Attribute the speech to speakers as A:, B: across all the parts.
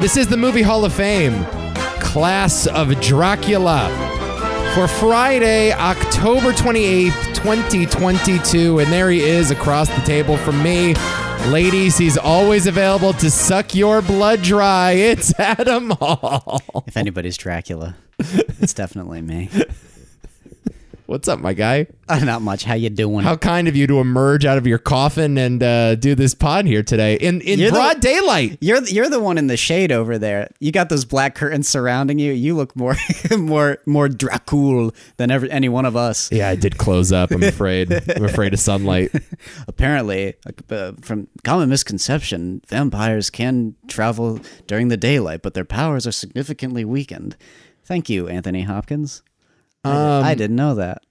A: This is the Movie Hall of Fame, Class of Dracula, for Friday, October 28th, 2022. And there he is across the table from me. Ladies, he's always available to suck your blood dry. It's Adam Hall.
B: If anybody's Dracula, it's definitely me.
A: What's up, my guy?
B: Uh, Not much. How you doing?
A: How kind of you to emerge out of your coffin and uh, do this pod here today in, in
B: You're the-
A: broad daylight.
B: you're the- you're the one in the shade over there. You got those black curtains surrounding you. You look more more more Dracul than ever any one of us.
A: Yeah, I did close up. I'm afraid. I'm afraid of sunlight.
B: Apparently, uh, from common misconception, vampires can travel during the daylight, but their powers are significantly weakened. Thank you, Anthony Hopkins. I,
A: Um,
B: I didn't know that.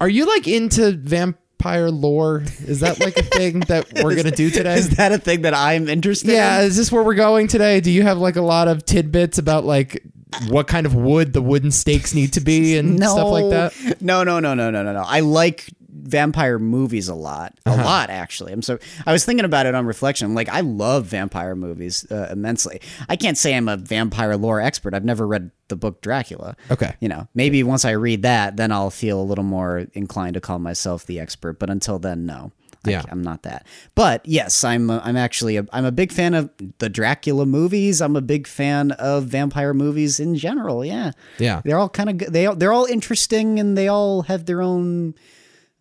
A: Are you like into vampire lore? Is that like a thing that we're gonna do today?
B: Is that a thing that I'm interested
A: Yeah,
B: in?
A: is this where we're going today? Do you have like a lot of tidbits about like what kind of wood the wooden stakes need to be and stuff like that?
B: No, no, no, no, no, no, no. I like vampire movies a lot, a
A: Uh-huh.
B: lot actually. I'm so I was thinking about it on reflection. I'm like I love vampire movies uh, immensely. I can't say I'm a vampire lore expert. I've never read the book Dracula.
A: Okay.
B: You know, maybe once I read that, then I'll feel a little more inclined to call myself the expert. But until then, no. I
A: Yeah.
B: ca- I'm not that. But yes, I'm. I'm actually. A, I'm a big fan of the Dracula movies. I'm a big fan of vampire movies in general. Yeah.
A: Yeah.
B: They're all kind of they all- they're all interesting and they all have their own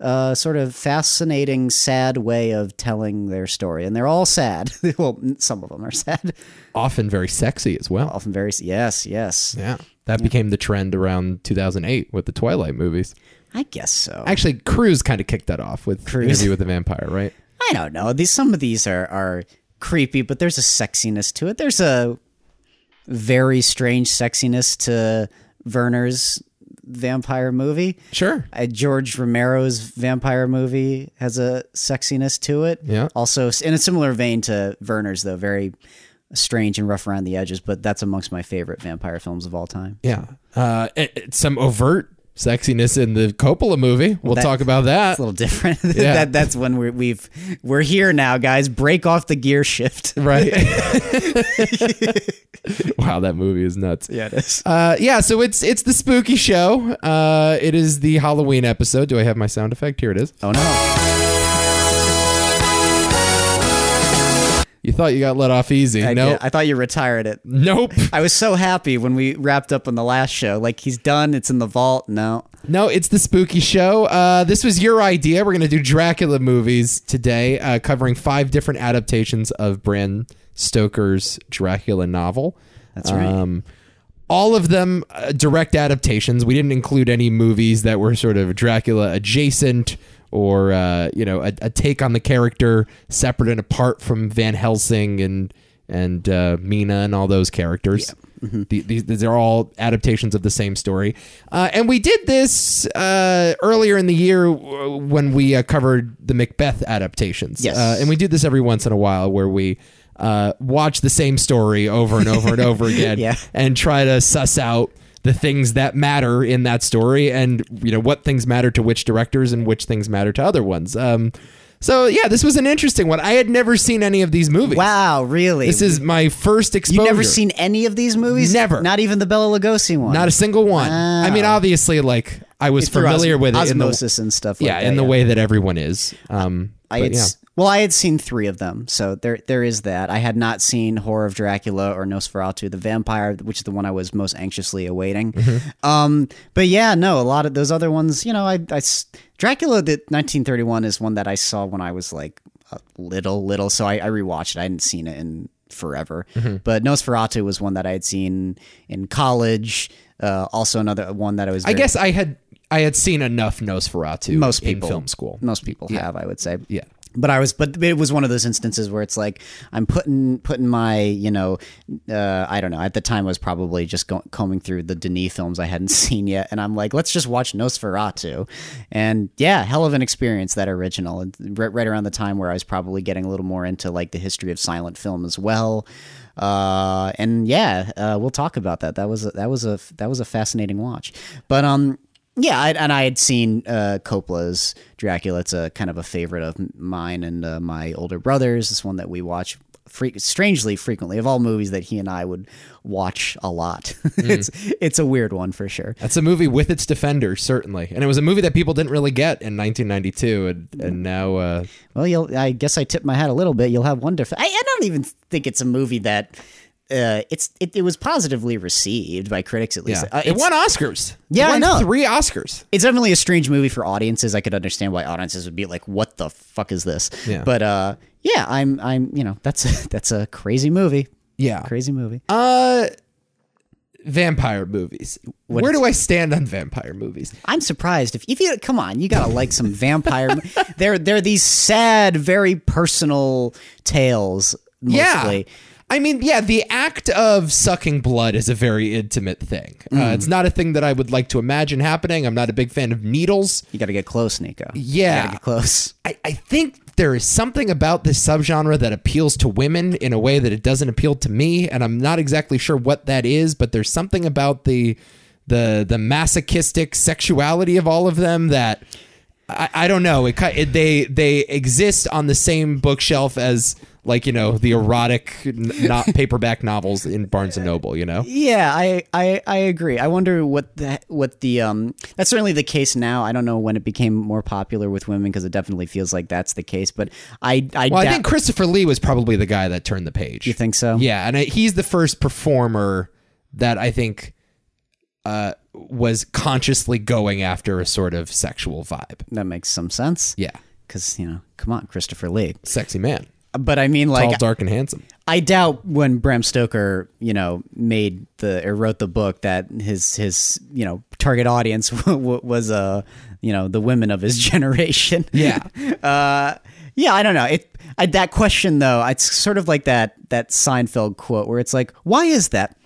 B: uh, sort of fascinating, sad way of telling their story, and they're all sad. well, some of them are sad,
A: Often very sexy as well.
B: often very s- yes, yes.
A: Yeah. That became the trend around 2008 with the Twilight movies.
B: I guess so. I,
A: Actually, Cruise kind of kicked that off with
B: Cruise.
A: Interview with the Vampire, right?
B: don't know. These some of these are are creepy, but there's a sexiness to it. There's a very strange sexiness to Werner's vampire movie.
A: Sure.
B: uh, George Romero's vampire movie has a sexiness to it.
A: Yeah.
B: Also, in a similar vein to Werner's, though, very strange and rough around the edges, but that's amongst my favorite vampire films of all time.
A: Yeah. Uh, it- it's some overt sexiness in the Coppola movie. We'll
B: That-
A: talk about that.
B: It's a little different.
A: Yeah.
B: that that's when we're, we've we're here now, guys. Break off the gear shift.
A: Right. wow, that movie is nuts.
B: Yeah, it is.
A: Uh, yeah, so it's it's the spooky show. Uh, it is the Halloween episode. Do I have my sound effect? Here it is.
B: Oh no!
A: You thought you got let off easy.
B: I,
A: nope.
B: I thought you retired it.
A: nope.
B: I was so happy when we wrapped up on the last show. Like he's done. It's in the vault. No.
A: No, it's the spooky show. Uh, this was your idea. We're going to do Dracula movies today, uh, covering five different adaptations of Bram Stoker's Dracula novel.
B: That's right.
A: Um, all of them uh, direct adaptations. We didn't include any movies that were sort of Dracula adjacent or uh, you know a, a take on the character separate and apart from Van Helsing and and uh, Mina and all those characters.
B: Mm-hmm.
A: The- These, these are all adaptations of the same story, uh, and we did this uh, earlier in the year w- when we uh, covered the Macbeth adaptations.
B: Yes.
A: Uh, and we do this every once in a while where we uh, watch the same story over and over and over again
B: Yeah.
A: and try to suss out the things that matter in that story and you know what things matter to which directors and which things matter to other ones um so yeah this was an interesting one i had never seen any of these movies
B: Wow. Really?
A: this is my first exposure
B: You've never seen any of these movies?
A: Never.
B: Not even the Bella Lugosi one.
A: not a single one
B: Wow.
A: i mean obviously like i was
B: Through
A: familiar
B: Ah. os-
A: with it in the-
B: osmosis and stuff.
A: yeah
B: like that,
A: in the way that everyone is um
B: I
A: but
B: had,
A: yeah.
B: s- Well, I had seen three of them, so there there is that. I had not seen Horror of Dracula or Nosferatu the Vampire, which is the one I was most anxiously awaiting.
A: Mm-hmm.
B: Um, but yeah, no, a lot of those other ones, you know, I, I s- Dracula the 1931 is one that I saw when I was like a little little, so I, I rewatched it. I hadn't seen it in forever,
A: Mm-hmm.
B: but Nosferatu was one that I had seen in college. Uh, also another one that I was.
A: I
B: very-
A: guess I had I had seen enough Nosferatu
B: Most people.
A: in
B: Mm.
A: film school.
B: most people have, I would say.
A: Yeah.
B: But I was, but it was one of those instances where it's like I'm putting putting my, you know, uh, I don't know. At the time, I was probably just go- combing through the Denis films I hadn't seen yet, and I'm like, let's just watch Nosferatu, and yeah, hell of an experience that original. And right, right around the time where I was probably getting a little more into like the history of silent film as well, uh, and yeah, uh, we'll talk about that. That was a, that was a that was a fascinating watch, but um, yeah, I, and I had seen uh, Coppola's Dracula. It's a kind of a favorite of mine and uh, my older brother's. It's one that we watch fre- strangely frequently of all movies that he and I would watch a lot. it's it's a weird one for sure.
A: That's a movie with its defenders, certainly, and it was a movie that people didn't really get in 1992,
B: Mm.
A: and, and now uh,
B: Well, you'll I guess I tip my hat a little bit. You'll have one def- I, I don't even think it's a movie that uh, it's it, it was positively received by critics at least. Uh,
A: it
B: it's-
A: won Oscars.
B: Yeah,
A: it
B: I
A: won
B: know.
A: three Oscars.
B: it's definitely a strange movie for audiences. I could understand why audiences would be like, "What the fuck is this?"
A: Yeah.
B: But uh, yeah, I'm I'm you know that's a, that's a crazy movie,
A: Yeah,
B: crazy movie.
A: Uh, vampire movies. Where do I stand on vampire movies?
B: I'm surprised if if you come on, you gotta like some vampire. they're they're these sad, very personal tales. Mostly.
A: Yeah. I mean, yeah, the act of sucking blood is a very intimate thing. Uh, it's not a thing that I would like to imagine happening. I'm not a big fan of needles.
B: you gotta get close, Nico. you
A: Yeah.
B: gotta get close.
A: I, I think there is something about this subgenre that appeals to women in a way that it doesn't appeal to me, and I'm not exactly sure what that is, but there's something about the the the masochistic sexuality of all of them that I, I don't know. It, ki- it they they exist on the same bookshelf as like you know the erotic n- not paperback novels in Barnes and Noble. You know,
B: Yeah, I, I I agree. I wonder what the what the um that's certainly the case now. I don't know when it became more popular with women because it definitely feels like that's the case. But I I,
A: well, I
B: doubt-
A: think Christopher Lee was probably the guy that turned the page.
B: you think so.
A: Yeah, and I, he's the first performer that I think uh, was consciously going after a sort of sexual vibe.
B: that makes some sense.
A: Yeah,
B: because you know, come on, Christopher Lee.
A: sexy man,
B: But I mean,
A: all
B: like
A: dark and handsome.
B: I doubt when Bram Stoker, you know, made the or wrote the book that his his you know target audience wa- wa- was uh you know the women of his generation.
A: Yeah.
B: uh, yeah. I don't know. It I, that question though. It's sort of like that that Seinfeld quote where it's like, why is that?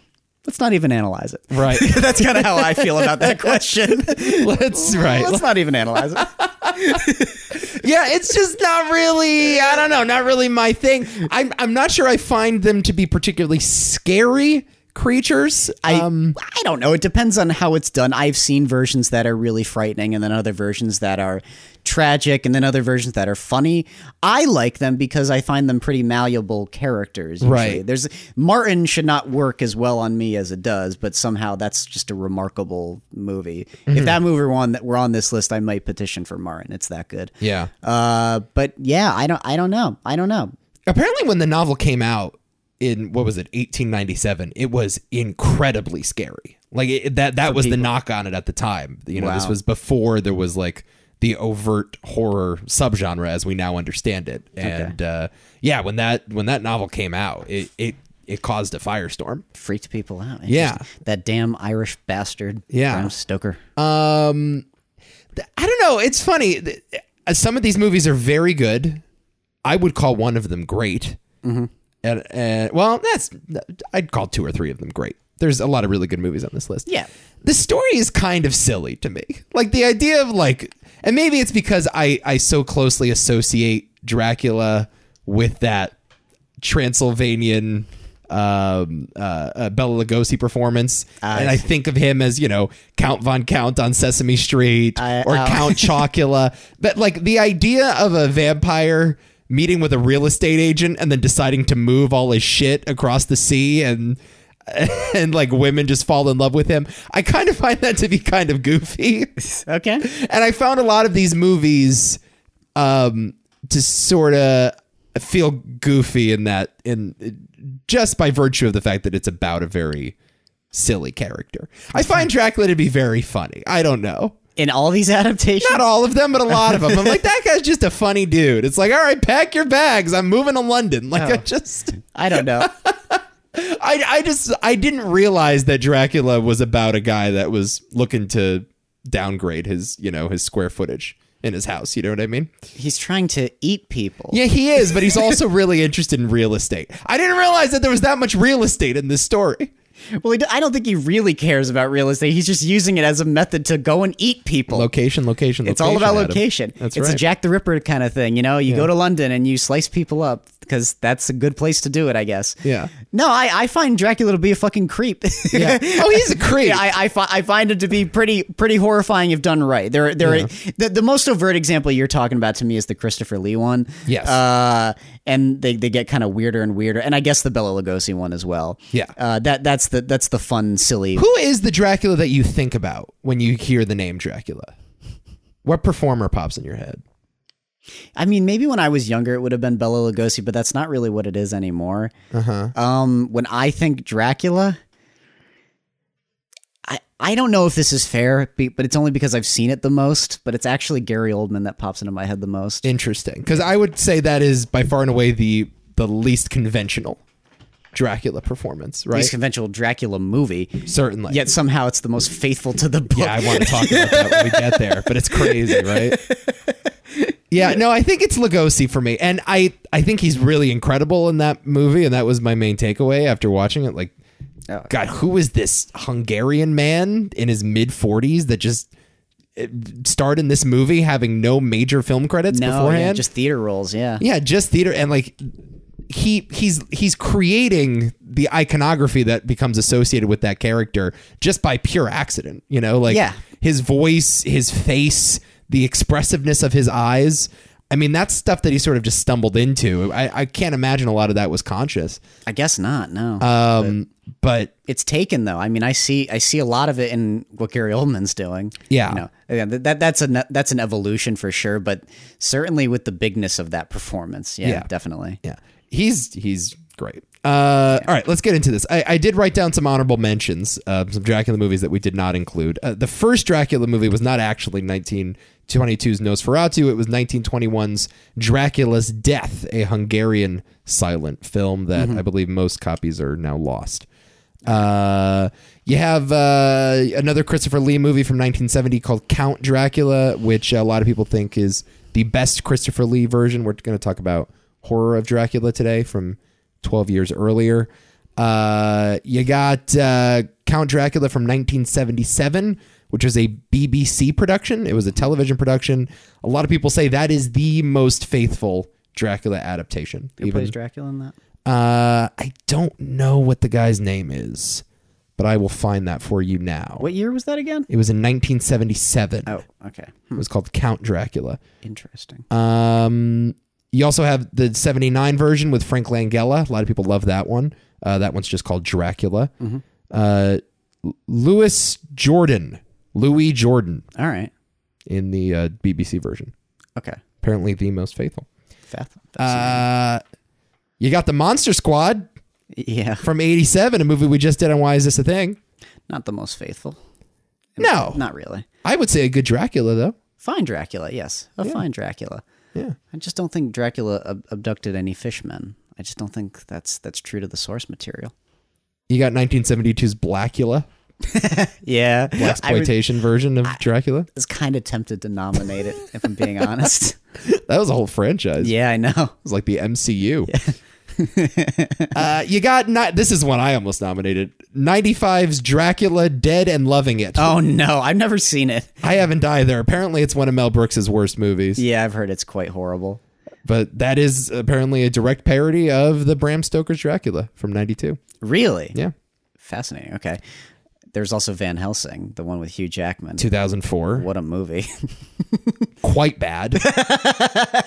B: Let's not even analyze it.
A: Right.
B: That's kind of how I feel about that question.
A: That's right.
B: Let's not even analyze it.
A: Yeah, it's just not really. I don't know. Not really my thing. I'm. I'm not sure. I find them to be particularly scary creatures.
B: I,
A: Um,
B: I don't know. It depends on how it's done. I've seen versions that are really frightening, and then other versions that are tragic, and then other versions that are funny. I like them because I find them pretty malleable characters. Usually.
A: Right.
B: There's Martin should not work as well on me as it does, but somehow that's just a remarkable movie.
A: Mm-hmm.
B: If that movie were on that were on this list, I might petition for Martin. It's that good.
A: yeah.
B: Uh, but yeah, I don't. I don't know. I don't know.
A: Apparently, when the novel came out in what was it, 1897, it was incredibly scary. Like it, that, that was the knock on it at the time. You know, this
B: Wow.
A: was before there was like the overt horror subgenre as we now understand it. And uh, yeah, when that when that novel came out, it it, it caused a firestorm.
B: Freaked people out.
A: Yeah.
B: Interesting. That damn Irish bastard.
A: Yeah.
B: Bram Stoker.
A: Um, I don't know. It's funny. Th- uh, Some of these movies are very good. I would call one of them great. And, and well, that's I'd call two or three of them great. There's a lot of really good movies on this list.
B: Yeah.
A: the story is kind of silly to me. Like the idea of like, and maybe it's because I I so closely associate Dracula with that Transylvanian um uh, uh Bella Lugosi performance and I think of him as you know Count von Count on Sesame Street
B: I-
A: or
B: I-
A: Count Chocula but like the idea of a vampire meeting with a real estate agent and then deciding to move all his shit across the sea and and like women just fall in love with him I kind of find that to be kind of goofy
B: Okay.
A: and I found a lot of these movies um, to sort of feel goofy in that in just by virtue of the fact that it's about a very silly character. I find Dracula to be very funny. I don't know.
B: In all these adaptations?
A: Not all of them, but a lot of them. I'm like, that guy's just a funny dude. It's like, all right, pack your bags. I'm moving to London. Like, I just,
B: I don't know.
A: I, I just, I didn't realize that Dracula was about a guy that was looking to downgrade his, you know, his square footage in his house. You know what I mean?
B: He's trying to eat people.
A: Yeah, he is, but he's also really interested in real estate. I didn't realize that there was that much real estate in this story.
B: Well, he d- I don't think he really cares about real estate. He's just using it as a method to go and eat people.
A: Location, location,
B: it's all about
A: Adam.
B: location.
A: That's
B: it's
A: right.
B: a Jack the Ripper kind of thing. You know, you go to London and you slice people up because that's a good place to do it, I guess.
A: Yeah.
B: No, I, I find Dracula to be a fucking creep.
A: Yeah. Oh, he's a creep.
B: Yeah, I, I, fi- I find it to be pretty pretty horrifying if done right. There there the, the most overt example you're talking about to me is the Christopher Lee one.
A: Yes.
B: Uh, and they, they get kind of weirder and weirder. And I guess the Bella Lugosi one as well.
A: Yeah.
B: uh, that that's the that's the fun silly.
A: Who is the Dracula that you think about when you hear the name Dracula? What performer pops in your head?
B: I mean, maybe when I was younger, it would have been Bella Lugosi, but that's not really what it is anymore.
A: Uh-huh.
B: Um, when I think Dracula, I I don't know if this is fair, be- but it's only because I've seen it the most. But it's actually Gary Oldman that pops into my head the most.
A: Interesting, because I would say that is by far and away the the least conventional Dracula performance, right?
B: Least conventional Dracula movie,
A: Certainly.
B: yet somehow it's the most faithful to the book.
A: Yeah, I want to talk about that when we get there, but it's crazy, right? Yeah, no, I think it's Lugosi for me, and I I think he's really incredible in that movie, and that was my main takeaway after watching it. Like,
B: Oh,
A: God, who is this Hungarian man in his mid forties that just eh, starred in this movie, having no major film credits
B: no, yeah,
A: beforehand?
B: just theater roles. Yeah,
A: Yeah, just theater and like he he's he's creating the iconography that becomes associated with that character just by pure accident, you know, like
B: Yeah.
A: his voice, his face, the expressiveness of his eyes. I mean, that's stuff that he sort of just stumbled into. I, I can't imagine a lot of that was conscious.
B: I guess not. No,
A: Um, but
B: it's taken though. I mean, I see I see a lot of it in what Gary Oldman's doing.
A: Yeah.
B: you know, yeah, th- that that's a that's an evolution for sure, but certainly with the bigness of that performance. Yeah,
A: Yeah.
B: definitely.
A: yeah, he's he's great. Uh, All right, let's get into this. I, I did write down some honorable mentions, uh, some Dracula movies that we did not include. Uh, the first Dracula movie was not actually 1922's Nosferatu. It was 1921's Dracula's Death, a Hungarian silent film that I believe most copies are now lost. Uh, you have uh, another Christopher Lee movie from 1970 called Count Dracula, which a lot of people think is the best Christopher Lee version. We're going to talk about Horror of Dracula today from 12 years earlier. Uh, you got uh, Count Dracula from 1977, which was a BBC production. It was a television production. A lot of people say that is the most faithful Dracula adaptation.
B: Who plays Dracula in that?
A: Uh, I don't know what the guy's name is, but I will find that for you now.
B: What year was that again?
A: It was in 1977.
B: Oh, okay.
A: It was called Count Dracula.
B: Interesting.
A: Um, you also have the 79 version with Frank Langella. A lot of people love that one. Uh, that one's just called Dracula. Uh, L- Louis Jordan, Louis Jordan
B: All right.
A: in the uh, BBC version.
B: Okay.
A: Apparently the most faithful.
B: Fath-
A: Uh, you got the Monster Squad
B: yeah,
A: from 87, a movie we just did on Why Is This a Thing?
B: not the most faithful.
A: No.
B: Not really.
A: I would say a good Dracula, though.
B: Fine Dracula, yes. A fine Dracula.
A: Yeah.
B: I just don't think Dracula ab- abducted any fishmen. I just don't think that's that's true to the source material.
A: You got 1972's Blackula,
B: Yeah.
A: black exploitation version of Dracula.
B: was kind of tempted to nominate it, if I'm being honest.
A: That was a whole franchise.
B: Yeah, I know.
A: It was like the MCU. uh, you got ni- this is one I almost nominated. 95's Dracula Dead and Loving It.
B: Oh no, I've never seen it.
A: I haven't either. Apparently it's one of Mel Brooks' worst movies.
B: Yeah, I've heard it's quite horrible.
A: But that is apparently a direct parody of the Bram Stoker's Dracula from 92.
B: Really?
A: Yeah.
B: Fascinating. Okay. There's also Van Helsing, the one with Hugh Jackman.
A: 2004.
B: What a movie.
A: Quite bad.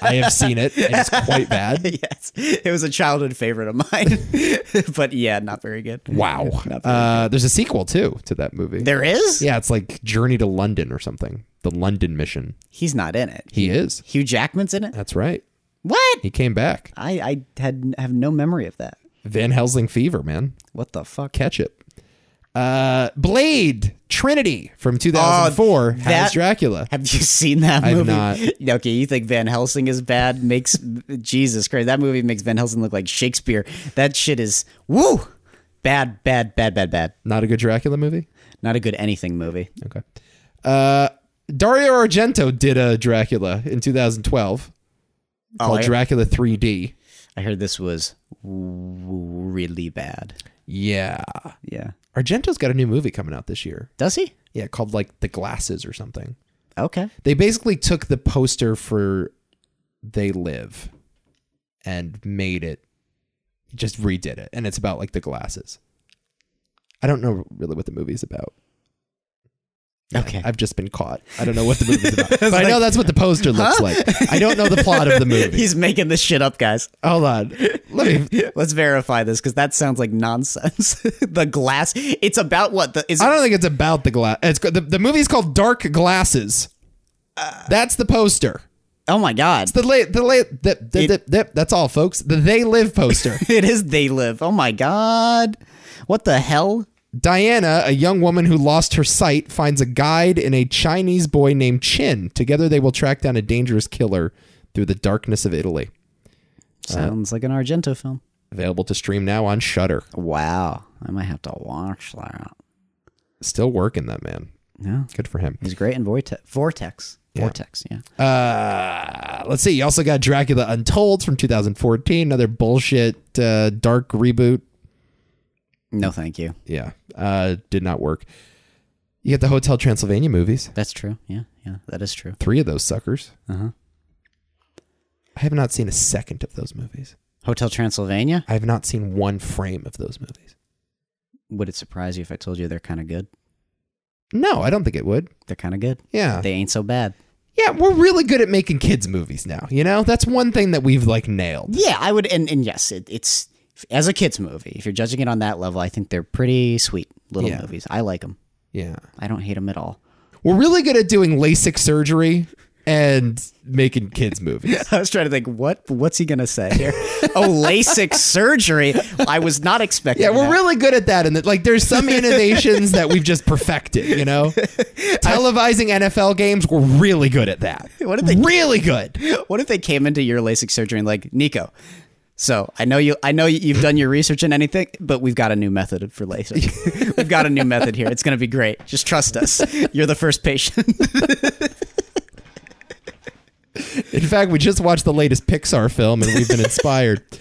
A: I have seen it. and It's quite bad.
B: yes. It was a childhood favorite of mine. but yeah, not very good.
A: Wow. Uh, there's a sequel too to that movie.
B: There is?
A: Yeah, it's like Journey to London or something. The London Mission.
B: He's not in it.
A: He is.
B: Hugh Jackman's in it?
A: That's right.
B: What?
A: He came back.
B: I, I had have no memory of that.
A: Van Helsing fever, man.
B: What the fuck?
A: Catch it. Uh, Blade Trinity from 2004 has
B: Ah, that-
A: Dracula.
B: Have you seen that
A: I've
B: movie?
A: not.
B: Okay, you think Van Helsing is bad? Makes Jesus Christ, that movie makes Van Helsing look like Shakespeare. That shit is woo, bad, bad, bad, bad, bad.
A: Not a good Dracula movie.
B: Not a good anything movie.
A: Okay. Uh, Dario Argento did a Dracula in 2012 called
B: I-
A: Dracula 3D.
B: I heard this was w- really bad.
A: Yeah.
B: Yeah,
A: Argento's got a new movie coming out this year.
B: does he?
A: Yeah, called like The Glasses or something.
B: Okay,
A: they basically took the poster for they live and made it just redid it and it's about like the glasses i don't know really what the movie's about Yeah,
B: Okay.
A: I've just been caught. I don't know what the movie's about, but I know
B: like,
A: that's what the poster looks like. I don't know the plot of the movie.
B: He's making this shit up, guys.
A: Hold on, let me.
B: Let's verify this because that sounds like nonsense. the glass. It's about what the is.
A: I
B: It,
A: don't think it's about the glass. It's the the movie's called Dark Glasses.
B: Uh.
A: that's the poster.
B: oh my god!
A: The late, the late, the, the, the, the, that's all, folks. The They Live poster.
B: It is they live. Oh my god! What the hell?
A: Diana, a young woman who lost her sight, finds a guide and a Chinese boy named Chin. Together, they will track down a dangerous killer through the darkness of Italy.
B: Sounds like an Argento film.
A: Available to stream now on Shudder.
B: Wow, I might have to watch that.
A: Still working that man.
B: Yeah,
A: Good for him.
B: he's great in Vortex. Vortex. Vortex. Yeah.
A: Uh, let's see. You also got Dracula Untold from 2014, another bullshit uh, dark reboot.
B: No, thank you.
A: Yeah, uh, did not work. You get the Hotel Transylvania movies.
B: That's true. Yeah, yeah, that is true.
A: Three of those suckers.
B: Uh-huh.
A: I have not seen a second of those movies.
B: Hotel Transylvania.
A: I have not seen one frame of those movies.
B: Would it surprise you if I told you they're kind of good?
A: No, I don't think it would.
B: They're kind of good.
A: Yeah.
B: They ain't so bad.
A: Yeah, we're really good at making kids movies now, you know? That's one thing that we've like nailed.
B: Yeah, I would, and, and yes, it, it's as a kids movie. If you're judging it on that level, I think they're pretty sweet little
A: Yeah.
B: movies. I like them.
A: Yeah.
B: I don't hate them at all.
A: We're really good at doing LASIK surgery and making kids movies.
B: I was trying to think, what what's he gonna say here? oh, LASIK surgery. I was not expecting.
A: Yeah, we're
B: that.
A: really good at that, and that, like, there's some innovations that we've just perfected. You know, televising NFL games, we're really good at that.
B: What did they-
A: Really good.
B: What if they came into your LASIK surgery and like Nico? So I know you. I know you've done your research and anything, but we've got a new method for LASIK. we've got a new method here. It's gonna be great. Just trust us. You're the first patient.
A: In fact, we just watched the latest Pixar film, and we've been inspired.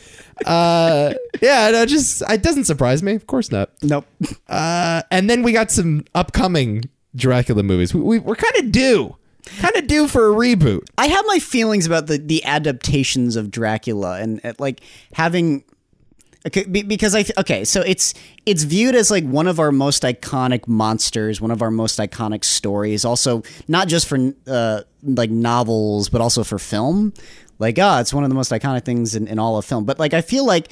A: Uh, yeah, no, just it doesn't surprise me. Of course not.
B: nope.
A: Uh, and then we got some upcoming Dracula movies. We, we, we're kind of due, kind of due for a reboot.
B: I have my feelings about the the adaptations of Dracula and, uh, like having okay, be- because I okay, so it's it's viewed as like one of our most iconic monsters, one of our most iconic stories. Also, not just for uh, like novels, but also for film. Like, ah, it's one of the most iconic things in, in all of film. But like, I feel like.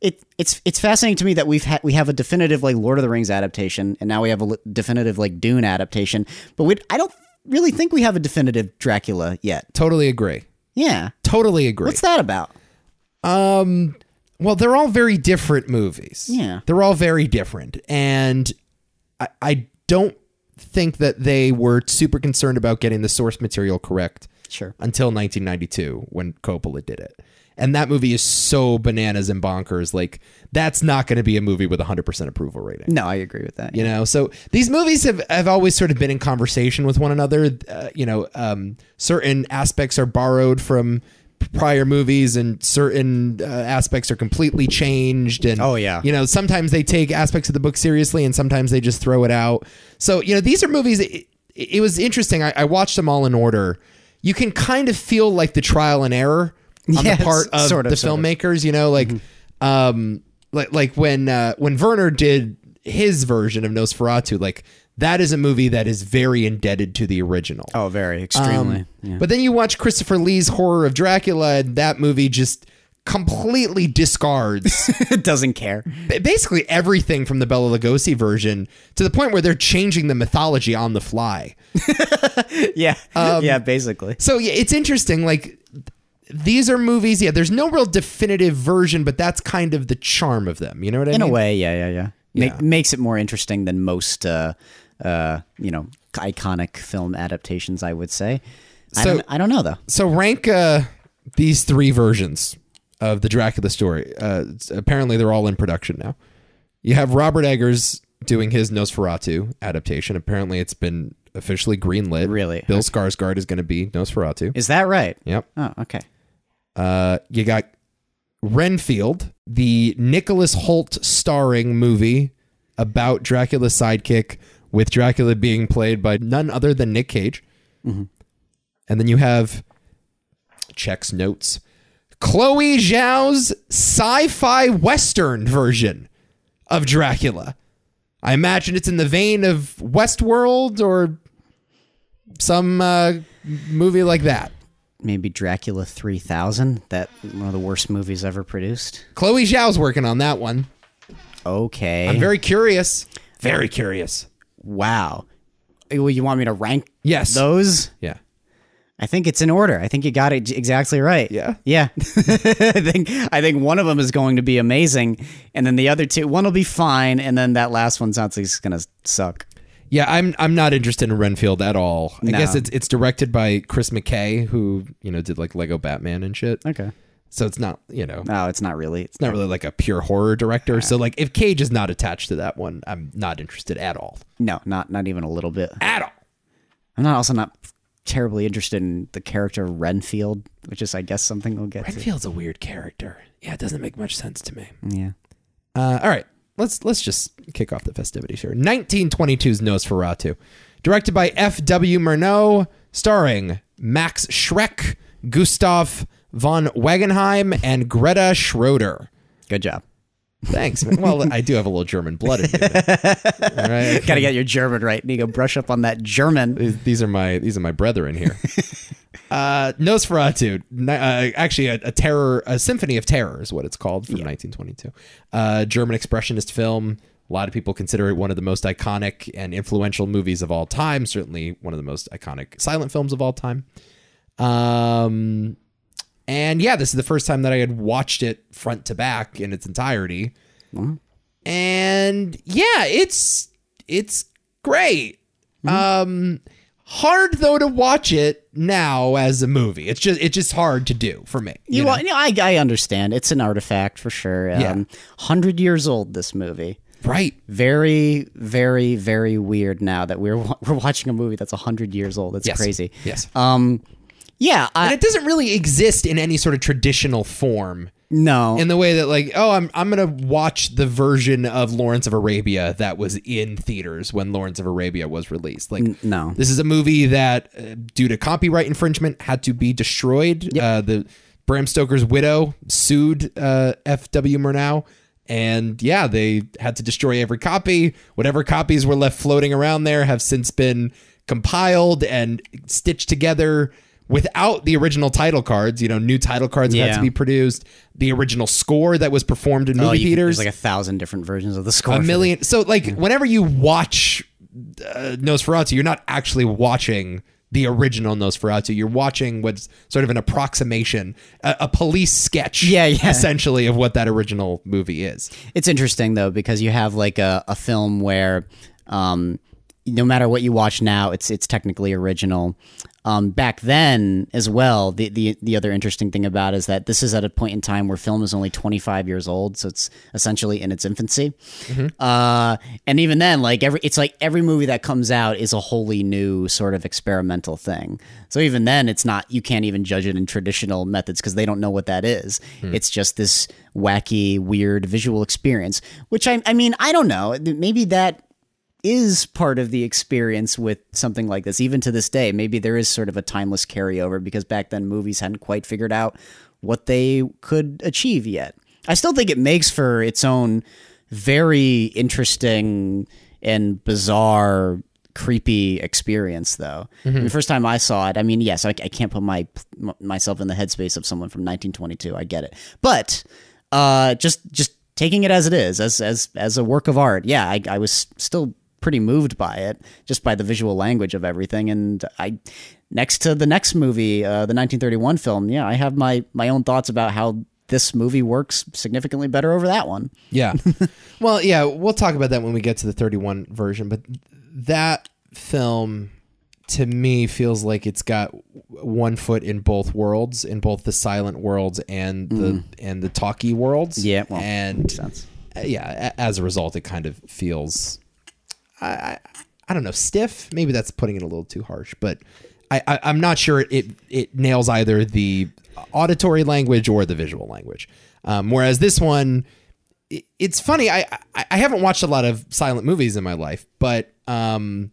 B: It, it's it's fascinating to me that we've ha- we have a definitive like Lord of the Rings adaptation, and now we have a li- definitive like Dune adaptation. But we I don't really think we have a definitive Dracula yet.
A: Totally agree.
B: Yeah.
A: Totally agree.
B: What's that about?
A: Um, well, they're all very different movies.
B: Yeah.
A: they're all very different, and I, I don't think that they were super concerned about getting the source material correct
B: Sure.
A: until 1992 when Coppola did it. And that movie is so bananas and bonkers. Like that's not going to be a movie with a 100% approval rating.
B: No, I agree with that.
A: You know, so these movies have, have always sort of been in conversation with one another. Uh, you know, um, certain aspects are borrowed from prior movies and certain uh, aspects are completely changed. And,
B: Oh, yeah.
A: you know, sometimes they take aspects of the book seriously and sometimes they just throw it out. So, you know, these are movies. It, it was interesting. I, I watched them all in order. You can kind of feel like the trial and error on
B: Yes,
A: the part of
B: sort of,
A: the
B: sort of. Mm-hmm.
A: filmmaker filmmakers, you know, like um like like when uh when Werner did his version of Nosferatu, like that is a movie that is very indebted to the original. Um,
B: Oh, very extremely. yeah.
A: But then you watch Christopher Lee's horror of Dracula and that movie just completely discards
B: it doesn't care.
A: ba- basically everything from the Bela Lugosi version to the point where they're changing the mythology on the fly.
B: Yeah. yeah, basically.
A: So yeah, it's interesting. Like th- these are movies. Yeah, there's no real definitive version, but that's kind of the charm of them. You know what I
B: In
A: mean?
B: a way, yeah, yeah, yeah. Ma-
A: Yeah.
B: makes it more interesting than most uh uh, you know, iconic film adaptations, I would say. I
A: So-
B: don't I don't know though.
A: so rank uh, these three versions of the Dracula story. Uh, it's- apparently, they're all in production now. You have Robert Eggers doing his Nosferatu adaptation. Apparently, it's been officially greenlit.
B: Really?
A: Bill Skarsgård is going to be Nosferatu.
B: Is that right?
A: Yep.
B: Oh, okay.
A: Uh, you got Renfield, the Nicholas Holt starring movie about Dracula's sidekick, with Dracula being played by none other than Nick Cage. And then you have checks notes. Chloe Zhao's sci-fi western version of Dracula. I imagine it's in the vein of Westworld or some uh, movie like that.
B: Maybe Dracula 3000, that one of the worst movies ever produced.
A: Chloe Zhao's working on that one.
B: Okay.
A: I'm very curious. Very curious.
B: wow. Well, you want me to rank
A: Yes.
B: those?
A: Yeah.
B: I think it's in order. I think you got it j- exactly right.
A: Yeah.
B: Yeah. I think I think one of them is going to be amazing and then the other two one will be fine and then that last one sounds like it's going to suck.
A: Yeah, I'm I'm not interested in Renfield at all. I
B: No.
A: guess it's it's directed by Chris McKay, who you know did like Lego Batman and shit.
B: Okay.
A: So it's not you know
B: No, it's not really. It's
A: it's not really like a pure horror director. So like if Cage is not attached to that one, I'm not interested at all.
B: no, not not even a little bit.
A: At all.
B: I'm not also not terribly interested in the character Renfield, which is I guess something we'll get to.
A: Renfield's a weird character. Yeah, it doesn't make much sense to me.
B: Yeah.
A: Uh, all right, let's let's just kick off the festivities here. 1922's Nosferatu, directed by F. W. Murnau, starring Max Schreck, Gustav von Wagenheim, and Greta Schroeder.
B: Good job.
A: Thanks. Man. Well, I do have a little German blood in me. but- All right.
B: Got to get your German right. Need to brush up on that German.
A: These these are my these are my brethren here. Uh, Nosferatu, ni- uh, actually a, a terror, a symphony of terror is what it's called from 1922. Uh, German expressionist film. A lot of people consider it one of the most iconic and influential movies of all time. Certainly one of the most iconic silent films of all time. Um, and yeah, this is the first time that I had watched it front to back in its entirety. And yeah, it's it's great.
B: Mm-hmm.
A: Um hard though to watch it now as a movie. It's just it's just hard to do for me.
B: You,
A: know?
B: want- you know, I, I understand. It's an artifact for sure. Um,
A: Yeah.
B: 100 years old, this movie.
A: right.
B: Very, very, very weird now that we're wa- we're watching a movie that's 100 years old. That's
A: Yes.
B: crazy.
A: Yes.
B: Um, yeah.
A: and
B: I,
A: it doesn't really exist in any sort of traditional form
B: no.
A: in the way that like oh I'm I'm going to watch the version of Lawrence of Arabia that was in theaters when Lawrence of Arabia was released. Like
B: no.
A: This is a movie that, uh, due to copyright infringement, had to be destroyed. Uh, the Bram Stoker's widow sued uh, F.W. Murnau, and yeah, they had to destroy every copy. Whatever copies were left floating around there have since been compiled and stitched together without the original title cards. You know, new title cards have had
B: Yeah.
A: to be produced. The original score that was performed in movie
B: Oh, you-
A: theaters
B: There's like a thousand different versions of the score.
A: a
B: for this.
A: million. So like whenever you watch uh, Nosferatu, you're not actually watching the original Nosferatu. You're watching what's sort of an approximation, a, a police sketch,
B: Yeah, yeah.
A: essentially of what that original movie is.
B: It's interesting though because you have like a, a film where, um, no matter what you watch now, it's it's technically original. Um, back then as well, the, the the other interesting thing about it is that this is at a point in time where film is only 25 years old, so it's essentially in its infancy.
A: Mm-hmm.
B: Uh, and even then, like every it's like every movie that comes out is a wholly new sort of experimental thing. So even then, it's not you can't even judge it in traditional methods because they don't know what that is. It's just this wacky, weird visual experience. Which I I mean I don't know maybe that is part of the experience with something like this even to this day maybe there is sort of a timeless carryover because back then movies hadn't quite figured out what they could achieve yet i still think it makes for its own very interesting and bizarre creepy experience though the first time i saw it i mean yes i, I can't put my m- myself in the headspace of someone from 1922 i get it but uh just just taking it as it is as as as a work of art yeah i, I was still pretty moved by it just by the visual language of everything and i next to the next movie uh, the 1931 film yeah i have my my own thoughts about how this movie works significantly better over that one
A: Yeah. well, yeah, we'll talk about that when we get to the 31 version, but that film to me feels like it's got w- one foot in both worlds, in both the silent worlds and the and the talkie worlds.
B: Mm. Yeah, well,
A: and
B: sense.
A: uh, yeah, a- as a result it kind of feels I, I I don't know, stiff. Maybe that's putting it a little too harsh, but I, I I'm not sure it, it it nails either the auditory language or the visual language. Um, whereas this one it- it's funny. I, I I haven't watched a lot of silent movies in my life, but um,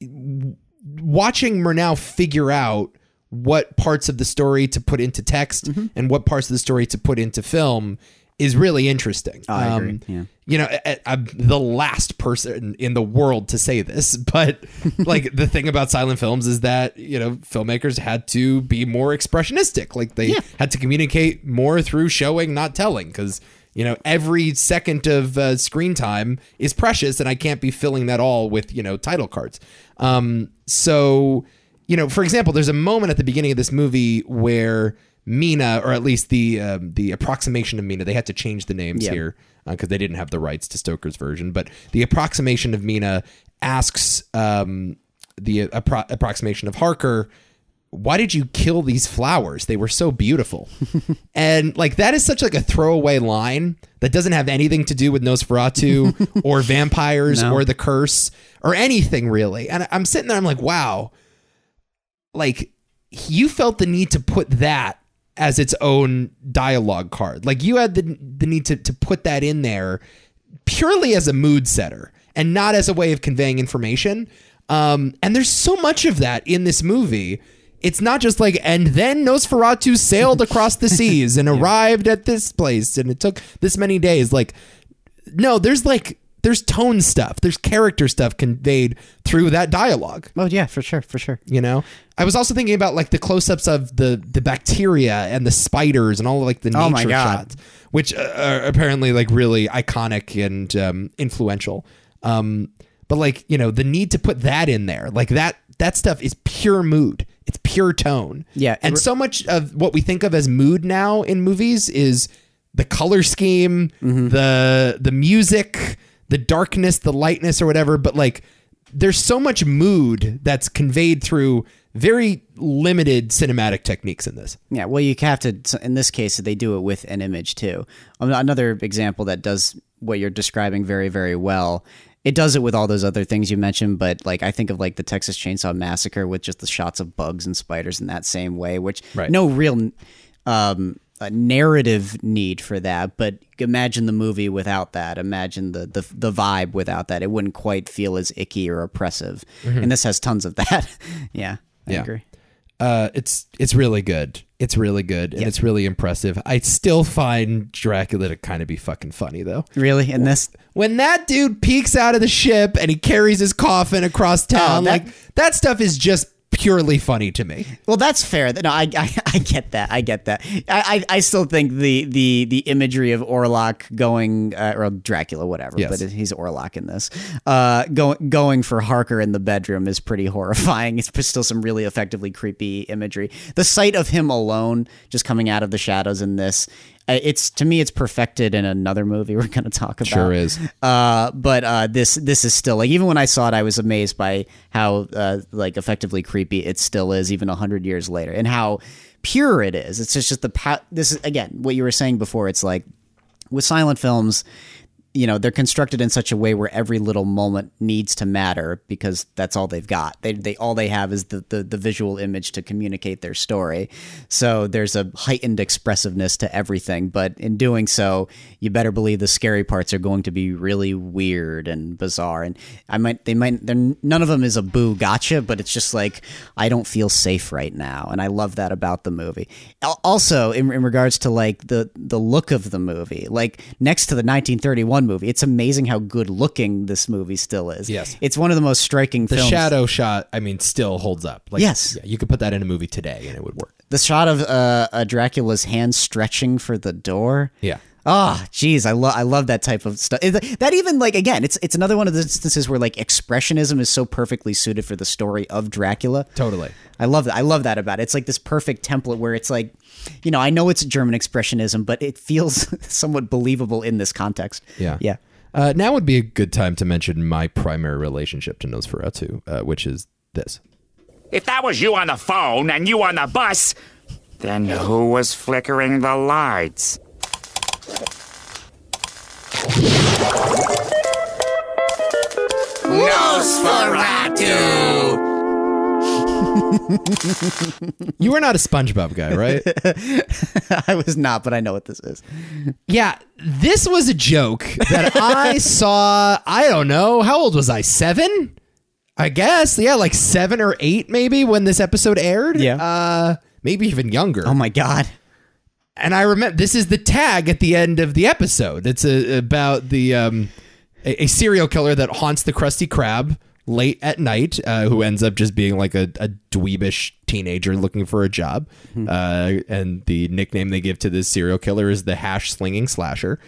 A: w- watching Murnau figure out
B: Mm-hmm.
A: what parts of the story to put into text and what parts of the story to put into film is really interesting.
B: Oh,
A: Um,
B: I agree, yeah.
A: You know, I, am the last person in the world to say this, but like the thing about silent films is that you know filmmakers had to be more expressionistic. Like they
B: Yeah.
A: had to communicate more through showing, not telling, because you know every second of uh, screen time is precious, and I can't be filling that all with you know title cards. Um, so you know, for example, there's a moment at the beginning of this movie where Mina, or at least the um, the approximation of Mina, they had to change the names
B: Yeah.
A: here because they didn't have the rights to Stoker's version. But the approximation of Mina asks um, the appro- approximation of Harker, "Why did you kill these flowers? They were so beautiful." and like that is such like a throwaway line that doesn't have anything to do with Nosferatu or vampires or the curse or anything really. And I'm sitting there, I'm like, wow like you felt the need to put that as its own dialogue card. Like you had the the need to to put that in there purely as a mood setter and not as a way of conveying information. Um, and there's so much of that in this movie. It's not just like, and then Nosferatu sailed across the seas and arrived at this place, and it took this many days. Like, no, there's like, there's tone stuff, there's character stuff conveyed through that dialogue
B: Oh yeah, for sure, for sure.
A: you know i was also thinking about like the close-ups of the the bacteria and the spiders and all like the nature
B: Oh my God.
A: shots which uh, are apparently like really iconic and um, influential um, but like you know the need to put that in there like that that stuff is pure mood it's pure tone
B: Yeah, it
A: and
B: re-
A: so much of what we think of as mood now in movies is the color scheme
B: Mm-hmm.
A: the the music the darkness the lightness or whatever but like there's so much mood that's conveyed through very limited cinematic techniques in this
B: Yeah, well, you have to. so In this case, they do it with an image too. Um, Another example that does what you're describing very, very well. It does it with all those other things you mentioned, but like I think of like the Texas Chainsaw Massacre with just the shots of bugs and spiders in that same way, which
A: Right.
B: no real um, a narrative need for that. But imagine the movie without that. Imagine the the, the vibe without that. It wouldn't quite feel as icky or oppressive. And this has tons of that. yeah, I
A: Mm-hmm. Yeah.
B: agree.
A: uh, it's it's really good. It's really good and it's really impressive. I still find Dracula to kind of be fucking funny though.
B: Really, in this
A: When that dude peeks out of the ship and he carries his coffin across town,
B: Oh, that-
A: like that stuff is just purely funny to me.
B: Well, that's fair. No, I, I, I get that. I get that. I, I, I still think the, the, the imagery of Orlok going uh, or Dracula, whatever,
A: Yes.
B: but he's Orlok in this. Uh, go, going for Harker in the bedroom is pretty horrifying. It's still some really effectively creepy imagery. The sight of him alone, just coming out of the shadows in this, uh, it's to me, it's perfected in another movie we're going to talk about.
A: is.
B: Uh, but uh, this this is still like even when I saw it, I was amazed by how uh, like effectively creepy it still is, even hundred years later, and how pure it is. It's just, just the pow- this is again what you were saying before. It's like with silent films, you know, they're constructed in such a way where every little moment needs to matter because that's all they've got. They, they all they have is the, the the visual image to communicate their story. So there's a heightened expressiveness to everything, but in doing so, you better believe the scary parts are going to be really weird and bizarre. And I might they might they're none of them is a boo gotcha, but it's just like I don't feel safe right now, and I love that about the movie. Al- Also, in, in regards to like the the look of the movie, like next to the 1931 movie, it's amazing how good looking this movie still is.
A: Yes.
B: it's one of the most striking
A: The
B: films.
A: shadow shot, I mean, still holds up. Like,
B: Yes.
A: yeah, you could put that in a movie today and it would work.
B: the shot of uh, uh, Dracula's hand stretching for the door.
A: Yeah.
B: Oh, geez, I love I love that type of stuff. That even like again, it's it's another one of the instances where like expressionism is so perfectly suited for the story of Dracula.
A: Totally.
B: I love that. I love that about it. It's like this perfect template where it's like, you know, I know it's German expressionism, but it feels somewhat believable in this context.
A: Yeah.
B: Yeah.
A: Uh, now would be a good time to mention my primary relationship to Nosferatu, uh, which is this.
C: If that was you on the phone and you on the bus, then who was flickering the lights? Nosferatu!
A: You are not a SpongeBob guy, right?
B: I was not, but I know what this is.
A: Yeah, this was a joke that I saw. I don't know. How old was I? Seven? I guess. Yeah, like seven or eight, maybe, when this episode aired.
B: Yeah.
A: Uh, maybe even younger.
B: Oh my god.
A: And I remember this is the tag at the end of the episode. It's a, about the um, a, a serial killer that haunts the Krusty Krab late at night, uh, who ends up just being like a, a dweebish teenager looking for a job. Uh, and the nickname they give to this serial killer is the hash slinging slasher.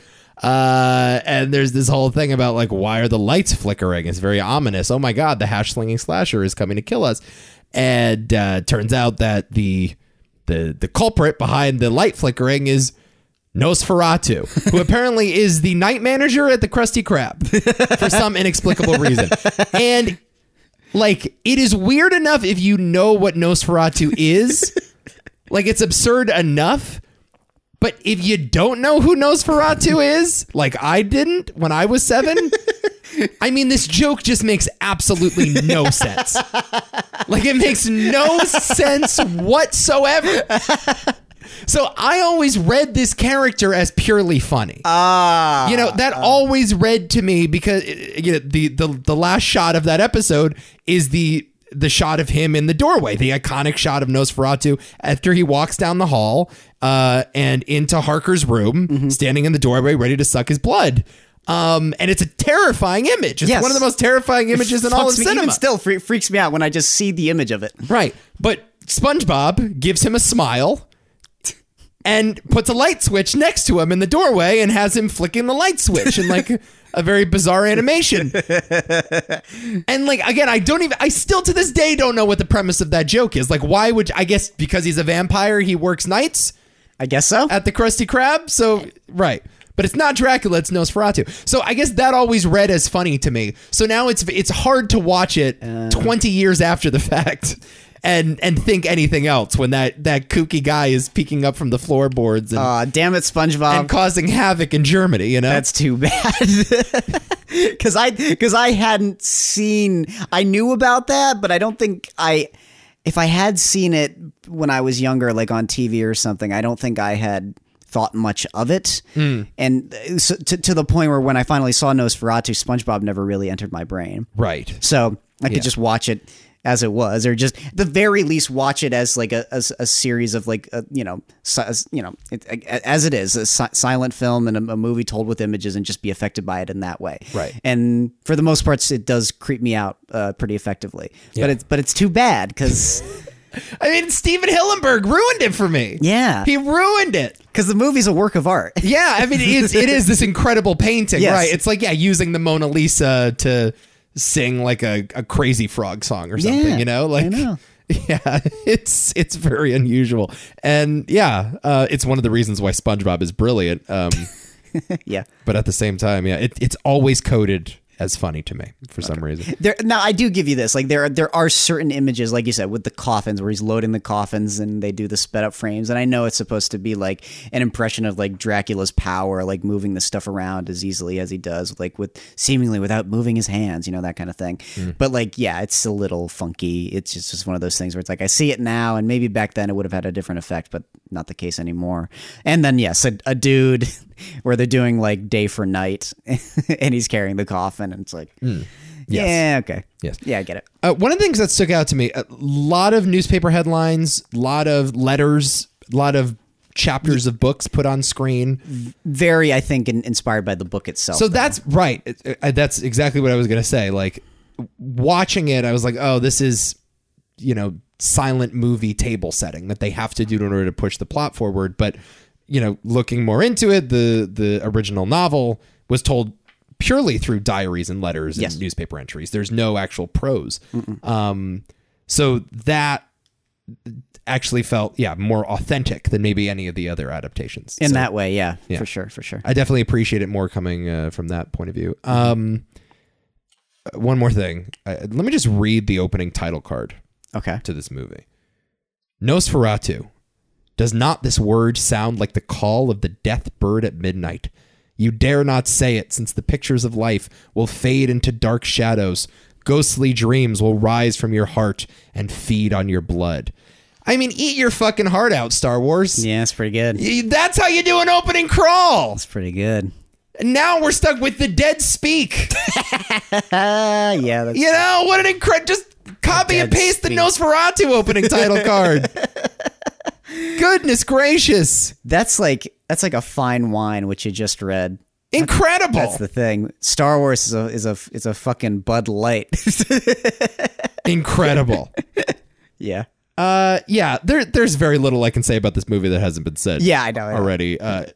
A: Uh, and there's this whole thing about like why are the lights flickering? It's very ominous. Oh my god, the hash slinging slasher is coming to kill us. And uh, turns out that the the the culprit behind the light flickering is Nosferatu, who apparently is the night manager at the Krusty Krab for some inexplicable reason. And like it is weird enough if you know what Nosferatu is. like it's absurd enough. But if you don't know who Nosferatu is, like I didn't when I was 7, I mean this joke just makes absolutely no sense. Like it makes no sense whatsoever. So I always read this character as purely funny.
B: Ah,
A: you know that always read to me because uh, you know the, the the last shot of that episode is the the shot of him in the doorway, the iconic shot of Nosferatu after he walks down the hall uh, and into Harker's room,
B: Mm-hmm.
A: standing in the doorway, ready to suck his blood. Um, and it's a terrifying image. It's
B: Yes.
A: one of the most terrifying images in all of
B: Fucks me,
A: cinema.
B: Even still, fre- freaks me out when I just see the image of it.
A: Right. But SpongeBob gives him a smile and puts a light switch next to him in the doorway and has him flicking the light switch in like a very bizarre animation. and like again, I don't even I still to this day don't know what the premise of that joke is. Like why would I guess because he's a vampire, he works nights
B: I guess so.
A: at the Krusty Krab. So right, but it's not Dracula; it's Nosferatu. So I guess that always read as funny to me. So now it's it's hard to watch it
B: Uh.
A: twenty years after the fact. And, and think anything else when that, that kooky guy is peeking up from the floorboards and,
B: Aw, damn it, SpongeBob.
A: and causing havoc in Germany, you know?
B: Uh, That's too bad. Cuz I cuz I hadn't seen I knew about that, but I don't think I if I had seen it when I was younger like on TV or something, I don't think I had thought much of it. And uh, so, to to the point where when I finally saw Nosferatu, SpongeBob never really entered my brain.
A: right.
B: So I could just watch it as it was, or just at the very least watch it as like a as a series of like a, you know si- as, you know it, as it is a si- silent film and a, a movie told with images, and just be affected by it in that way.
A: Right.
B: And for the most part, it does creep me out uh, pretty effectively. But it's but it's too bad because
A: I mean, Steven Hillenberg ruined it for me.
B: Yeah.
A: He ruined it.
B: because the movie's a work of art.
A: Yeah, I mean it's, it is this incredible painting,
B: Yes.
A: right? It's like yeah, using the Mona Lisa to sing like a, a crazy frog song or something,
B: Yeah,
A: you know?
B: I
A: Like
B: know.
A: Yeah, it's it's very unusual. And yeah, uh, it's one of the reasons why SpongeBob is brilliant. Um,
B: yeah.
A: but at the same time, yeah, it, it's always coded as funny to me for some reason.
B: There, now I do give you this. Like there, there are certain images, like you said, with the coffins, where he's loading the coffins, and they do the sped up frames. And I know it's supposed to be like an impression of like Dracula's power, like moving the stuff around as easily as he does, like with seemingly without moving his hands, you know, that kind of thing. But like, yeah, it's a little funky. It's just, just one of those things where it's like I see it now, and maybe back then it would have had a different effect, but not the case anymore. And then yes, a, a dude where they're doing like day for night, and he's carrying the coffin, and it's like.
A: Yes.
B: Yeah, okay.
A: Yes.
B: Yeah, I get it.
A: Uh, one of the things that stuck out to me, a lot of newspaper headlines, a lot of letters, a lot of chapters of books put on screen.
B: Very, I think, in, inspired by the book itself.
A: So that's right. It- it- That's exactly what I was going to say. Like watching it, I was like, oh, this is, you know, silent movie table setting that they have to do in order to push the plot forward. But, you know, looking more into it, the the original novel was told purely through diaries and letters
B: Yes.
A: and newspaper entries. There's no actual prose. Um, so that actually felt, yeah, more authentic than maybe any of the other adaptations.
B: in
A: So-
B: that way, yeah, for sure, for sure.
A: I definitely appreciate it more coming uh, from that point of view. Um, one more thing. Uh, let me just read the opening title card
B: Okay.
A: to this movie. Nosferatu. Does not this word sound like the call of the death bird at midnight? You dare not say it, since the pictures of life will fade into dark shadows. Ghostly dreams will rise from your heart and feed on your blood. I mean, eat your fucking heart out, Star Wars.
B: Yeah, it's pretty good.
A: Y- That's how you do an opening crawl.
B: It's pretty good.
A: Now we're stuck with the dead speak.
B: Uh, yeah, that's,
A: You know what an incredible. Just copy and
B: Dead
A: paste the
B: speak.
A: Nosferatu opening title card. Goodness gracious.
B: That's like that's like a fine wine which you just read.
A: Incredible.
B: That's the thing. Star Wars is a is a is a fucking Bud Light.
A: Incredible.
B: yeah.
A: Uh, yeah, there, there's very little I can say about this movie that hasn't been said.
B: Yeah, I know, I know.
A: Already, uh,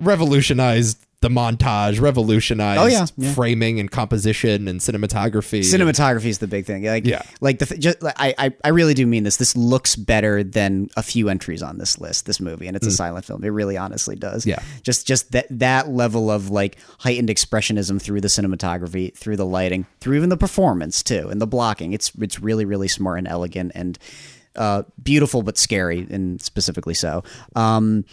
A: revolutionized the montage, revolutionized
B: Oh, yeah, yeah.
A: framing and composition and cinematography.
B: Cinematography is the big thing. Like,
A: Yeah.
B: like the th- just, like, I, I, I really do mean this. This looks better than a few entries on this list. This movie, and it's a silent film. It really, honestly does.
A: Mm. Yeah.
B: just, just that that level of like heightened expressionism through the cinematography, through the lighting, through even the performance too, and the blocking. It's it's really, really smart and elegant and uh, beautiful, but scary, and specifically so. Um,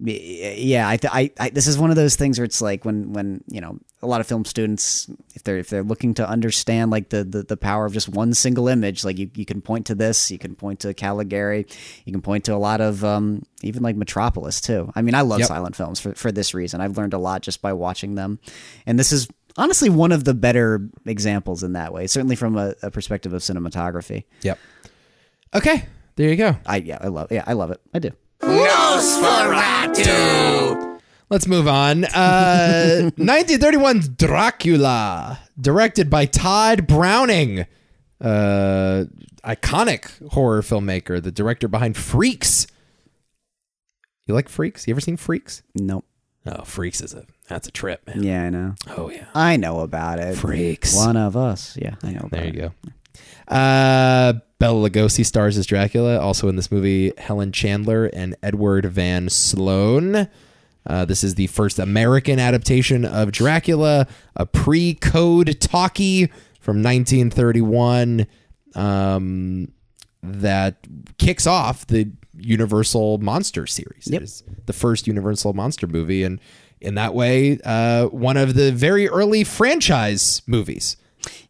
B: yeah, I, th- I, I, this is one of those things where it's like when, when you know, a lot of film students, if they're if they're looking to understand like the the, the power of just one single image, like you, you can point to this, you can point to Caligari, you can point to a lot of um, even like Metropolis too. I mean, I love
A: Yep.
B: silent films for for this reason. I've learned a lot just by watching them, and this is honestly one of the better examples in that way. Certainly from a, a perspective of cinematography.
A: Yep. Okay, there you go.
B: I yeah, I love yeah, I love it. I do.
A: Let's move on. Uh, 1931's Dracula, directed by Todd Browning, uh, iconic horror filmmaker, the director behind Freaks. You like Freaks? You ever seen Freaks?
B: Nope.
A: Oh, Freaks is a that's a trip, man.
B: Yeah, I know.
A: Oh yeah,
B: I know about it.
A: Freaks.
B: One of us. Yeah, I know. About
A: There
B: it.
A: you go. Uh, Bella Lugosi stars as Dracula. Also in this movie, Helen Chandler and Edward Van Sloan. Uh, this is the first American adaptation of Dracula, a pre-code talkie from 1931 um, that kicks off the Universal Monster series. It is the first Universal Monster movie, and in that way, uh, one of the very early franchise movies.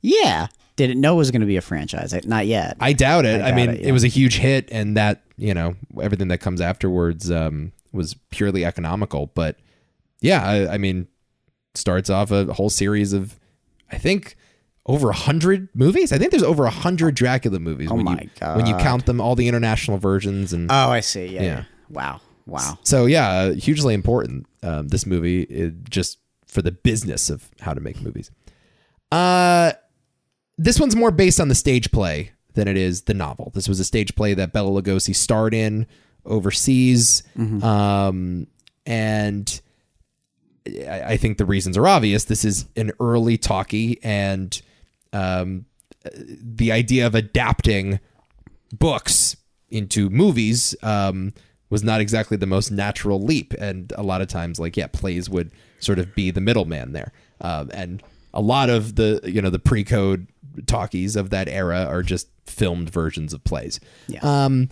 B: Yeah. Didn't know it was going to be a franchise. I- Not yet.
A: I doubt it. I,
B: doubt
A: mean,
B: it,
A: it,
B: yeah.
A: was a huge hit, and that you know everything that comes afterwards um, was purely economical. But yeah, I, I mean, starts off a whole series of, I think, over a hundred movies. I think there's over a hundred Dracula movies. Oh when
B: my
A: you, When you
B: God.
A: count them, all the international versions, and
B: oh, I see. Yeah.
A: Yeah.
B: Wow. Wow.
A: so yeah, hugely important. Um, this movie it, just for the business of how to make movies. Uh, this one's more based on the stage play than it is the novel. This was a stage play that Bela Lugosi starred in overseas, um, and I, I think the reasons are obvious. This is an early talkie, and um, the idea of adapting books into movies um, was not exactly the most natural leap. And a lot of times, like, yeah, plays would sort of be the middleman there. Um, and a lot of the, you know, the pre code talkies of that era are just filmed versions of plays.
B: Yeah.
A: Um,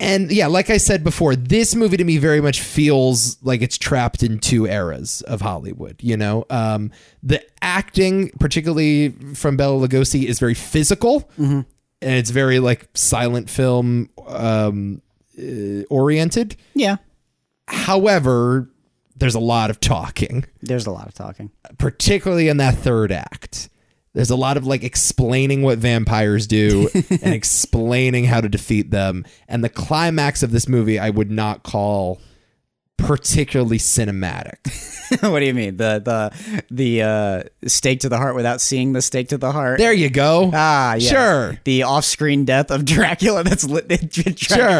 A: and yeah, like I said before, this movie to me very much feels like it's trapped in two eras of Hollywood. You know, um, the acting, particularly from Bela Lugosi, is very physical, and it's very like silent film um, uh, oriented.
B: Yeah.
A: However, there's a lot of talking
B: There's a lot of talking.
A: particularly in that third act. There's a lot of like explaining what vampires do and explaining how to defeat them. And the climax of this movie, I would not call particularly cinematic.
B: what do you mean? The the the uh, stake to the heart without seeing the stake to the heart.
A: There you go.
B: Ah, yes.
A: Sure.
B: The off-screen death of Dracula. That's lit. Dracula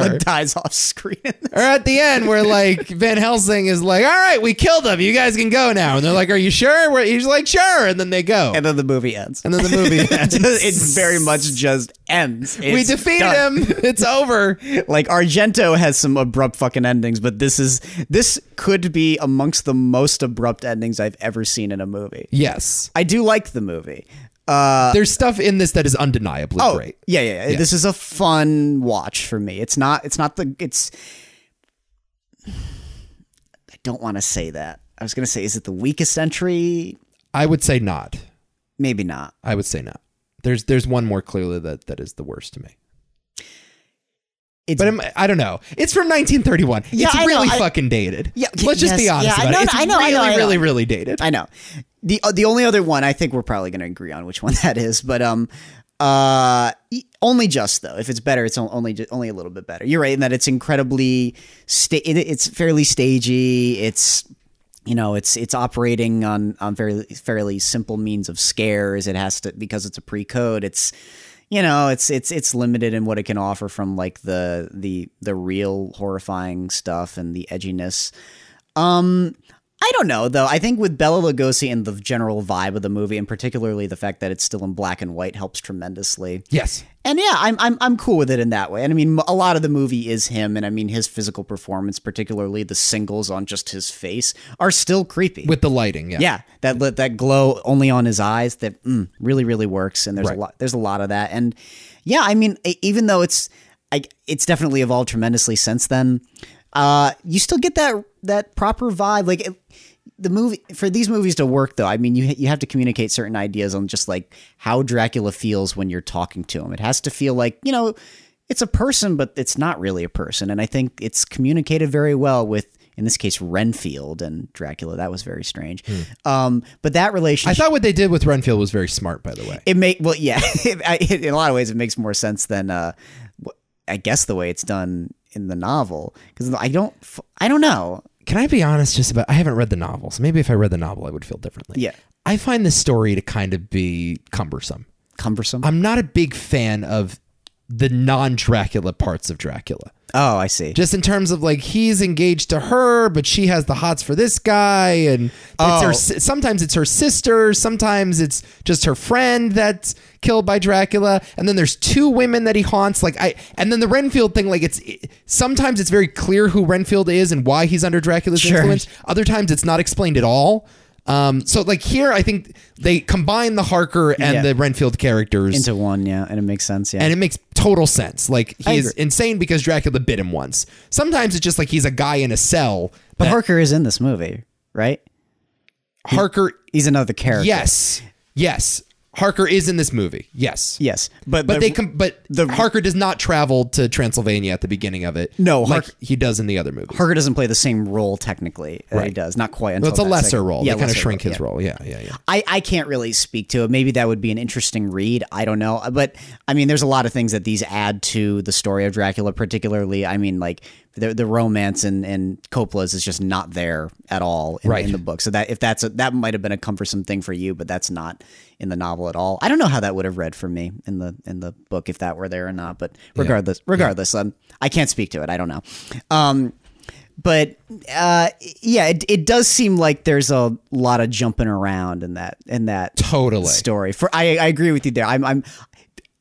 A: Sure.
B: dies off-screen.
A: Or at the end, where like Van Helsing is like, "All right, we killed them. You guys can go now." And they're like, "Are you sure?" We're- He's like, "Sure." And then they go.
B: and then the movie ends.
A: And then the movie ends.
B: it very much just ends.
A: we
B: It's
A: defeated
B: done.
A: him. It's over.
B: like Argento has some abrupt fucking endings, but this is this could be amongst the most abrupt endings I've ever seen in a movie.
A: Yes.
B: I do like the movie. Uh,
A: There's stuff in this that is undeniably
B: oh,
A: great.
B: yeah, yeah, yeah. This is a fun watch for me. It's not. It's not the. It's. I don't want to say that. I was gonna say, is it the weakest entry?
A: I would say not.
B: Maybe not.
A: I would say not. There's there's one more clearly that that is the worst to me.
B: It's
A: But I'm, I don't know. It's from 1931.
B: Yeah,
A: it's
B: I know.
A: really
B: I-
A: fucking dated.
B: Yeah,
A: let's just
B: yes,
A: be honest
B: yeah, I
A: about
B: know,
A: it. It's
B: I know, I
A: really,
B: know, I know.
A: really, really dated.
B: I know. The uh, the only other one I think we're probably going to agree on which one that is, but um Uh, e- only just though. If it's better, it's on- only ju- only a little bit better. You're right in that it's incredibly sta- it, it's fairly stagey. It's you know, it's it's operating on on fairly fairly simple means of scares. It has to because it's a pre-code. It's you know, it's it's it's limited in what it can offer from like the the the real horrifying stuff and the edginess. I don't know though. I think with Bella Lugosi and the general vibe of the movie, and particularly the fact that it's still in black and white, helps tremendously.
A: Yes.
B: And yeah, I'm I'm I'm cool with it in that way. And I mean, a lot of the movie is him, and I mean his physical performance, particularly the singles on just his face, are still creepy.
A: With the lighting. Yeah.
B: yeah, that lit that glow only on his eyes that mm, really really works. And there's
A: Right.
B: a lot there's a lot of that. And yeah, I mean, e- even though it's I, it's definitely evolved tremendously since then, uh, you still get that that proper vibe like. It, the movie for these movies to work though i mean you you have to communicate certain ideas on just like how dracula feels when you're talking to him it has to feel like you know it's a person but it's not really a person and i think it's communicated very well with in this case renfield and dracula that was very strange
A: Hmm.
B: um but that
A: I
B: relationship
A: thought what they did with Renfield was very smart, by the way.
B: it make well yeah it, I- it- in a lot of ways it makes more sense than uh wh- i guess the way it's done in the novel because i don't f- i don't know
A: Can I be honest just about I haven't read the novel, so maybe if I read the novel I would feel differently.
B: Yeah.
A: I find this story to kind of be cumbersome.
B: cumbersome
A: I'm not a big fan of the non Dracula parts of Dracula.
B: oh i see
A: Just in terms of like he's engaged to her, but she has the hots for this guy, and it's her, si- sometimes it's her sister, sometimes it's just her friend that's killed by Dracula, and then there's two women that he haunts. Like I, and then the Renfield thing, like it's it- sometimes it's very clear who Renfield is and why he's under Dracula's influence. Other times it's not explained at all. Um, so like here, I think they combine the Harker and
B: Yeah.
A: the Renfield characters
B: into one yeah and it makes sense yeah
A: and it makes total sense. Like
B: I
A: he is
B: agree.
A: insane because Dracula bit him once. Sometimes it's just like he's a guy in a cell.
B: But Harker is in this movie, right?
A: Harker,
B: He's another character.
A: yes, yes, Harker is in this movie. Yes,
B: Yes. But
A: but
B: the-
A: they com- but
B: the-
A: Harker does not travel to Transylvania at the beginning of it.
B: No,
A: like
B: Hark-
A: he does in the other movie.
B: Harker doesn't play the same role technically that he
A: Right.
B: does. Not quite until
A: Well, it's a
B: that
A: lesser
B: second-
A: role. they kind of
B: lesser
A: shrink his
B: yeah.
A: role. Yeah, yeah, yeah.
B: I, I can't really speak to it. Maybe that would be an interesting read. I don't know. Uh, But I mean, there's a lot of things that these add to the story of Dracula, particularly. I mean, like the, the romance and, and Coppola's is just not there at all in,
A: Right.
B: in the book. So that if that's a, that might have been a cumbersome thing for you, but that's not in the novel at all. I don't know how that would have read for me in the in the book if that were there or not. But regardless, regardless, um, I can't speak to it. I don't know. Um, but uh, yeah, it, it does seem like there's a lot of jumping around in that in that
A: Totally.
B: story. For I, I agree with you there. I'm, I'm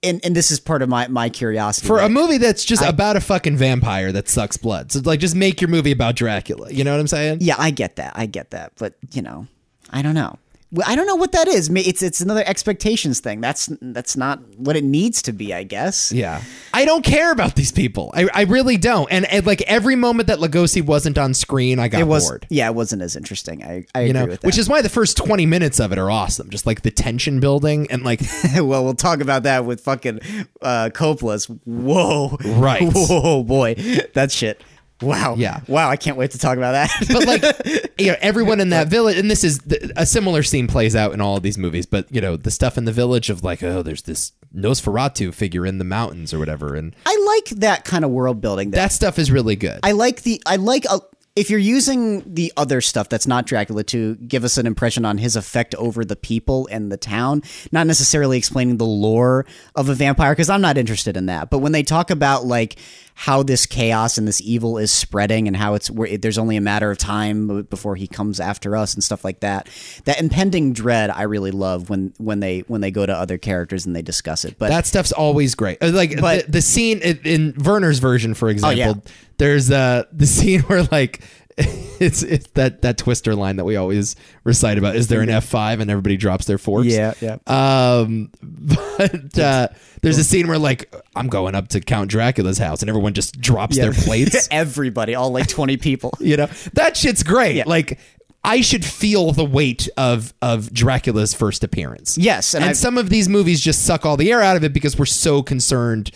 B: and, and this is part of my my curiosity.
A: For
B: Like,
A: a movie that's just about a fucking vampire that sucks blood, so like just make your movie about Dracula. You know what I'm saying?
B: yeah, I get that. I get that. But you know, I don't know. Well, I don't know what that is. Ma- It's it's another expectations thing. That's that's not what it needs to be. I guess.
A: Yeah. I don't care about these people. I, I really don't. And, and like every moment that Lugosi wasn't on screen, I got
B: It was
A: bored.
B: yeah, it wasn't as interesting. I, I
A: You
B: agree
A: know,
B: with that.
A: which is why the first 20 minutes of it are awesome. Just like the tension building and like,
B: well, we'll talk about that with fucking uh, Coppola's. Whoa.
A: Right.
B: Whoa, boy. That shit. Wow.
A: Yeah.
B: Wow, I can't wait to talk about that.
A: but like, you know, everyone in that village, and this is the, a similar scene plays out in all of these movies, but you know, the stuff in the village of like, oh, there's this Nosferatu figure in the mountains or whatever. And
B: I like that kind of world building. That
A: that stuff is really good.
B: I like the I like uh, if you're using the other stuff that's not Dracula to give us an impression on his effect over the people and the town, not necessarily explaining the lore of a vampire because I'm not interested in that. But when they talk about like how this chaos and this evil is spreading and how it's where there's only a matter of time before he comes after us and stuff like that, that impending dread I really love when when they when they go to other characters and they discuss it. But
A: That stuff's always great. Uh, Like
B: But- Oh,
A: the, the scene in, in Werner's version, for example,
B: yeah.
A: there's uh, the scene where like it's it's that that twister line that we always recite about. Is there an F five and everybody drops their forks?
B: Yeah, yeah.
A: Um, but uh, there's a scene where like I'm going up to Count Dracula's house and everyone just drops their plates.
B: everybody, all like 20 people.
A: you know that shit's great. Like. I should feel the weight of of Dracula's first appearance.
B: Yes, and
A: and,
B: I-
A: some of these movies just suck all the air out of it because we're so concerned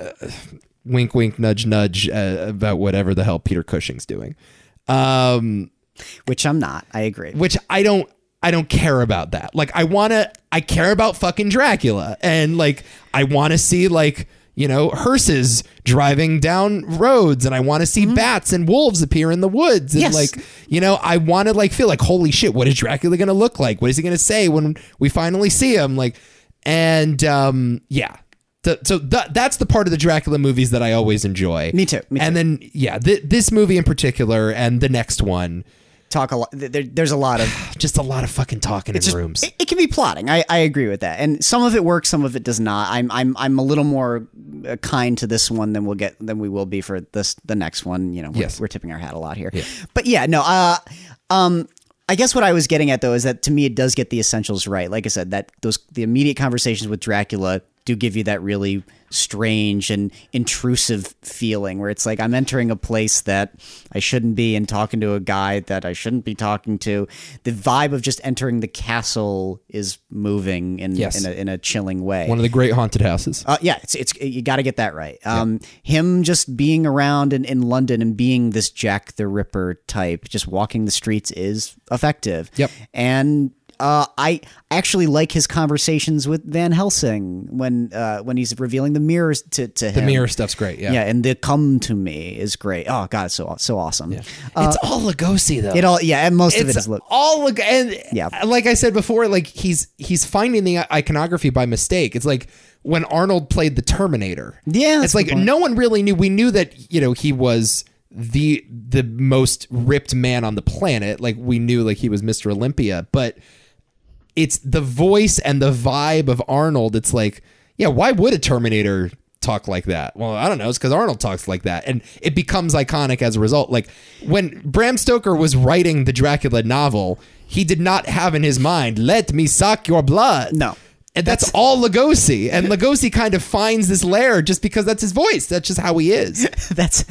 A: uh, wink wink nudge nudge uh, about whatever the hell peter cushing's doing um
B: Which I'm not. I agree.
A: which i don't i don't care about that like i want to I care about fucking Dracula, and like I want to see like you know hearses driving down roads, and I want to see bats and wolves appear in the woods, and
B: Mm-hmm. Yes.
A: like you know I want to like feel like holy shit, what is Dracula gonna look like? What is he gonna say when we finally see him? Like, and um, yeah. Th- So th- that's the part of the Dracula movies that I always enjoy.
B: Me too, me too.
A: And then yeah, th- this movie in particular, and the next one,
B: Talk a lot. There, there's a lot of
A: just a lot of fucking talking in rooms.
B: It, it can be plotting. I, I agree with that. And some of it works, some of it does not. I'm I'm I'm a little more uh, kind to this one than we'll get than we will be for this the next one. You know, we're,
A: Yes.
B: we're tipping our hat a lot here. But yeah, no. Uh, um, I guess what I was getting at though is that to me it does get the essentials right. Like I said, that those the immediate conversations with Dracula do give you that really strange and intrusive feeling where it's like I'm entering a place that I shouldn't be and talking to a guy that I shouldn't be talking to. The vibe of just entering the castle is moving in
A: Yes.
B: in, a, in a chilling way.
A: One of the great haunted houses.
B: Uh, yeah, it's it's you got to get that right. Um, him just being around in, in London and being this Jack the Ripper type, just walking the streets is effective.
A: Yep.
B: And uh, I actually like his conversations with Van Helsing when uh, when he's revealing the mirrors to to him.
A: the mirror stuff's great. Yeah.
B: Yeah, and the come to me is great. Oh God, it's so so awesome.
A: it's all Lugosi though.
B: Uh, It all yeah, and most of it
A: it's
B: is look.
A: all Lug- and uh,
B: Yeah.
A: like I said before, like he's he's finding the iconography by mistake. It's like when Arnold played the Terminator.
B: Yeah, that's
A: it's like no one really knew. We knew that you know he was the the most ripped man on the planet. Like we knew like he was Mr. Olympia, but it's the voice and the vibe of Arnold. It's like, yeah, why would a Terminator talk like that? Well, I don't know. It's because Arnold talks like that, and it becomes iconic as a result. Like when Bram Stoker was writing the Dracula novel, he did not have in his mind, "Let me suck your blood."
B: No.
A: And that's all Lugosi. And Lugosi kind of finds this lair just because that's his voice. That's just how he is.
B: That's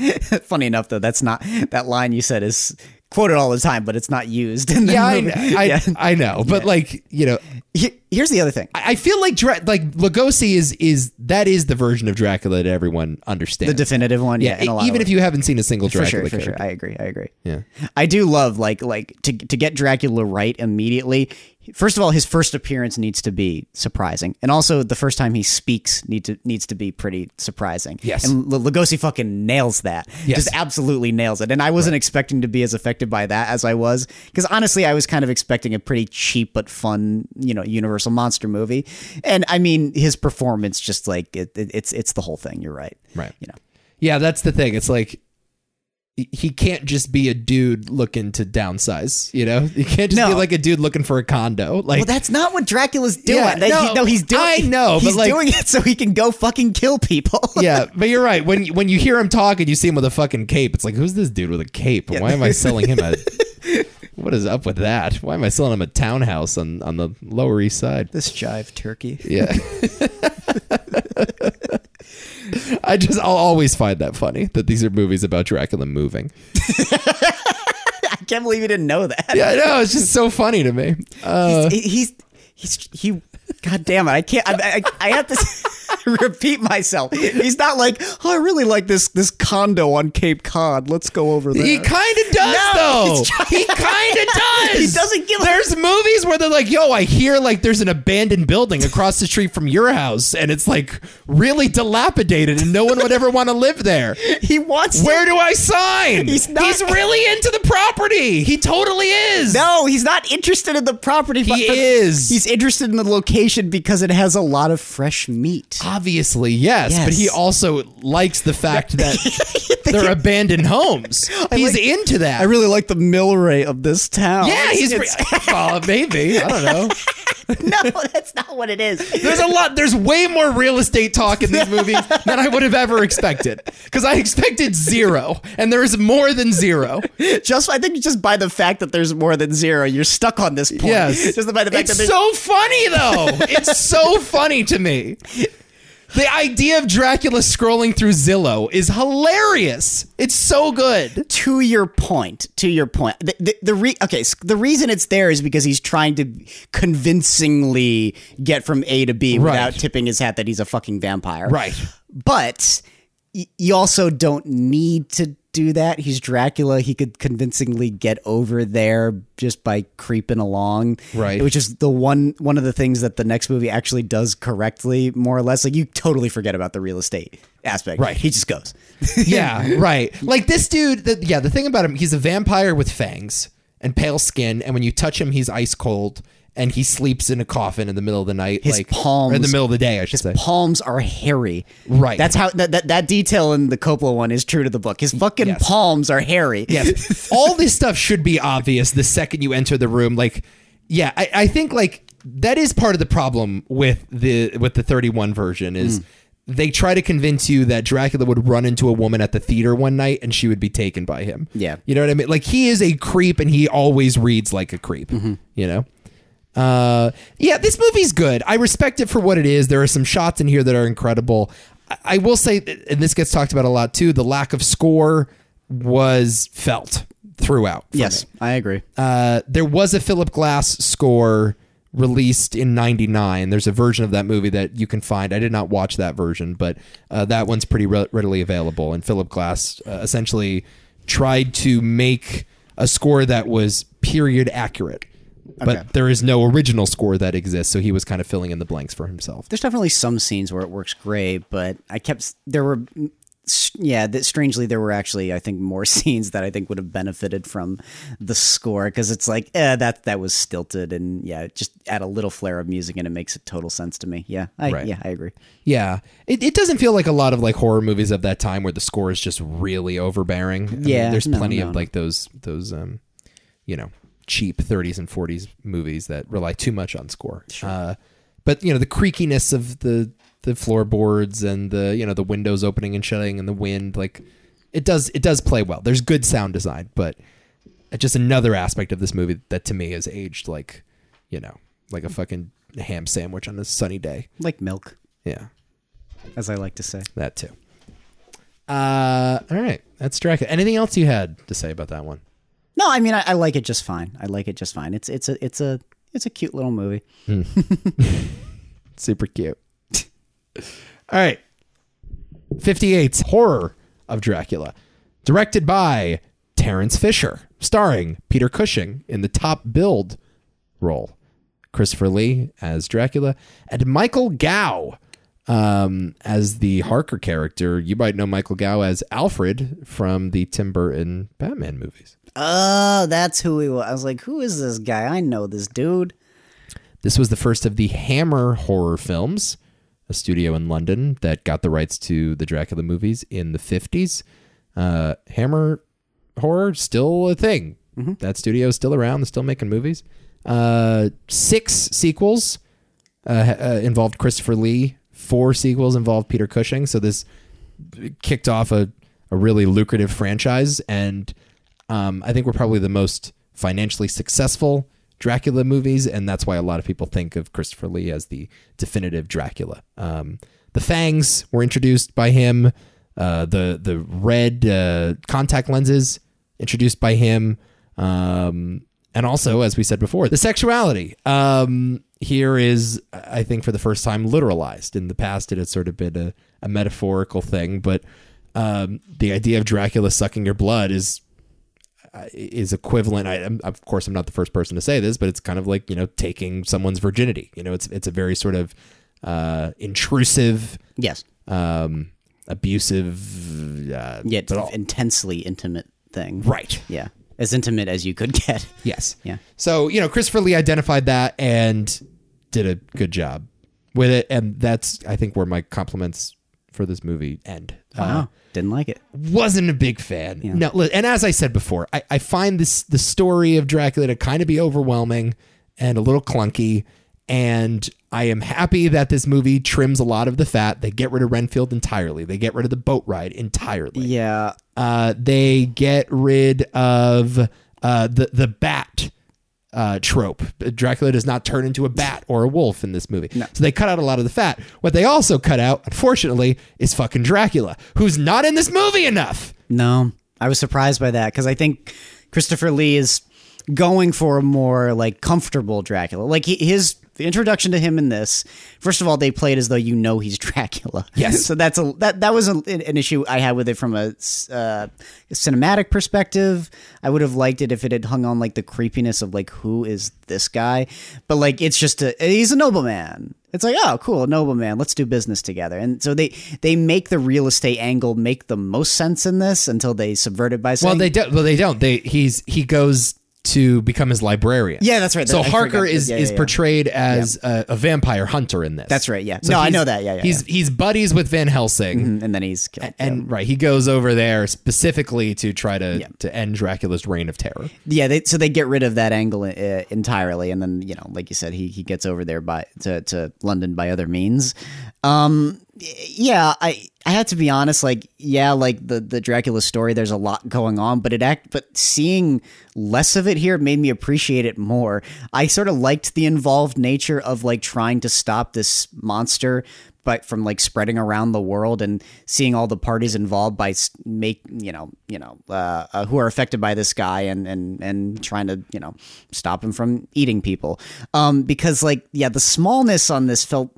B: funny enough though. That's not that line you said is quoted all the time, but it's not used. In the
A: Yeah, I,
B: movie.
A: I,
B: yeah.
A: I know. But like, you know,
B: He- Here's the other thing.
A: I I feel like Dra- like Lugosi is is that is the version of Dracula that everyone understands.
B: The definitive one, yeah.
A: yeah,
B: in a lot
A: even if you haven't seen a single
B: for
A: Dracula
B: sure, for
A: character.
B: sure, I agree, I agree.
A: Yeah.
B: I do love like like to to get Dracula right immediately. First of all, his first appearance needs to be surprising, and also the first time he speaks need to needs to be pretty surprising.
A: Yes.
B: and L- Lugosi fucking nails that.
A: Yes.
B: just absolutely nails it. And I wasn't expecting to be as affected by that as I was, because honestly, I was kind of expecting a pretty cheap but fun, you know, Universal monster movie. And I mean, his performance just like it, it, it's it's the whole thing. You're right.
A: Right.
B: You know.
A: Yeah, that's the thing. It's like he- he can't just be a dude looking to downsize, you know? He can't just
B: No.
A: be like a dude looking for a condo. Like
B: Well, that's not what Dracula's doing.
A: Yeah,
B: That- he-
A: no,
B: no, he's doing.
A: I know, but,
B: he's
A: like-
B: doing it so he can go fucking kill people.
A: yeah, but you're right. When when you hear him talk and you see him with a fucking cape, it's like, who's this dude with a cape? And Why am I selling him a? what is up with that? Why am I selling him a townhouse on on the Lower East Side?
B: this jive turkey.
A: Yeah. I just I'll always find that funny that these are movies about Dracula moving.
B: I can't believe you didn't know that.
A: Yeah, I know it's just so funny to me. Uh,
B: He's, he's he's he. God damn it! I can't. I, I, I have to repeat myself. He's not like. Oh, I really like this this condo on Cape Cod. Let's go over there.
A: he kind of does
B: No,
A: though.
B: he's trying-
A: He kind of does.
B: He doesn't give a-
A: There's movies where they're like, "Yo, I hear like there's an abandoned building across the street from your house, and it's like really dilapidated, and no one would ever want to live there."
B: he wants. to-
A: Where do I sign?
B: He's not-
A: really into the property. He totally is.
B: no, he's not interested in the property. but-
A: He
B: but
A: is.
B: He's interested in the location because it has a lot of fresh meat.
A: Obviously, yes,
B: Yes.
A: but he also likes the fact that they're abandoned homes. He's
B: like-
A: into that.
B: I really like the Milray of this town.
A: yeah,
B: It's-
A: he's
B: it's-
A: re- well, maybe I don't know.
B: no, that's not what it is.
A: There's a lot. There's way more real estate talk in these movies than I would have ever expected because I expected zero, and there is more than zero.
B: Just I think just by the fact that there's more than zero, you're stuck on this point.
A: Yes.
B: Just by the fact
A: it's
B: that there's
A: so funny though. it's so funny to me. The idea of Dracula scrolling through Zillow is hilarious. It's so good.
B: to your point, to your point. The, the, the re- okay, s- the reason it's there is because he's trying to convincingly get from A to B without
A: Right.
B: tipping his hat that he's a fucking vampire.
A: Right.
B: But y- you also don't need to do that. He's Dracula. He could convincingly get over there just by creeping along.
A: Right.
B: Which is the one one of the things that the next movie actually does correctly, more or less. Like you totally forget about the real estate aspect.
A: Right.
B: He just goes.
A: yeah, right. Like this dude, the, yeah, the thing about him, he's a vampire with fangs and pale skin, and when you touch him, he's ice cold and he sleeps in a coffin in the middle of the night.
B: His
A: like,
B: palms-
A: Or in the middle of the day, I should say.
B: palms are hairy.
A: Right.
B: That's how that, that that detail in the Coppola one is true to the book. His fucking
A: Yes.
B: palms are hairy.
A: yes. All this stuff should be obvious the second you enter the room. Like, yeah, I, I think like that is part of the problem with the with the 31 version is they try to convince you that Dracula would run into a woman at the theater one night and she would be taken by him.
B: Yeah.
A: You know what I mean? Like he is a creep and he always reads like a creep. You know? Uh, yeah, this movie's good. I respect it for what it is. There are some shots in here that are incredible. I, I will say, and this gets talked about a lot too, the lack of score was felt throughout. for
B: Yes,
A: me.
B: I agree.
A: Uh, there was a Philip Glass score released in 99. There's a version of that movie that you can find. I did not watch that version, but uh, that one's pretty re- readily available. And Philip Glass uh, essentially tried to make a score that was period accurate. But
B: Okay.
A: there is no original score that exists, so he was kind of filling in the blanks for himself.
B: There's definitely some scenes where it works great, but I kept there were mm, s- yeah, that strangely there were actually I think more scenes that I think would have benefited from the score because it's like eh, that that was stilted and yeah, just add a little flair of music and it makes it total sense to me. Yeah, I,
A: Right.
B: yeah, I agree.
A: Yeah, it, it doesn't feel like a lot of like horror movies of that time where the score is just really overbearing. I mean,
B: Yeah,
A: there's
B: no,
A: plenty
B: no,
A: of
B: no.
A: like those those um, you know, cheap 30s and 40s movies that rely too much on score. Uh, but you know the creakiness of the the floorboards and the you know the windows opening and shutting and the wind like it does it does play well. There's good sound design, but just another aspect of this movie that to me has aged like you know like a fucking ham sandwich on a sunny day.
B: Like milk,
A: Yeah.
B: as I like to say.
A: That too. Uh, all right, that's Dracula. Anything else you had to say about that one?
B: No, I mean I, I like it just fine. I like it just fine. It's it's a it's a it's a cute little movie.
A: Super cute. all right, 58's Horror of Dracula, directed by Terrence Fisher, starring Peter Cushing in the top build role, Christopher Lee as Dracula, and Michael Gow um, as the Harker character. You might know Michael Gow as Alfred from the Tim Burton Batman movies.
B: Oh, that's who he was. I was like, who is this guy? I know this dude.
A: This was the first of the Hammer horror films, a studio in London that got the rights to the Dracula movies in the 50s. Uh, Hammer horror still a thing. That studio is still around, they're still making movies. Uh, six sequels uh, ha- uh, involved Christopher Lee, four sequels involved Peter Cushing. So this kicked off a, a really lucrative franchise. And um, I think we're probably the most financially successful Dracula movies. And that's why a lot of people think of Christopher Lee as the definitive Dracula. Um, the fangs were introduced by him, uh, the, the red uh, contact lenses introduced by him. Um, and also, as we said before, the sexuality um, here is, I think, for the first time literalized. In the past, it had sort of been a, a metaphorical thing, but um, the idea of Dracula sucking your blood is uh, is equivalent. I, I'm, of course, I'm not the first person to say this, but it's kind of like you know taking someone's virginity. You know, it's it's a very sort of uh, intrusive,
B: Yes.
A: um, abusive, uh,
B: Yeah, it's
A: but
B: an
A: all-
B: intensely intimate thing.
A: right?
B: Yeah. As intimate as you could get.
A: Yes.
B: Yeah.
A: So, you know, Christopher Lee identified that and did a good job with it. And that's, I think, where my compliments for this movie end. Uh,
B: Wow. Didn't like it.
A: wasn't a big fan. No, li- and as I said before, I, I find this the story of Dracula to kind of be overwhelming and a little clunky. And I am happy that this movie trims a lot of the fat. They get rid of Renfield entirely. They get rid of the boat ride entirely.
B: Yeah.
A: Uh, they get rid of uh, the the bat uh, trope. Dracula does not turn into a bat or a wolf in this movie. So they cut out a lot of the fat. What they also cut out, unfortunately, is fucking Dracula, who's not in this movie enough.
B: No. I was surprised by that because I think Christopher Lee is going for a more like comfortable Dracula. Like he, his the introduction to him in this. First of all, they play it as though you know he's Dracula.
A: Yes.
B: so that's a that that was a, an issue I had with it from a uh, cinematic perspective. I would have liked it if it had hung on like the creepiness of like who is this guy, but like it's just a he's a nobleman. It's like, oh, cool, nobleman. Let's do business together. And so they they make the real estate angle make the most sense in this until they subvert it by saying,
A: Well, they don't. Well, they don't. They he's he goes to become his librarian.
B: Yeah, that's right.
A: So
B: I
A: Harker
B: forgot.
A: is
B: Yeah,
A: is
B: yeah, yeah.
A: portrayed as a, a vampire hunter in this.
B: That's right, yeah. No, I
A: he's-
B: know that. Yeah, yeah,
A: He's he's buddies with Van Helsing.
B: Mm-hmm. and then he's killed.
A: And right, he goes over there specifically to try to to end Dracula's reign of terror.
B: yeah, they, so they get rid of that angle uh, entirely, and then you know, like you said, he he gets over there by to, to London by other means. Um, y- yeah, I I have to be honest, like yeah, like the the Dracula story, there's a lot going on, but it act but seeing less of it here made me appreciate it more. I sort of liked the involved nature of like trying to stop this monster. But from like spreading around the world and seeing all the parties involved by s- make you know you know uh, uh, who are affected by this guy and and and trying to you know stop him from eating people um because like yeah the smallness on this felt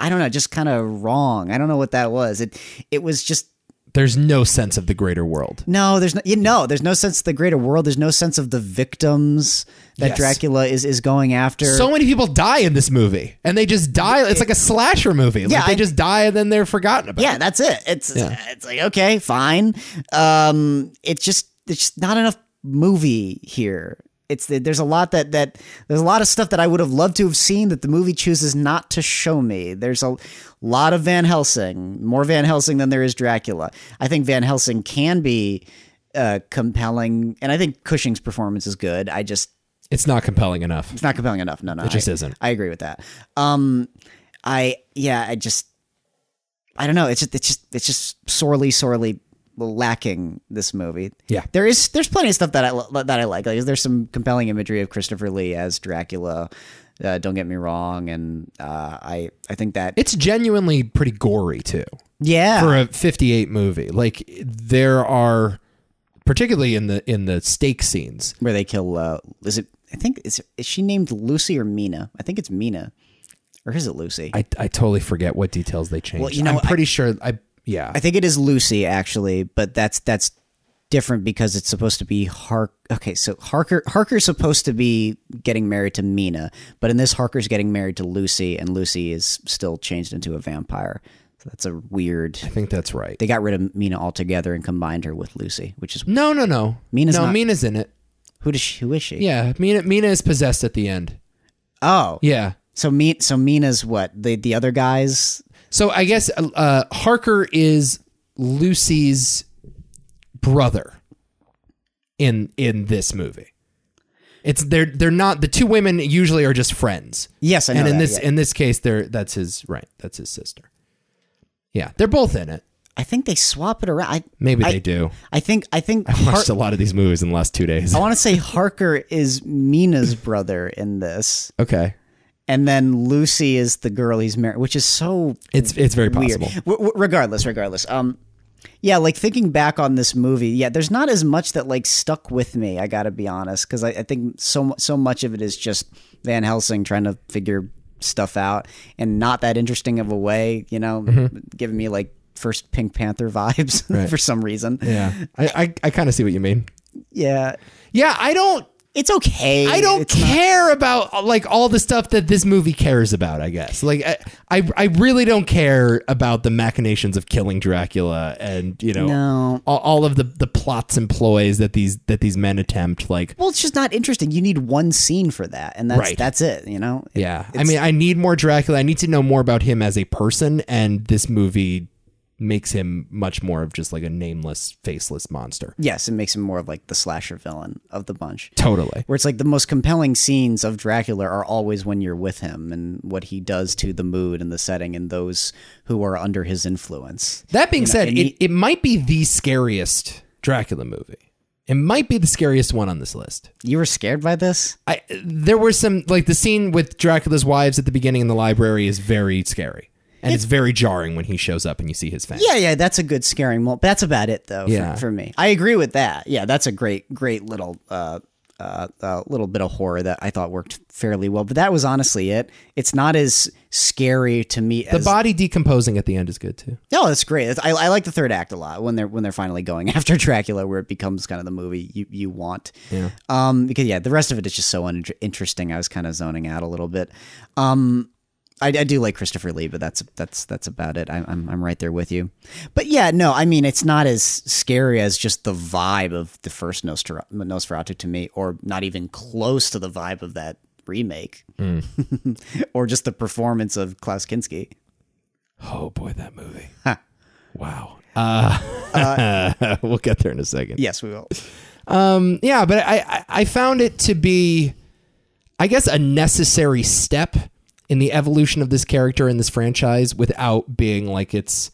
B: I don't know just kind of wrong I don't know what that was it it was just
A: There's no sense of the greater world.
B: no, there's no, you know, there's no sense of the greater world. There's no sense of the victims that
A: Yes.
B: Dracula is is going after.
A: So many people die in this movie, and they just die. It's like a slasher movie. Like,
B: Yeah,
A: they
B: I-
A: just die and then they're forgotten about.
B: yeah, that's it. It's it's like okay, fine. Um, it's just it's just not enough movie here. It's there's a lot that that there's a lot of stuff that I would have loved to have seen that the movie chooses not to show me. There's a lot of Van Helsing, more Van Helsing than there is Dracula. I think Van Helsing can be uh, compelling, and I think Cushing's performance is good. I just
A: It's not compelling enough.
B: it's not compelling enough. No, no, it
A: just
B: I,
A: isn't.
B: I agree with that. Um, I yeah, I just I don't know. It's just it's just it's just sorely sorely lacking this movie.
A: Yeah.
B: there is there's plenty of stuff that I lo- that I like. Like there's some compelling imagery of Christopher Lee as Dracula. Uh, don't get me wrong, and uh, I I think that
A: It's genuinely pretty gory too.
B: yeah
A: for a 58 movie like there are particularly in the in the stake scenes
B: where they kill uh, is it I think is is she named Lucy or Mina? I think it's Mina, or is it Lucy?
A: i, I totally forget what details they changed
B: you know,
A: i'm pretty sure i yeah
B: I think it is Lucy actually, but that's that's different because it's supposed to be Hark. Okay, so Harker Harker's supposed to be getting married to Mina, but in this Harker's getting married to Lucy, and Lucy is still changed into a vampire. So that's a weird.
A: I think that's right
B: They got rid of Mina altogether and combined her with Lucy, which is
A: no no no
B: Mina's
A: no
B: not-
A: mina's in it
B: who does she? Who is she?
A: yeah mina mina is possessed at the end
B: Oh,
A: yeah
B: so Me, so Mina's what the the other guys.
A: so i guess uh, uh harker is lucy's brother in in this movie it's they're they're not the two women usually are just friends
B: Yes, I know
A: and in
B: that,
A: this
B: yeah.
A: in this case they're that's his right that's his sister yeah they're both in it
B: I think they swap it around. I,
A: maybe
B: I-
A: they do
B: I think I think
A: i
B: Har- Oh,
A: watched a lot of these movies in the last two days
B: I want to say Harker is Mina's brother in this,
A: okay
B: and then Lucy is the girl he's married, which is so
A: it's it's very
B: weird.
A: possible
B: W- w- regardless, regardless. Um, yeah, like thinking back on this movie, yeah, there's not as much that like stuck with me. I gotta be honest, because I, I think so mu- so much of it is just Van Helsing trying to figure stuff out, and not that interesting of a way, you know,
A: Mm-hmm.
B: giving me like first Pink Panther vibes for some reason.
A: yeah i i, I kind of see what you mean
B: yeah,
A: yeah i don't
B: it's okay.
A: I don't
B: It's not-
A: care about uh, like all the stuff that this movie cares about. I guess like I, I, I really don't care about the machinations of killing Dracula and you know
B: No.
A: all, all of the the plots and ploys that these that these men attempt. Like
B: Well, it's just not interesting. You need one scene for that, and that's
A: Right.
B: that's it. You know. It-
A: yeah, I mean, I need more Dracula. I need to know more about him as a person, and this movie makes him much more of just like a nameless, faceless monster.
B: Yes, it makes him more of like the slasher villain of the bunch.
A: Totally.
B: Where it's like the most compelling scenes of Dracula are always when you're with him and what he does to the mood and the setting and those who are under his influence.
A: That being said,
B: and
A: it, it might be the scariest Dracula movie. It might be the scariest one on this list.
B: You were scared by this?
A: I there were some like the scene with Dracula's wives at the beginning in the library is very scary. And it's very jarring when he shows up and you see his face.
B: Yeah, yeah, that's a good scaring moment. That's about it though
A: Yeah.
B: for, for me. I agree with that. Yeah, that's a great great little uh uh, a little bit of horror that I thought worked fairly well. But that was honestly it. It's not as scary to me
A: The
B: as
A: body decomposing at the end is good too.
B: no, that's great. That's- I, I like the third act a lot when they're when they're finally going after Dracula, where it becomes kind of the movie you, you want. Yeah. Um, because yeah, the rest of it is just so un- interesting. I was kind of zoning out a little bit. Um, I, I do like Christopher Lee, but that's that's that's about it. I, I'm I'm right there with you. But yeah, no, I mean it's not as scary as just the vibe of the first Nostra- Nosferatu to me, or not even close to the vibe of that remake, or just the performance of Klaus Kinski.
A: Oh boy, that movie. Wow. Uh, we'll get there in a second.
B: Yes, we will.
A: Um, yeah, but I, I I found it to be, I guess, a necessary step in the evolution of this character in this franchise without being like it's,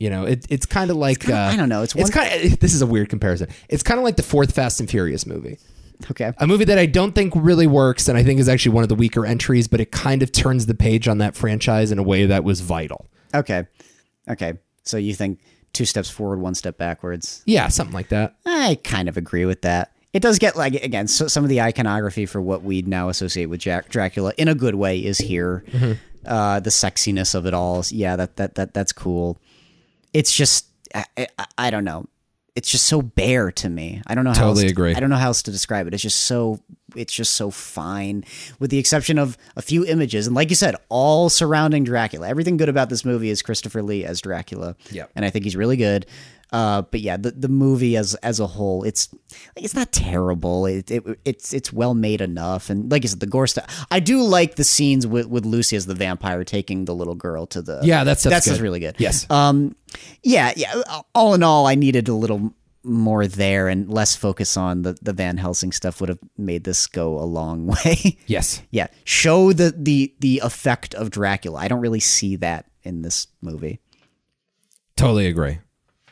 A: you know, it, it's kind of like
B: kinda-
A: uh,
B: I don't know, it's
A: It's,
B: one-
A: kind of this is a weird comparison. It's kind of like the fourth Fast and Furious movie,
B: Okay.
A: a movie that I don't think really works, and I think is actually one of the weaker entries, but it kind of turns the page on that franchise in a way that was vital.
B: Okay. Okay. So you think two steps forward, one step backwards.
A: Yeah, something like that.
B: I kind of agree with that. It does get like again, so some of the iconography for what we now associate with Jack Dracula in a good way is here. Uh, the sexiness of it all, is- yeah, that that that that's cool. It's just I, I, I don't know. It's just so bare to me. I don't know how
A: Totally
B: else
A: agree.
B: I don't know how else to describe it. It's just so it's just so fine, with the exception of a few images. And like you said, all surrounding Dracula. Everything good about this movie is Christopher Lee as Dracula.
A: Yeah.
B: And I think he's really good. Uh, but yeah, the, the movie as as a whole, it's it's not terrible. It, it it's it's well made enough, and like I said, the gore stuff. I do like the scenes with, with Lucy as the vampire taking the little girl to the
A: Yeah, that's
B: that's
A: good.
B: really good.
A: Yes.
B: Um, yeah, yeah. All in all, I needed a little more there and less focus on the, the Van Helsing stuff would have made this go a long way.
A: yes.
B: yeah, show the the the effect of Dracula. I don't really see that in this movie,
A: Totally agree.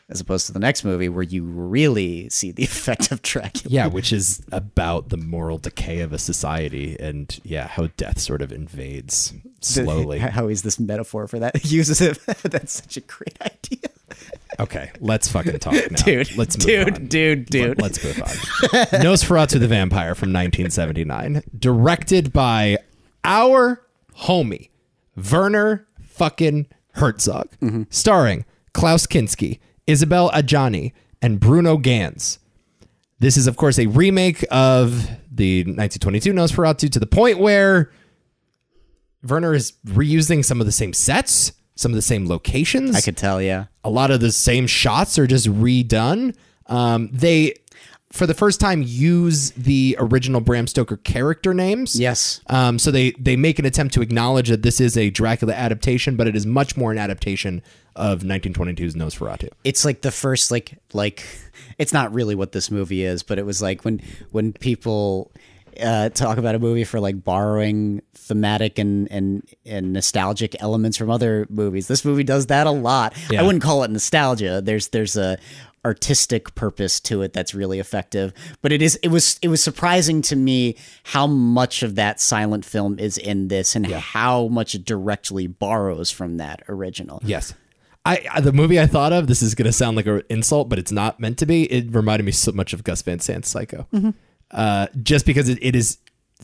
B: as opposed to the next movie where you really see the effect of Dracula.
A: Yeah, which is about the moral decay of a society and yeah, how death sort of invades slowly.
B: How is this metaphor for that? It uses it. That's such a great idea,
A: okay, let's fucking talk now.
B: dude.
A: let's move
B: dude,
A: on.
B: dude, dude.
A: Let- Let's move on. Nosferatu the Vampire from 1979, directed by our homie Werner fucking Herzog, starring Klaus Kinski, Isabel Adjani, and Bruno Gans. This is, of course, a remake of the 1922 Nosferatu to the point where Werner is reusing some of the same sets, some of the same locations.
B: I could tell, yeah.
A: a lot of the same shots are just redone. Um, they, for the first time, use the original Bram Stoker character names.
B: Yes.
A: Um, so they they make an attempt to acknowledge that this is a Dracula adaptation, but it is much more an adaptation of 1922's Nosferatu.
B: it's like the first like like it's not really what this movie is but it was like when when people uh, talk about a movie for like borrowing thematic and and and nostalgic elements from other movies this movie does that a lot i wouldn't call it nostalgia there's there's a artistic purpose to it that's really effective but it is it was it was surprising to me how much of that silent film is in this and how much it directly borrows from that original
A: Yes. I, I the movie I thought of. This is gonna sound like an insult, but it's not meant to be. It reminded me so much of Gus Van Sant's Psycho, uh, just because it, it is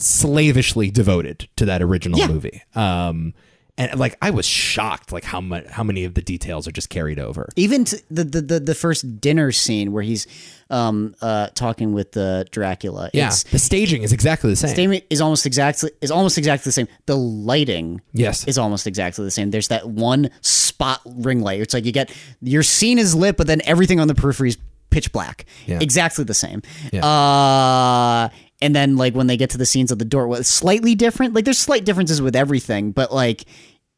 A: slavishly devoted to that original movie. Um, and like I was shocked, like how much how many of the details are just carried over.
B: even t the, the the the first dinner scene where he's um uh talking with the Dracula.
A: Yeah,
B: It's,
A: the staging is exactly the same.
B: Damien is almost exactly is almost exactly the same. The lighting
A: yes,
B: is almost exactly the same. There's that one spot ring light. It's like you get your scene is lit, but then everything on the periphery is pitch black.
A: Yeah.
B: Exactly the same.
A: Yeah.
B: Uh, and then like when they get to the scenes of the door, well, it's slightly different. Like there's slight differences with everything, but like.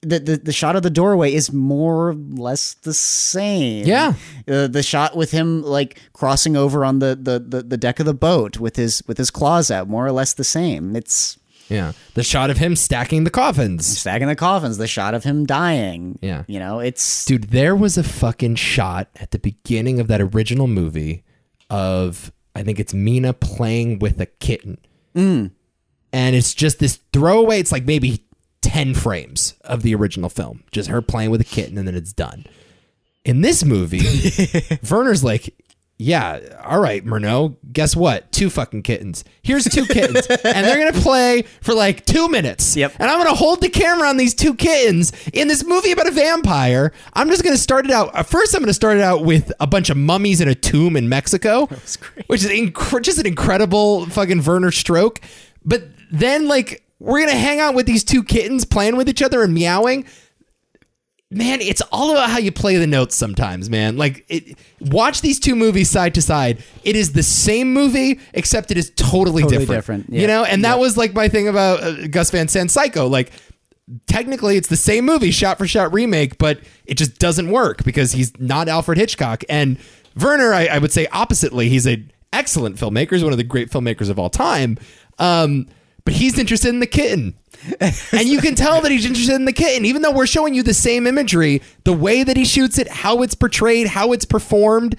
B: The, the, the shot of the doorway is more or less the same.
A: Yeah.
B: Uh, the shot with him like crossing over on the, the, the, the deck of the boat with his with his claws out, more or less the same. It's
A: yeah. The shot of him stacking the coffins.
B: stacking the coffins, the shot of him dying.
A: Yeah.
B: You know, it's
A: Dude, there was a fucking shot at the beginning of that original movie of I think it's Mina playing with a kitten. And it's just this throwaway, it's like maybe 10 frames of the original film. Just her playing with a kitten and then it's done. In this movie, Werner's like, yeah, all right, Murnau, guess what? Two fucking kittens. Here's two kittens. and they're going to play for like two minutes.
B: Yep.
A: And I'm going to hold the camera on these two kittens in this movie about a vampire. I'm just going to start it out. uh, First, I'm going to start it out with a bunch of mummies in a tomb in Mexico, which is inc- just an incredible fucking Werner stroke. But then, like, we're going to hang out with these two kittens playing with each other and meowing man, it's all about how you play the notes sometimes, man. Like, it, watch these two movies side to side. It is the same movie, except it is totally,
B: Totally
A: different.
B: different, yeah.
A: You know, and that was like my thing about uh, Gus Van Sant Psycho. Like, technically, it's the same movie, shot for shot remake, but it just doesn't work because he's not Alfred Hitchcock. And Werner, I, I would say, oppositely, he's an excellent filmmaker. He's one of the great filmmakers of all time. Um, but he's interested in the kitten and you can tell that he's interested in the kitten, even though we're showing you the same imagery, the way that he shoots it, how it's portrayed, how it's performed.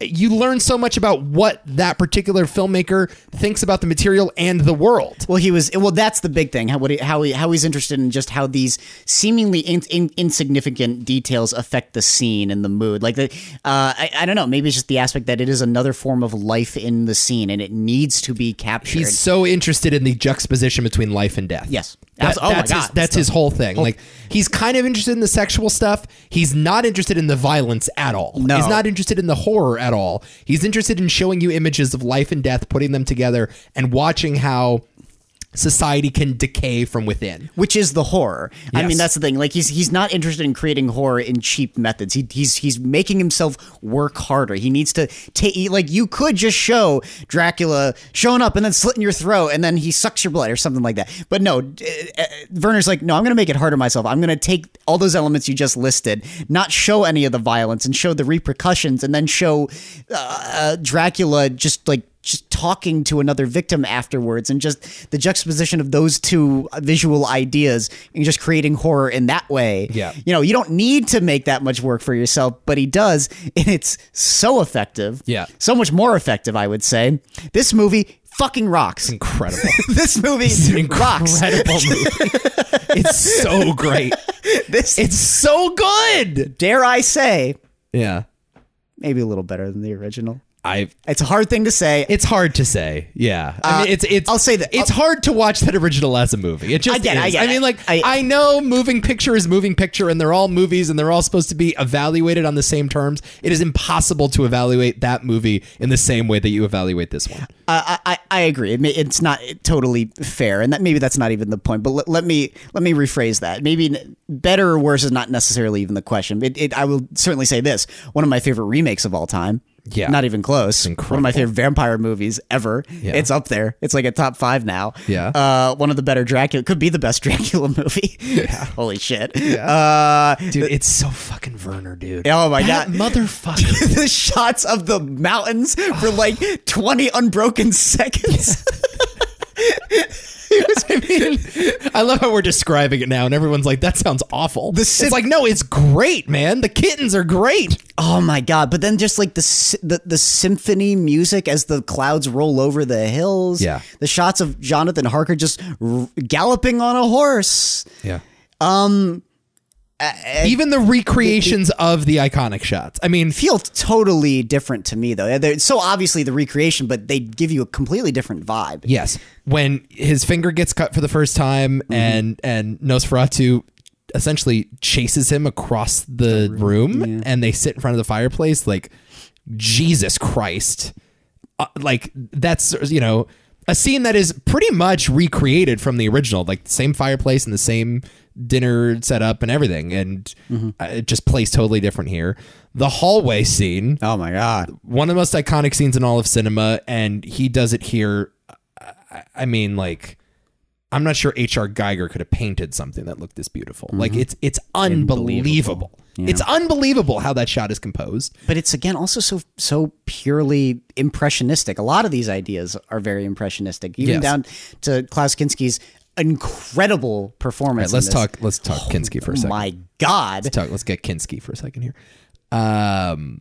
A: You learn so much about what that particular filmmaker thinks about the material and the world.
B: Well, he was. Well, that's the big thing. How what he, how he, how he's interested in just how these seemingly in, in, insignificant details affect the scene and the mood. Like the, uh, I, I don't know. Maybe it's just the aspect that it is another form of life in the scene, and it needs to be captured.
A: He's so interested in the juxtaposition between life and death.
B: Yes.
A: That-
B: Abs- oh my
A: that's his,
B: God.
A: that's his whole thing. Like he's kind of interested in the sexual stuff. He's not interested in the violence at all.
B: No.
A: He's not interested in the horror at all. He's interested in showing you images of life and death, putting them together, and watching how society can decay from within.
B: which is the horror. I
A: Yes.
B: mean, that's the thing. Like he's he's not interested in creating horror in cheap methods. He, he's he's making himself work harder. He needs to take like you could just show Dracula showing up and then slitting your throat and then he sucks your blood or something like that. But no, d- uh, uh, Werner's like, no, I'm going to make it harder myself. I'm going to take all those elements you just listed, not show any of the violence and show the repercussions, and then show uh, uh, Dracula just like just talking to another victim afterwards and just the juxtaposition of those two visual ideas and just creating horror in that way.
A: Yeah.
B: You know, you don't need to make that much work for yourself, but he does, and it's so effective.
A: Yeah.
B: So much more effective, I would say. This movie fucking rocks.
A: Incredible.
B: this movie rocks.
A: Hmm. Incredible movie. it's so great.
B: This
A: It's so good.
B: dare I say,
A: Yeah.
B: maybe a little better than the original.
A: I
B: It's a hard thing to say.
A: It's hard to say. Yeah, I mean, it's it's.
B: Uh, I'll say that-
A: it's hard to watch that original as a movie. It just
B: I get it,
A: is.
B: I get it.
A: mean, like I,
B: I-
A: know moving picture is moving picture, and they're all movies, and they're all supposed to be evaluated on the same terms. It is impossible to evaluate that movie in the same way that you evaluate this one.
B: I, I, I agree. It may- It's not totally fair, and that maybe that's not even the point. But let, let me let me rephrase that. Maybe n- better or worse is not necessarily even the question. It, it, I will certainly say this: one of my favorite remakes of all time.
A: Yeah.
B: not even close. One of
A: incredible.
B: my favorite vampire movies ever. It's up there. It's like a top five now.
A: Yeah.
B: uh, one of the better Dracula could be the best Dracula movie. Holy shit! Uh,
A: Dude, it's so fucking Werner, dude.
B: Oh my
A: That
B: God.
A: motherfucker.
B: the shots of the mountains for like 20 unbroken seconds.
A: I mean, I love how we're describing it now, and everyone's like, "That sounds awful."
B: sim-
A: it's like, no, it's great, man. The kittens are great.
B: Oh my god! But then just like the sy- the, the symphony music as the clouds roll over the hills.
A: Yeah.
B: The shots of Jonathan Harker just r- galloping on a horse.
A: Yeah. Um. Even the recreations of the iconic shots. I mean,
B: Feel totally different to me though. They're so obviously the recreation, but they give you a completely different vibe.
A: yes, Mm-hmm. when his finger gets cut for the first time, and and Nosferatu essentially chases him across the room, and they sit in front of the fireplace. Like Jesus Christ, uh, like that's you know a scene that is pretty much recreated from the original, like the same fireplace and the same dinner setup and everything, and uh, it just plays totally different here. The hallway scene.
B: Oh my god!
A: one of the most iconic scenes in all of cinema, and he does it here. I- I mean, like, I'm not sure H.R. Geiger could have painted something that looked this beautiful. Like, it's it's unbelievable. It's unbelievable how that shot is composed.
B: But it's again also so so purely impressionistic. A lot of these ideas are very impressionistic, even
A: Yes.
B: down to Klaus Kinski's incredible performance. in
A: Let's
B: this.
A: talk. Let's talk Kinski for a second.
B: My God.
A: Let's talk. Let's get Kinski for a second here. Um,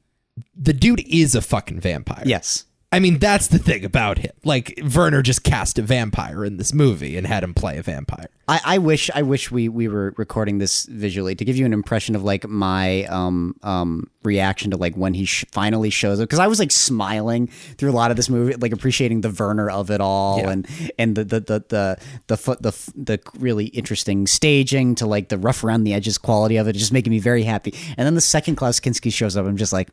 A: the dude is a fucking vampire.
B: Yes.
A: I mean, that's the thing about him. Like Werner just cast a vampire in this movie and had him play a vampire.
B: I, I wish I wish we we were recording this visually to give you an impression of like my um um reaction to like when he sh- finally shows up because I was like smiling through a lot of this movie like appreciating the Werner of it all
A: Yeah.
B: and and the the the the the foot the f- the really interesting staging to like the rough around the edges quality of it just making me very happy and then the second Klaus Kinski shows up I'm just like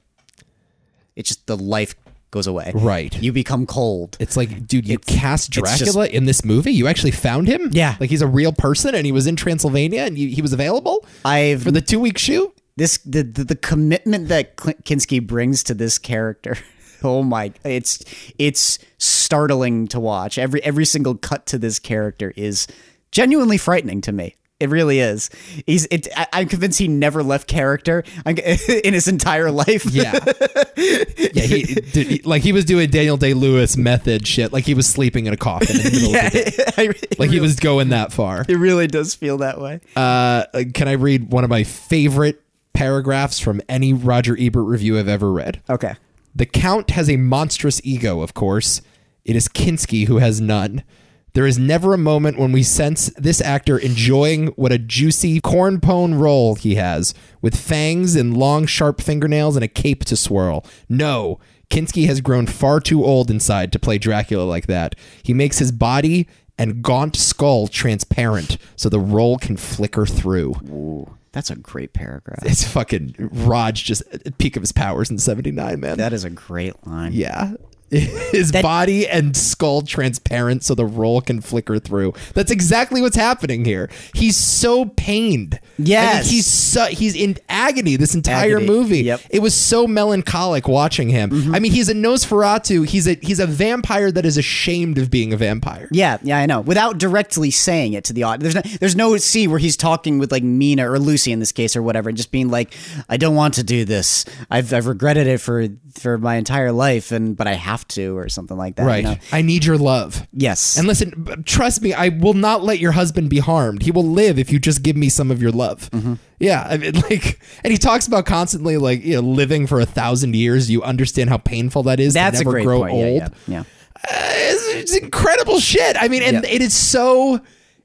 B: it's just the life goes away
A: Right.
B: you become cold
A: It's like, dude, you cast
B: just-
A: Dracula in this movie. You actually found him.
B: Yeah.
A: like he's a real person, and he was in Transylvania, and he, he was available
B: I've
A: for the two week shoot.
B: this the, the the commitment that Cl- Kinski brings to this character. Oh my! It's it's startling to watch. Every every single cut to this character is genuinely frightening to me. It really is. He's. It, I, I'm convinced he never left character I'm, in his entire life.
A: Yeah, yeah. He, dude, he- like he was doing Daniel Day Lewis method shit. Like he was sleeping in a coffin. In the middle of the day.
B: I,
A: Like he was going that far.
B: It really does feel that way.
A: Uh, can I read one of my favorite paragraphs from any Roger Ebert review I've ever read?
B: okay.
A: The Count has a monstrous ego, of course. It is Kinski who has none. There is never a moment when we sense this actor enjoying what a juicy corn pone roll he has, with fangs and long, sharp fingernails and a cape to swirl. No, Kinski has grown far too old inside to play Dracula like that. He makes his body and gaunt skull transparent so the roll can flicker through.
B: That's a great paragraph.
A: It's fucking Raj just at the peak of his powers in 79, man.
B: That is a great line.
A: Yeah. His body and skull transparent so the roll can flicker through. That's exactly what's happening here. He's so pained. I
B: Yes.
A: mean, he's so, he's in agony this entire
B: Agony.
A: movie.
B: Yep. Mm-hmm.
A: It was so melancholic watching him. I mean, he's a Nosferatu. He's a he's a vampire that is ashamed of being a vampire.
B: Yeah, yeah, I know. Without directly saying it to the audience, there's no, there's no scene where he's talking with like Mina or Lucy in this case or whatever, and just being like, "I don't want to do this. I've I've regretted it for for my entire life, and but I have to," or something like that. you
A: Right.
B: know?
A: I need your love.
B: Yes.
A: And listen, b- trust me, I will not let your husband be harmed. He will live if you just give me some of your love.
B: Mm-hmm.
A: Yeah, I mean, like, and he talks about constantly, like, you know, living for a thousand years. You understand how painful that is.
B: That's
A: to
B: a
A: never
B: great
A: grow
B: point.
A: old.
B: Yeah, yeah, yeah.
A: Uh, it's, it's incredible shit. I mean, and
B: Yeah.
A: it is so,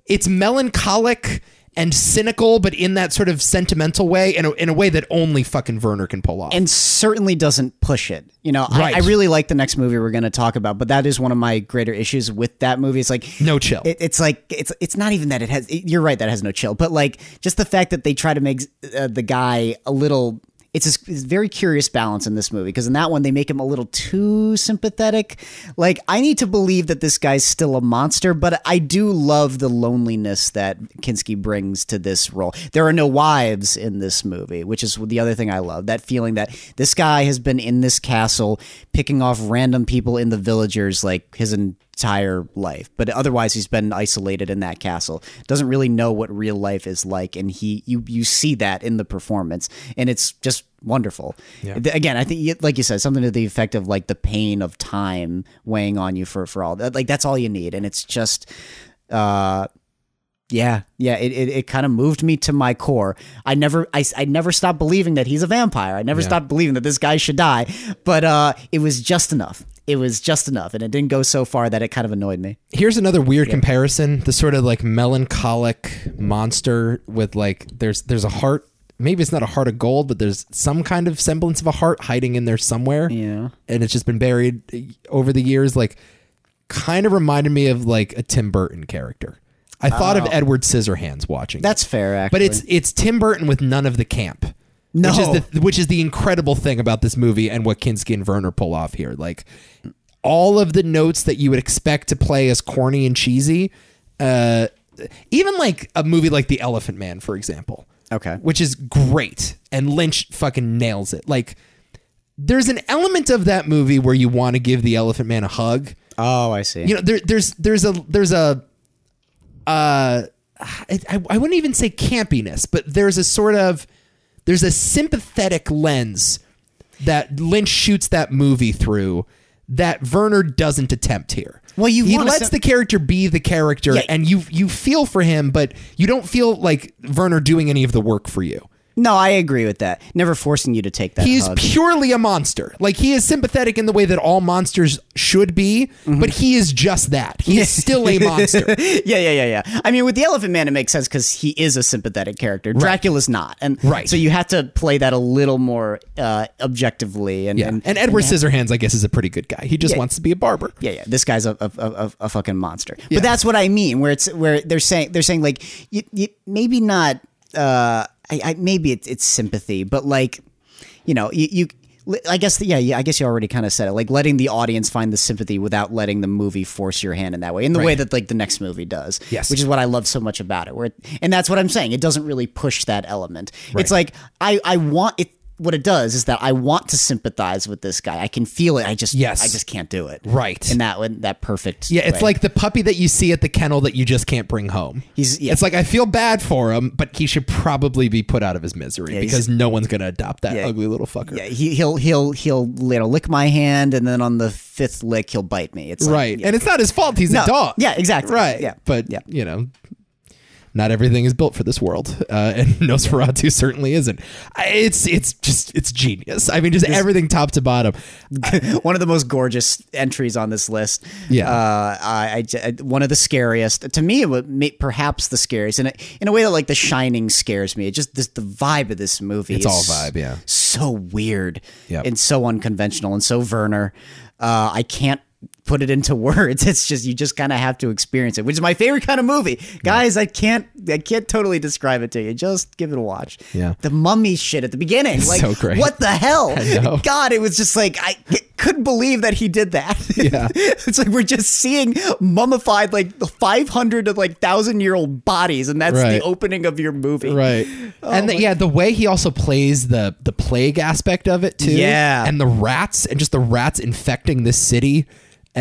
A: it's melancholic and cynical, but in that sort of sentimental way, and in a way that only fucking Werner can pull off.
B: and certainly doesn't push it. You know,
A: Right.
B: I, I really like the next movie we're going to talk about, but that is one of my greater issues with that movie. It's like
A: No chill.
B: It, it's like it's it's not even that it has. it- you're right that it has no chill, but like just the fact that they try to make uh, the guy a little. It's this this very curious balance in this movie because in that one they make him a little too sympathetic. Like I need to believe that this guy's still a monster, but I do love the loneliness that Kinski brings to this role. There are no wives in this movie, which is the other thing I love. That feeling that this guy has been in this castle picking off random people in the villagers like his entire life, but otherwise he's been isolated in that castle. Doesn't really know what real life is like, and he you you see that in the performance, and it's just wonderful. Th- Again, I think like you said, something to the effect of like the pain of time weighing on you for for all that. Like that's all you need, and it's just. uh yeah, yeah, it, it, it kind of moved me to my core. I never I, I never stopped believing that he's a vampire. I never stopped believing that this guy should die. But uh, it was just enough. It was just enough, and it didn't go so far that it kind of annoyed me.
A: Here's another weird comparison: the sort of like melancholic monster with like there's there's a heart. Maybe it's not a heart of gold, but there's some kind of semblance of a heart hiding in there somewhere.
B: Yeah.
A: and it's just been buried uh, over the years. Like, kind of reminded me of like a Tim Burton character. I thought of Edward Scissorhands watching. it.
B: That's fair, actually.
A: But it's it's Tim Burton with none of the camp.
B: No.
A: Which is the which is the incredible thing about this movie and what Kinski and Werner pull off here. Like all of the notes that you would expect to play as corny and cheesy, uh, even like a movie like The Elephant Man, for example.
B: Okay.
A: Which is great. And Lynch fucking nails it. Like there's an element of that movie where you want to give the Elephant Man a hug
B: oh, I see.
A: you know there, there's there's a there's a uh I, I- I wouldn't even say campiness but there's a sort of there's a sympathetic lens that lynch shoots that movie through that Werner doesn't attempt here.
B: Well, you
A: he
B: wanna
A: lets
B: sim-
A: the character be the character,
B: Yeah.
A: and you you feel for him, but you don't feel like Werner doing any of the work for you.
B: No, I agree with that. Never forcing you to take that.
A: He is
B: hug.
A: purely a monster. Like he is sympathetic in the way that all monsters should be,
B: Mm-hmm.
A: but he is just that. He is still a monster.
B: yeah, yeah, yeah, yeah. I mean, with the Elephant Man, it makes sense because he is a sympathetic character. Dracula's not, and
A: Right.
B: So you have to play that a little more uh, objectively. And,
A: Yeah.
B: and-
A: And Edward Scissorhands, I guess, is a pretty good guy. He just wants to be a barber.
B: yeah, yeah, this guy's a a, a, a- a fucking monster. But that's what I mean. Where it's where they're saying they're saying like you, you, maybe not. Uh, I, I maybe it's it's sympathy, but like you know you. you I guess yeah, yeah. I guess you already kind of said it. Like letting the audience find the sympathy without letting the movie force your hand in that way, in the way that like the next movie does.
A: Yes.
B: which is what I love so much about it. Where it, and that's what I'm saying. It doesn't really push that element. It's like I I want it. What it does is that I want to sympathize with this guy. I can feel it. I just
A: Yes.
B: I just can't do it.
A: Right.
B: In that one, that perfect.
A: Yeah, it's
B: way.
A: like the puppy that you see at the kennel that you just can't bring home.
B: He's- yeah.
A: It's like I feel bad for him, but he should probably be put out of his misery
B: he's-
A: because no one's gonna adopt that
B: Yeah.
A: ugly little fucker.
B: yeah, he, he'll he'll he'll you know, lick my hand, and then on the fifth lick he'll bite me. It's like,
A: Right.
B: yeah.
A: And it's not his fault. He's
B: No,
A: a dog.
B: yeah, exactly.
A: Right.
B: Yeah,
A: But
B: yeah.
A: you know, not everything is built for this world, uh, and Nosferatu certainly isn't. I- It's it's just it's genius. I mean, just everything top to bottom.
B: one of the most gorgeous entries on this list.
A: Yeah.
B: uh, I, I j- I- one of the scariest to me. It would ma- perhaps the scariest, in a, in a way that like The Shining scares me. It just this, the vibe of this movie.
A: It's
B: is
A: all vibe, yeah.
B: So weird,
A: Yep.
B: and so unconventional, and so Werner. Uh, I can't put it into words. It's just you just kind of have to experience it, which is my favorite kind of movie, guys. I can't I can't totally describe it to you. Just give it a watch.
A: Yeah.
B: the mummy shit at the beginning, like
A: so great.
B: what the hell?
A: know.
B: God, it was just like I couldn't believe that he did that.
A: Yeah.
B: it's like we're just seeing mummified like the 500 to like 1000 year old bodies and that's
A: Right.
B: the opening of your movie.
A: Right.
B: Oh
A: and the, yeah, the way he also plays the the plague aspect of it too.
B: Yeah.
A: And the rats and just the rats infecting this city. Uh,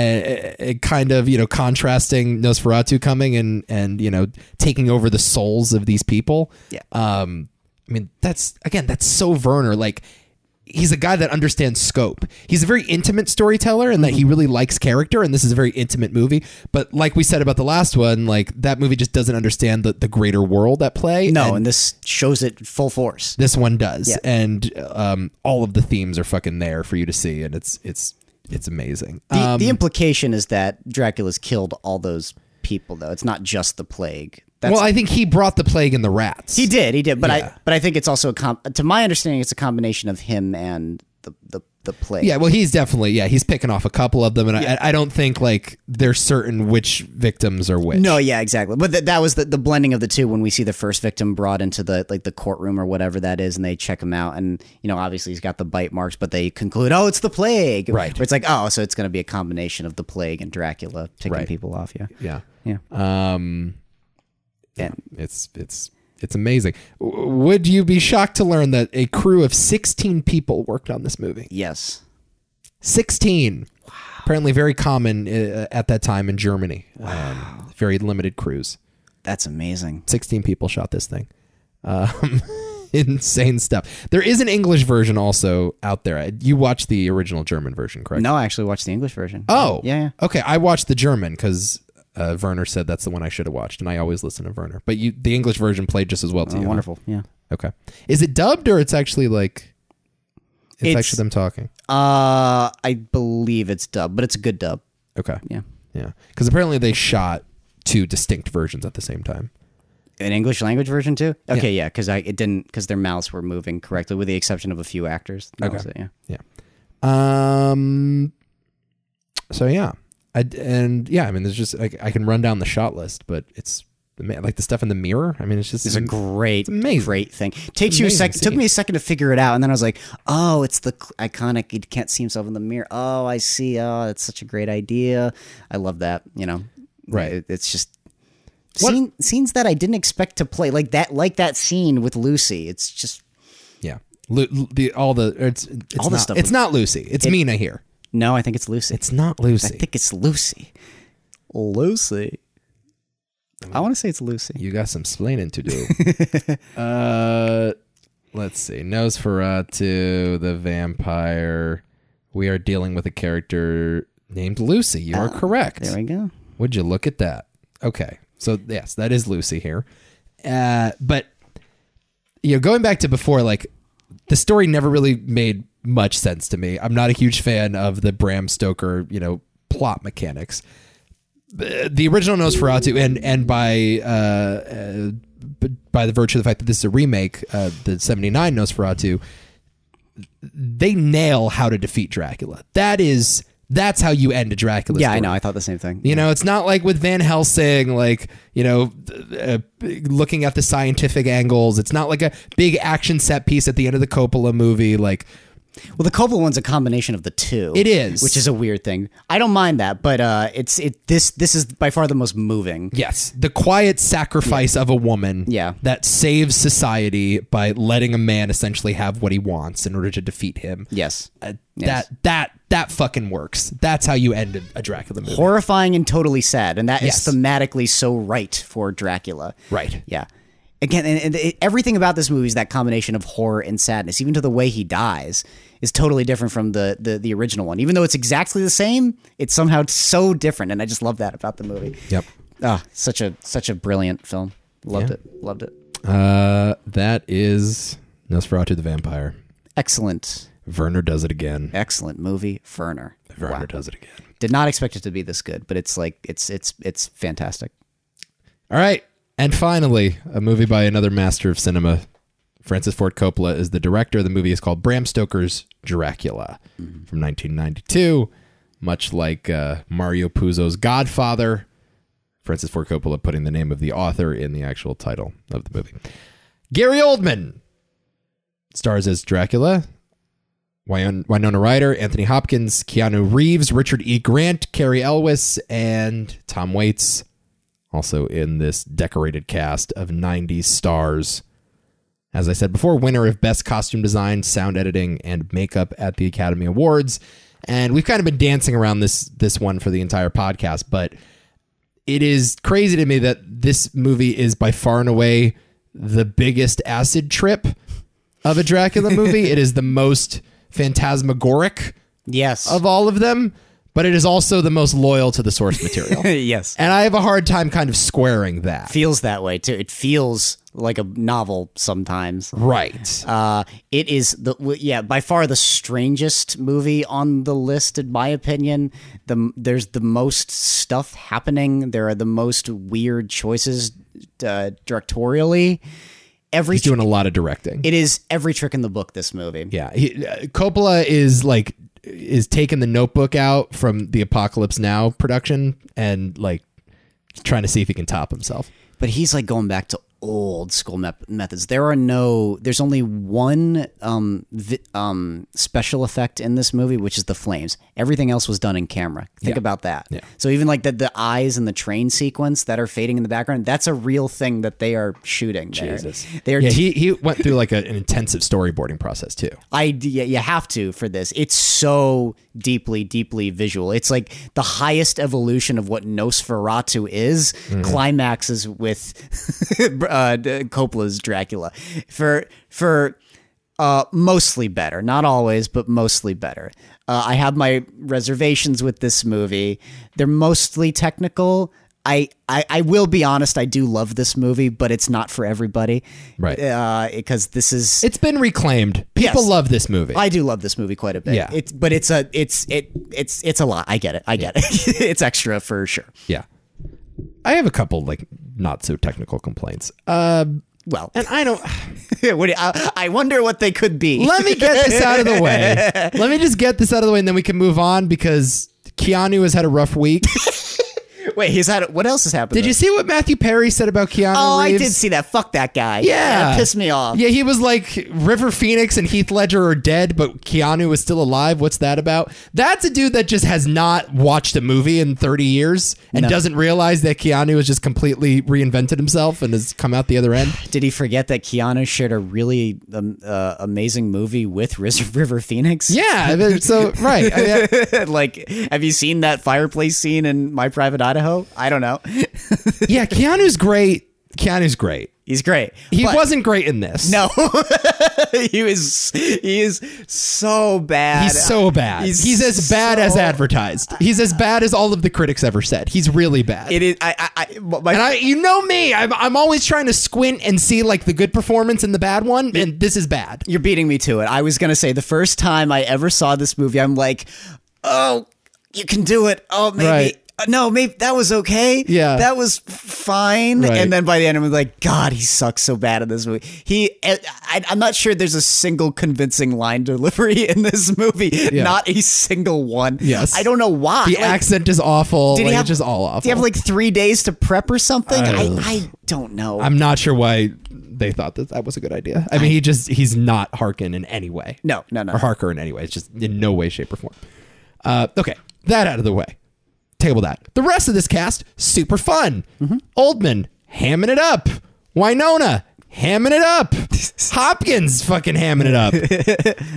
A: uh, kind of, you know, contrasting Nosferatu coming and and you know taking over the souls of these people.
B: Yeah.
A: Um. I mean, that's again, that's so Werner. Like, he's a guy that understands scope. He's a very intimate storyteller, and that he really likes character. And this is a very intimate movie. But like we said about the last one, like that movie just doesn't understand the the greater world at play.
B: No,
A: and
B: and, this shows it full force.
A: this one does,
B: Yeah.
A: and um, all of the themes are fucking there for you to see, and it's it's it's amazing.
B: The,
A: Um,
B: the implication is that Dracula's killed all those people though. It's not just the plague. That's
A: well, I think he brought the plague and the rats.
B: He did, he did, but I but I think it's also a com- to my understanding it's a combination of him and the the the plague.
A: Yeah, well, he's definitely yeah, he's picking off a couple of them, and I, I don't think like they're certain which victims are which.
B: No, yeah, exactly. But th- that was the, the blending of the two when we see the first victim brought into the like the courtroom or whatever that is, and they check him out, and you know obviously he's got the bite marks, but they conclude, oh, it's the plague,
A: Right.
B: Where it's like, oh, so it's going to be a combination of the plague and Dracula taking
A: Right.
B: people off, yeah.
A: yeah,
B: Yeah.
A: um, yeah,
B: And-
A: it's it's it's amazing. W- Would you be shocked to learn that a crew of sixteen people worked on this movie?
B: Yes.
A: 16. Apparently, very common uh, at that time in Germany. Um, very limited crews.
B: That's amazing.
A: 16 people shot this thing. Um, insane stuff. There is an English version also out there. You watched the original German version, correct?
B: No, I actually watched the English version.
A: Oh,
B: Yeah, yeah.
A: Okay, I watched the German because uh, Werner said that's the one I should have watched, and I always listen to Werner. But you, the English version played just as well to you. huh?
B: Oh, wonderful. Yeah.
A: Okay. Is it dubbed or it's actually like it's,
B: It's-
A: actually them talking?
B: Uh, I believe it's dub, but it's a good dub.
A: Okay.
B: Yeah.
A: Yeah, because apparently they shot two distinct versions at the same time.
B: An English language version too? Okay, yeah, because I it didn't because their mouths were moving correctly, with the exception of a few actors. That
A: Okay.
B: was it, yeah.
A: Yeah. Um. So yeah, I and yeah, I mean, there's just like I can run down the shot list, but it's ama- like the stuff in the mirror. I mean, it's just
B: It's a great,
A: amazing.
B: great thing. Takes you a
A: amazing
B: sec. Took
A: scene.
B: me a second to figure it out, and then I was like, "Oh, it's the cl- iconic. He can't see himself in the mirror. Oh, I see. Oh, that's such a great idea. I love that. You know,
A: Right.
B: It- it's just
A: What-
B: scene, scenes that I didn't expect to play like that, like that scene with Lucy. It's just
A: yeah. Lu- lu- the all the it's, it's
B: All the
A: not,
B: stuff
A: It's
B: with-
A: not Lucy. It's Mina here.
B: no. I think it's Lucy.
A: It's not
B: I
A: Lucy.
B: think it's Lucy. Lucy. I want to say it's Lucy.
A: you got some splaining to do. uh, let's see. Nosferatu, the vampire. We are dealing with a character named Lucy. You are correct.
B: Oh, There we go.
A: Would you look at that? Okay. So yes, that is Lucy here. Uh, but you know, going back to before, like the story never really made much sense to me. I'm not a huge fan of the Bram Stoker, you know, plot mechanics. The the original Nosferatu, and and by uh, uh, b- by the virtue of the fact that this is a remake, uh, the '79 Nosferatu, they nail how to defeat Dracula. That is that's how you end a Dracula.
B: Yeah, I
A: story.
B: know. I thought the same thing.
A: You know, it's not like with Van Helsing, like, you know, uh, looking at the scientific angles. It's not like a big action set piece at the end of the Coppola movie. Like,
B: Well, the Coppola one's a combination of the two.
A: It is.
B: which is a weird thing. I don't mind that, but uh, it's it this this is by far the most moving.
A: yes, the quiet sacrifice of a woman
B: Yeah.
A: that saves society by letting a man essentially have what he wants in order to defeat him.
B: Yes,
A: Uh,
B: Yes.
A: That, that, that fucking works. That's how you end a, a Dracula movie.
B: horrifying and totally sad, and that is
A: Yes.
B: thematically so right for Dracula.
A: right.
B: Yeah. Again, and, and it, everything about this movie is that combination of horror and sadness. Even to the way he dies is totally different from the, the the original one. Even though it's exactly the same, it's somehow so different, and I just love that about the movie.
A: Yep.
B: Ah, such a such a brilliant film. Loved it. Loved it.
A: Uh, that is Nosferatu the Vampire.
B: Excellent,
A: Werner does it again.
B: excellent movie. Ferner.
A: Werner does it again.
B: Did not expect it to be this good, but it's like it's it's it's fantastic.
A: All right. And finally, a movie by another master of cinema. Francis Ford Coppola is the director. The movie is called Bram Stoker's Dracula from 1992. Much like uh, Mario Puzo's Godfather, Francis Ford Coppola putting the name of the author in the actual title of the movie. Gary Oldman stars as Dracula. Wyn- Winona Ryder, Anthony Hopkins, Keanu Reeves, Richard E. Grant, Carrie Elwes, and Tom Waits also in this decorated cast of 90s stars. As I said before, winner of Best Costume Design, Sound Editing, and Makeup at the Academy Awards. And we've kind of been dancing around this this one for the entire podcast, but it is crazy to me that this movie is by far and away the biggest acid trip of a Dracula movie. it is the most phantasmagoric
B: Yes.
A: of all of them, but it is also the most loyal to the source material.
B: yes.
A: And I have a hard time kind of squaring that.
B: feels that way too. It feels like a novel sometimes.
A: Right.
B: Uh, it is the w- yeah by far the strangest movie on the list in my opinion. The m- there's the most stuff happening. There are the most weird choices uh, directorially. Every
A: He's doing a lot of directing.
B: it is every trick in the book. This movie.
A: yeah. He, uh, Coppola is like is taking the notebook out from the Apocalypse Now production and like trying to see if he can top himself.
B: but he's like going back to old school mep methods. There are no, there's only one um, vi- um, special effect in this movie, which is the flames. Everything else was done in camera. Think about that.
A: Yeah.
B: So even like the, the eyes and the train sequence that are fading in the background, that's a real thing that they are shooting. there. They're
A: Yeah, he, he went through like a, an intensive storyboarding process too.
B: idea you have to for this it's so deeply deeply visual it's like the highest evolution of what nosferatu is climaxes with uh, D- coppola's dracula for for uh, mostly better not always but mostly better uh, i have my reservations with this movie they're mostly technical I, I, I will be honest. I do love this movie, but it's not for everybody,
A: Right.
B: Because this is
A: It's been reclaimed. People
B: Yes.
A: love this movie.
B: I do love this movie quite a bit.
A: Yeah.
B: It's but it's a it's it it's it's a lot. I get it. I get it. it's extra for sure.
A: yeah. I have a couple like not so technical complaints. Um,
B: Well,
A: and I don't.
B: what do you- I, I wonder what they could be.
A: let me get this out of the way. Let me just get this out of the way, and then we can move on because Keanu has had a rough week.
B: Wait, he's had what else has happened?
A: Did you see what Matthew Perry said about Keanu?
B: Oh, I
A: Reeves?
B: did see that. Fuck that guy.
A: Yeah,
B: that pissed me off.
A: Yeah, he was like River Phoenix and Heath Ledger are dead, but Keanu is still alive. What's that about? That's a dude that just has not watched a movie in thirty years and doesn't realize that Keanu has just completely reinvented himself and has come out the other end.
B: Did he forget that Keanu shared a really um, uh, amazing movie with Riz- River Phoenix?
A: Yeah, I mean, so right. I mean, I-
B: like, have you seen that fireplace scene in My Private Idaho? I don't know.
A: yeah, Keanu's great. Keanu's great.
B: He's great.
A: He
B: But-
A: wasn't great in this.
B: No, he was. He is so bad.
A: He's so bad. He's, as bad as
B: so-
A: advertised. He's as bad as all of the critics ever said. He's really bad.
B: It is. I. I. I my,
A: and I, you know me, I'm, I'm always trying to squint and see like the good performance and the bad one, and this is bad.
B: you're beating me to it. I was gonna say the first time I ever saw this movie, I'm like, oh, you can do it. Oh, maybe.
A: Right.
B: uh, No, maybe that was okay.
A: Yeah.
B: that was f- fine.
A: Right.
B: And then by the end, I'm like, God, he sucks so bad in this movie. He, I, I- I'm not sure there's a single convincing line delivery in this movie. Not a single one.
A: Yes.
B: I don't know why.
A: The
B: Like,
A: accent is awful.
B: did
A: like,
B: he have
A: it's just all awful.
B: Did he have like three days to prep or something? I,
A: Ugh.
B: I don't know.
A: I'm not sure why they thought that that was a good idea. I mean, he just he's not Harkin in any way.
B: No, no, no.
A: Or Harker in any way. It's just in no way, shape, or form. Uh, okay, that out of the way. Table that. The rest of this cast super fun.
B: Mm-hmm.
A: Oldman hamming it up. Winona hamming it up. Hopkins fucking hamming it up.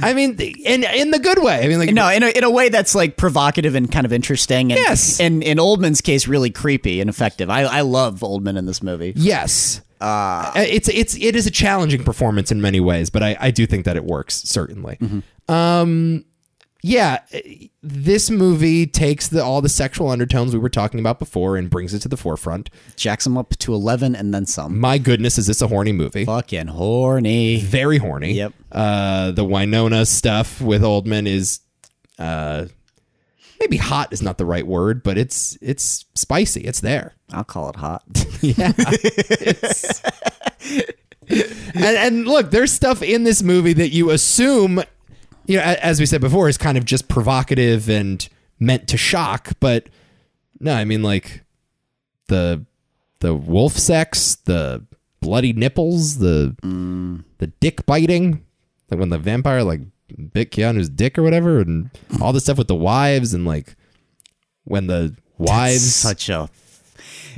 A: I mean, the- in in the good way. I mean, like
B: no, in a, in a way that's like provocative and kind of interesting. And,
A: Yes.
B: And in Oldman's case, really creepy and effective. I, I love Oldman in this movie.
A: Yes. Uh, it's it's it is a challenging performance in many ways, but I, I do think that it works certainly. Um, yeah, this movie takes the all the sexual undertones we were talking about before and brings it to the forefront.
B: Jacks him up to 11 and then some.
A: My goodness, is this a horny movie?
B: Fucking horny.
A: Very horny.
B: Yep.
A: Uh, the Winona stuff with Oldman is, uh, maybe hot is not the right word, but it's it's spicy. It's there.
B: I'll call it hot.
A: and, and look, there's stuff in this movie that you assume, you know, a- as we said before, is kind of just provocative and meant to shock. But no, I mean like the the wolf sex, the bloody nipples, the the dick biting, like when the vampire like bit Keanu's dick or whatever, and all the stuff with the wives and like when the wives
B: Such a.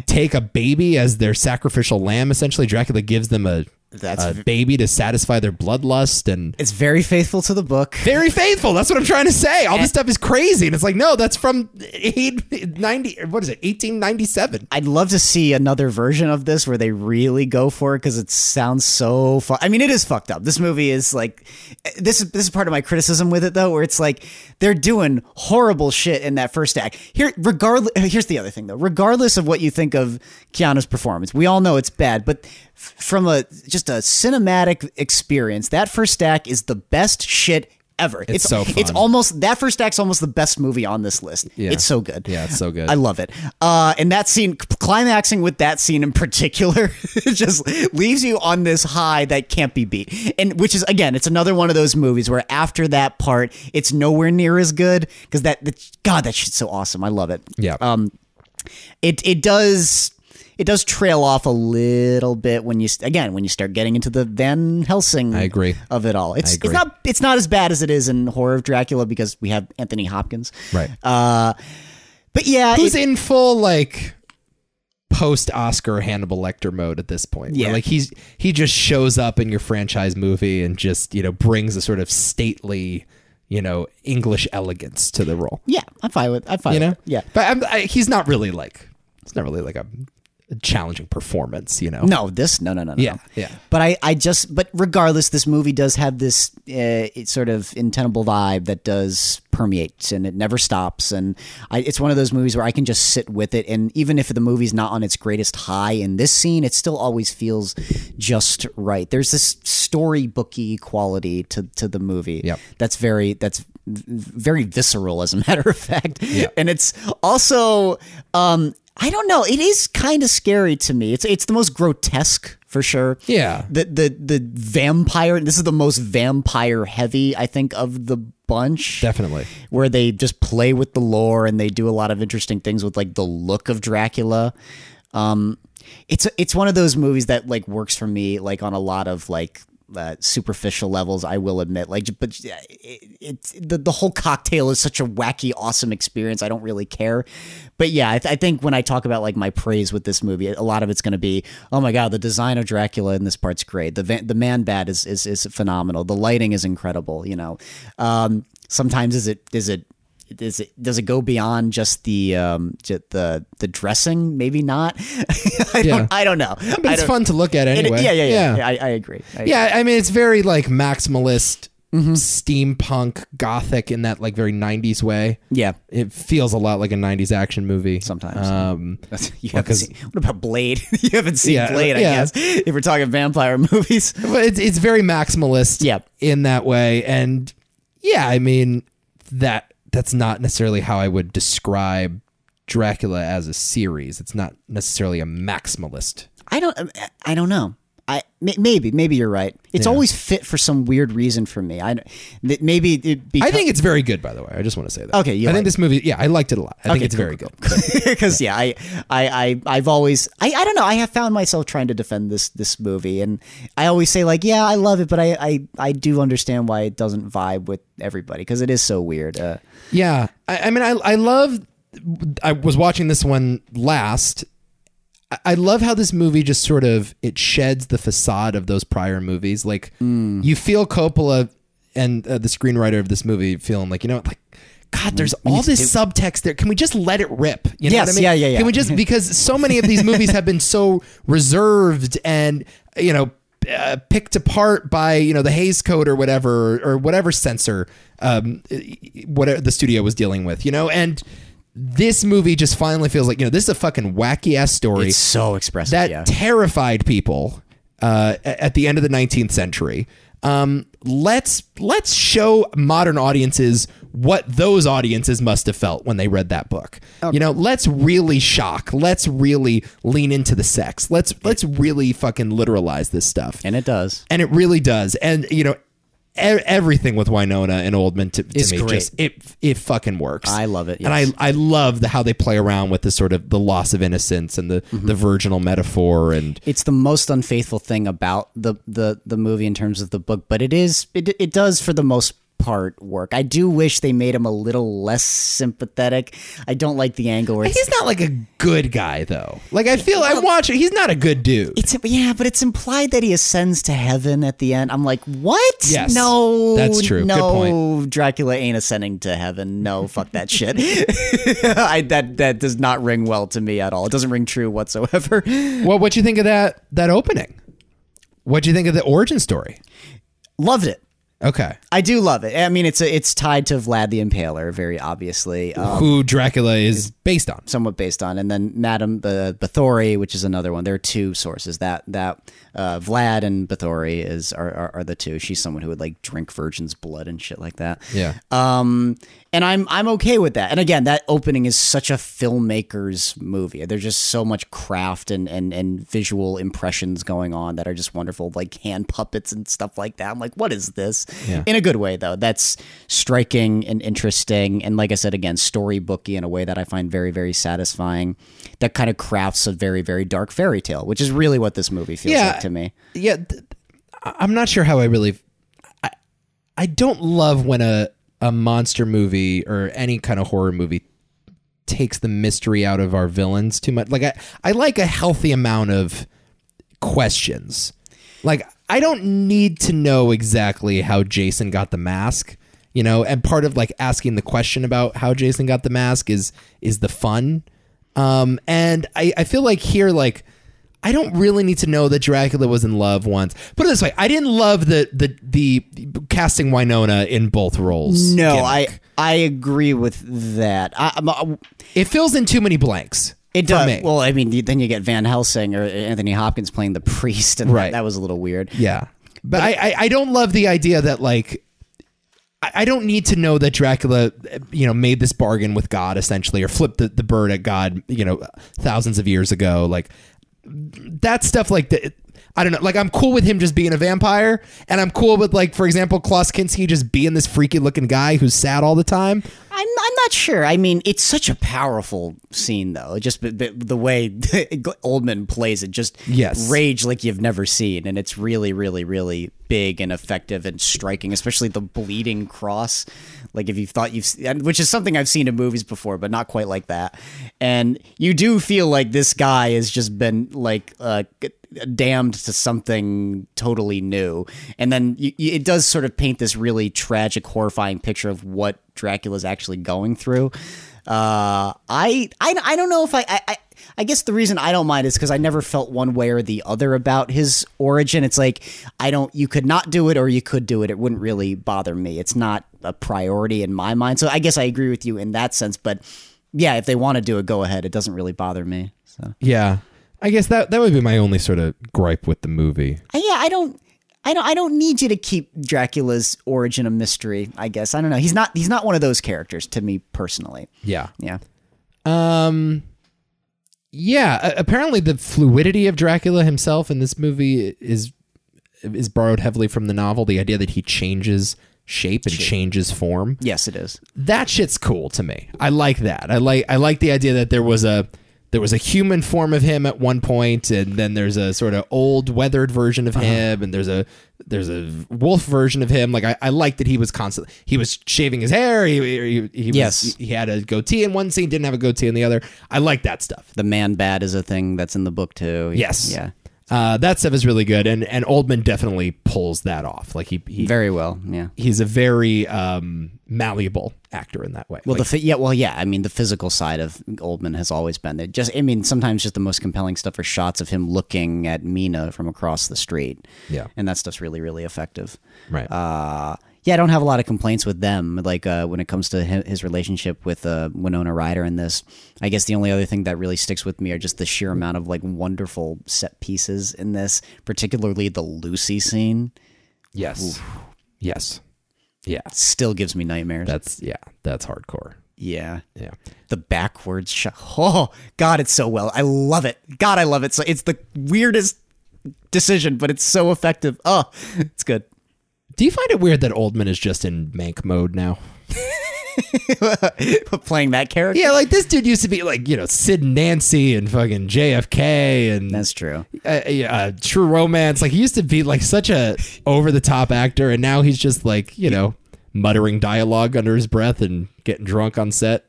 A: take a baby as their sacrificial lamb. Essentially, Dracula gives them a,
B: That's
A: a uh, baby to satisfy their bloodlust and.
B: It's very faithful to the book.
A: Very faithful. That's what I'm trying to say. All this stuff is crazy, and it's like, no, that's from eight, 90, What is it? 1897.
B: I'd love to see another version of this where they really go for it because it sounds so fu- I mean, it is fucked up. This movie is like, this is this is part of my criticism with it though, where it's like they're doing horrible shit in that first act. Here, regardless, here's the other thing though. Regardless of what you think of Keanu's performance, we all know it's bad, but f- from a just a cinematic experience, that first act is the best shit ever. It's,
A: so
B: It's
A: fun.
B: almost that first act's almost the best movie on this list.
A: Yeah.
B: It's so good.
A: Yeah, it's so good.
B: I love it. Uh, and that scene, climaxing with that scene in particular, it just leaves you on this high that can't be beat. And which is again, it's another one of those movies where after that part, it's nowhere near as good because that, that God, that shit's so awesome. I love it.
A: Yeah.
B: Um, it it does. It does trail off a little bit when you again when you start getting into the Van Helsing
A: I agree.
B: of it all. It's
A: agree.
B: it's not it's not as bad as it is in Horror of Dracula because we have Anthony Hopkins.
A: Right.
B: Uh, but yeah,
A: Who's
B: it-
A: in full like post Oscar Hannibal Lecter mode at this point? where,
B: Yeah.
A: like he's he just shows up in your franchise movie and just you know brings a sort of stately you know English elegance to the role.
B: yeah, I'm fine with I'm fine.
A: you know
B: with it. yeah.
A: but I'm, I, he's not really like it's not really like a, a challenging performance you know
B: No, this no no no no.
A: yeah
B: no.
A: yeah
B: But I, I just but regardless, this movie does have this uh, it sort of intenable vibe that does permeate and it never stops. And I, it's one of those movies where I can just sit with it, and even if the movie's not on its greatest high in this scene, it still always feels just right. There's this storybooky quality to to the movie
A: Yep.
B: that's very that's v- very visceral as a matter of fact and it's also um i don't know it is kind of scary to me it's it's the most grotesque for sure
A: Yeah.
B: the the the vampire this is the most vampire heavy i think of the bunch
A: definitely
B: where they just play with the lore and they do a lot of interesting things with like the look of Dracula. Um, it's it's one of those movies that like works for me like on a lot of like uh, superficial levels. I will admit, like, but uh, it, it's the the whole cocktail is such a wacky, awesome experience. I don't really care, but yeah, I, th- I think when I talk about like my praise with this movie, a lot of it's going to be, oh my god, the design of Dracula in this part's great. The van- the man bat is is is phenomenal. The lighting is incredible. You know. Um, sometimes is it is it is it, does it go beyond just the um ju- the the dressing? Maybe not. I,
A: Yeah.
B: don't, I don't know.
A: But it's fun to look at
B: It,
A: anyway.
B: yeah, yeah, yeah. I, I agree. I agree.
A: Yeah, I mean it's very like maximalist,
B: Mm-hmm.
A: steampunk, gothic in that like very '90s way.
B: Yeah.
A: It feels a lot like a '90s action movie
B: Sometimes.
A: Um,
B: That's- you
A: Well,
B: haven't
A: 'cause-
B: seen, what about Blade? you haven't seen
A: Yeah,
B: Blade, I
A: yeah.
B: guess. If we're talking vampire movies,
A: but it's it's very maximalist.
B: Yep.
A: in that way, and yeah, I mean that that's not necessarily how I would describe Dracula as a series. It's not necessarily a maximalist.
B: I don't. um, I don't know. I may- maybe maybe you're right. It's always fit for some weird reason for me. I th- maybe it
A: I think it's very good, by the way. I just want to say that.
B: Okay, you
A: I think
B: like
A: this movie. Yeah, I liked it a lot. I think
B: Okay,
A: it's
B: cool,
A: very good.
B: because yeah, I, I, I, I've always, I, I don't know, I have found myself trying to defend this this movie, and I always say like, yeah, I love it, but I, I, I do understand why it doesn't vibe with everybody because it is so weird. Uh,
A: Yeah, I, I mean, I I love. I was watching this one last. I- I love how this movie just sort of it sheds the facade of those prior movies. Like
B: Mm.
A: you feel Coppola and uh, the screenwriter of this movie feeling like you know like. God, there's all this subtext there. Can we just let it rip? You know
B: Yes,
A: what I mean?
B: yeah, yeah, yeah.
A: Can we just because so many of these movies have been so reserved and you know uh, picked apart by you know the Hayes Code or whatever or whatever censor um, whatever the studio was dealing with, you know, and this movie just finally feels like you know this is a fucking wacky ass story
B: it's so expressive.
A: that
B: yeah.
A: terrified people uh, a- at the end of the 19th century. Um, let's let's show modern audiences what those audiences must have felt when they read that book. You know, let's really shock. Let's really lean into the sex. Let's let's really fucking literalize this stuff.
B: and it does.
A: And it really does. And you know, e- everything with Winona and Oldman to, to
B: It's
A: me
B: great.
A: just it it fucking works.
B: I love it, yes.
A: And I I love the how they play around with the sort of the loss of innocence and the the virginal metaphor and
B: It's the most unfaithful thing about the, the, the movie in terms of the book, but it is it, it does for the most part work. I do wish they made him a little less sympathetic. I don't like the angle where it's
A: he's not like a good guy though. Like I feel I watch it, he's not a good dude.
B: It's yeah, but it's implied that he ascends to heaven at the end. I'm like, what?
A: Yes.
B: no,
A: That's true. Good
B: No,
A: point.
B: Dracula ain't ascending to heaven. No, fuck that shit. I, that that does not ring well to me at all. It doesn't ring true whatsoever.
A: Well, what you think of that that opening? What do you think of the origin story?
B: Loved it.
A: Okay.
B: I do love it. I mean, it's a, it's tied to Vlad the Impaler, very obviously. Um,
A: Who Dracula is based on.
B: somewhat based on, and then Madame uh, Bathory, which is another one. There are two sources that that uh, Vlad and Bathory is are, are, are the two. She's someone who would like drink virgin's blood and shit like that.
A: Yeah.
B: Um, and I'm I'm okay with that. And again, that opening is such a filmmaker's movie. There's just so much craft and and and visual impressions going on that are just wonderful, like hand puppets and stuff like that. I'm like, what is this? In a good way though. That's striking and interesting, and like I said again, storybooky in a way that I find very very satisfying. That kind of crafts a very very dark fairy tale, which is really what this movie feels
A: Yeah.
B: like to me.
A: yeah th- th- I- i'm not sure how i really I- i don't love when a a monster movie or any kind of horror movie takes the mystery out of our villains too much like i i like a healthy amount of questions like i don't need to know exactly how jason got the mask you know and part of like asking the question about how jason got the mask is is the fun um, and I, I feel like here, like, I don't really need to know that Dracula was in love once. Put it this way, I didn't love the the the casting Winona in both roles.
B: No,
A: gimmick.
B: I I agree with that. I, I'm,
A: it fills in too many blanks.
B: It
A: for
B: does.
A: me.
B: Well, I mean, then you get Van Helsing or Anthony Hopkins playing the priest, and that-
A: Right.
B: that, was a little weird.
A: yeah, but I, I I don't love the idea that like. I I don't need to know that Dracula, you know, made this bargain with God essentially, or flipped the, the bird at God, you know, thousands of years ago. Like, that stuff like the I don't know. Like I'm cool with him just being a vampire, and I'm cool with like, for example, Klaus Kinski just being this freaky looking guy who's sad all the time.
B: I'm, I'm not sure. I mean, it's such a powerful scene, though. Just b- b- the way Oldman plays it, just
A: Yes.
B: rage like you've never seen, and it's really, really, really big and effective and striking. Especially the bleeding cross, like if you thought you've, s- and- which is something I've seen in movies before, but not quite like that. and you do feel like this guy has just been like uh, g- damned to something totally new, and then you, you- it does sort of paint this really tragic, horrifying picture of what Dracula's actually going through. Uh, I, I I don't know if I. I, I I guess the reason I don't mind is because I never felt one way or the other about his origin. It's like I don't. You could not do it, or you could do it. It wouldn't really bother me. It's not a priority in my mind. So I guess I agree with you in that sense. But yeah, if they want to do it, go ahead. It doesn't really bother me. So
A: Yeah. I guess that that would be my only sort of gripe with the movie.
B: I- yeah, I don't. I don't, I don't need you to keep Dracula's origin a mystery. I guess I don't know. He's not he's not one of those characters to me personally.
A: Yeah.
B: Yeah,
A: Um yeah, a- apparently the fluidity of Dracula himself in this movie is is borrowed heavily from the novel, the idea that he changes shape and changes form.
B: yes, it is.
A: That shit's cool to me. I like that. I like I like the idea that there was a there was a human form of him at one point and then there's a sort of old weathered version of
B: Uh-huh.
A: him and there's a there's a wolf version of him like I, I like that he was constantly he was shaving his hair he, he, he was,
B: Yes.
A: he had a goatee in one scene didn't have a goatee in the other I like that stuff
B: The man bad is a thing that's in the book too.
A: yes
B: yeah,
A: uh, that stuff is really good and and Oldman definitely pulls that off like he, he
B: very well. Yeah.
A: he's a very um, malleable actor in that way
B: Well,
A: Like,
B: the the yeah, well, yeah. I mean, the physical side of Oldman has always been there. Just, I mean, sometimes just the most compelling stuff are shots of him looking at Mina from across the street.
A: Yeah.
B: and that stuff's really, really effective.
A: right
B: Uh, yeah, I don't have a lot of complaints with them. Like uh, when it comes to hi- his relationship with uh, Winona Ryder in this, I guess the only other thing that really sticks with me are just the sheer amount of like wonderful set pieces in this, particularly the Lucy scene.
A: yes yes yeah
B: Still gives me nightmares.
A: That's yeah, that's hardcore.
B: yeah.
A: Yeah.
B: the backwards shot. Oh God, it's so well. I love it. God, I love it. So it's the weirdest decision, but it's so effective. Oh, it's good.
A: Do you find it weird that Oldman is just in mank mode now?
B: Playing that character.
A: Yeah, like this dude used to be like, you know, Sid and Nancy and fucking JFK and
B: that's true.
A: uh, yeah, uh, True Romance. Like he used to be like such a over the top actor and now he's just like, you know, muttering dialogue under his breath and getting drunk on set.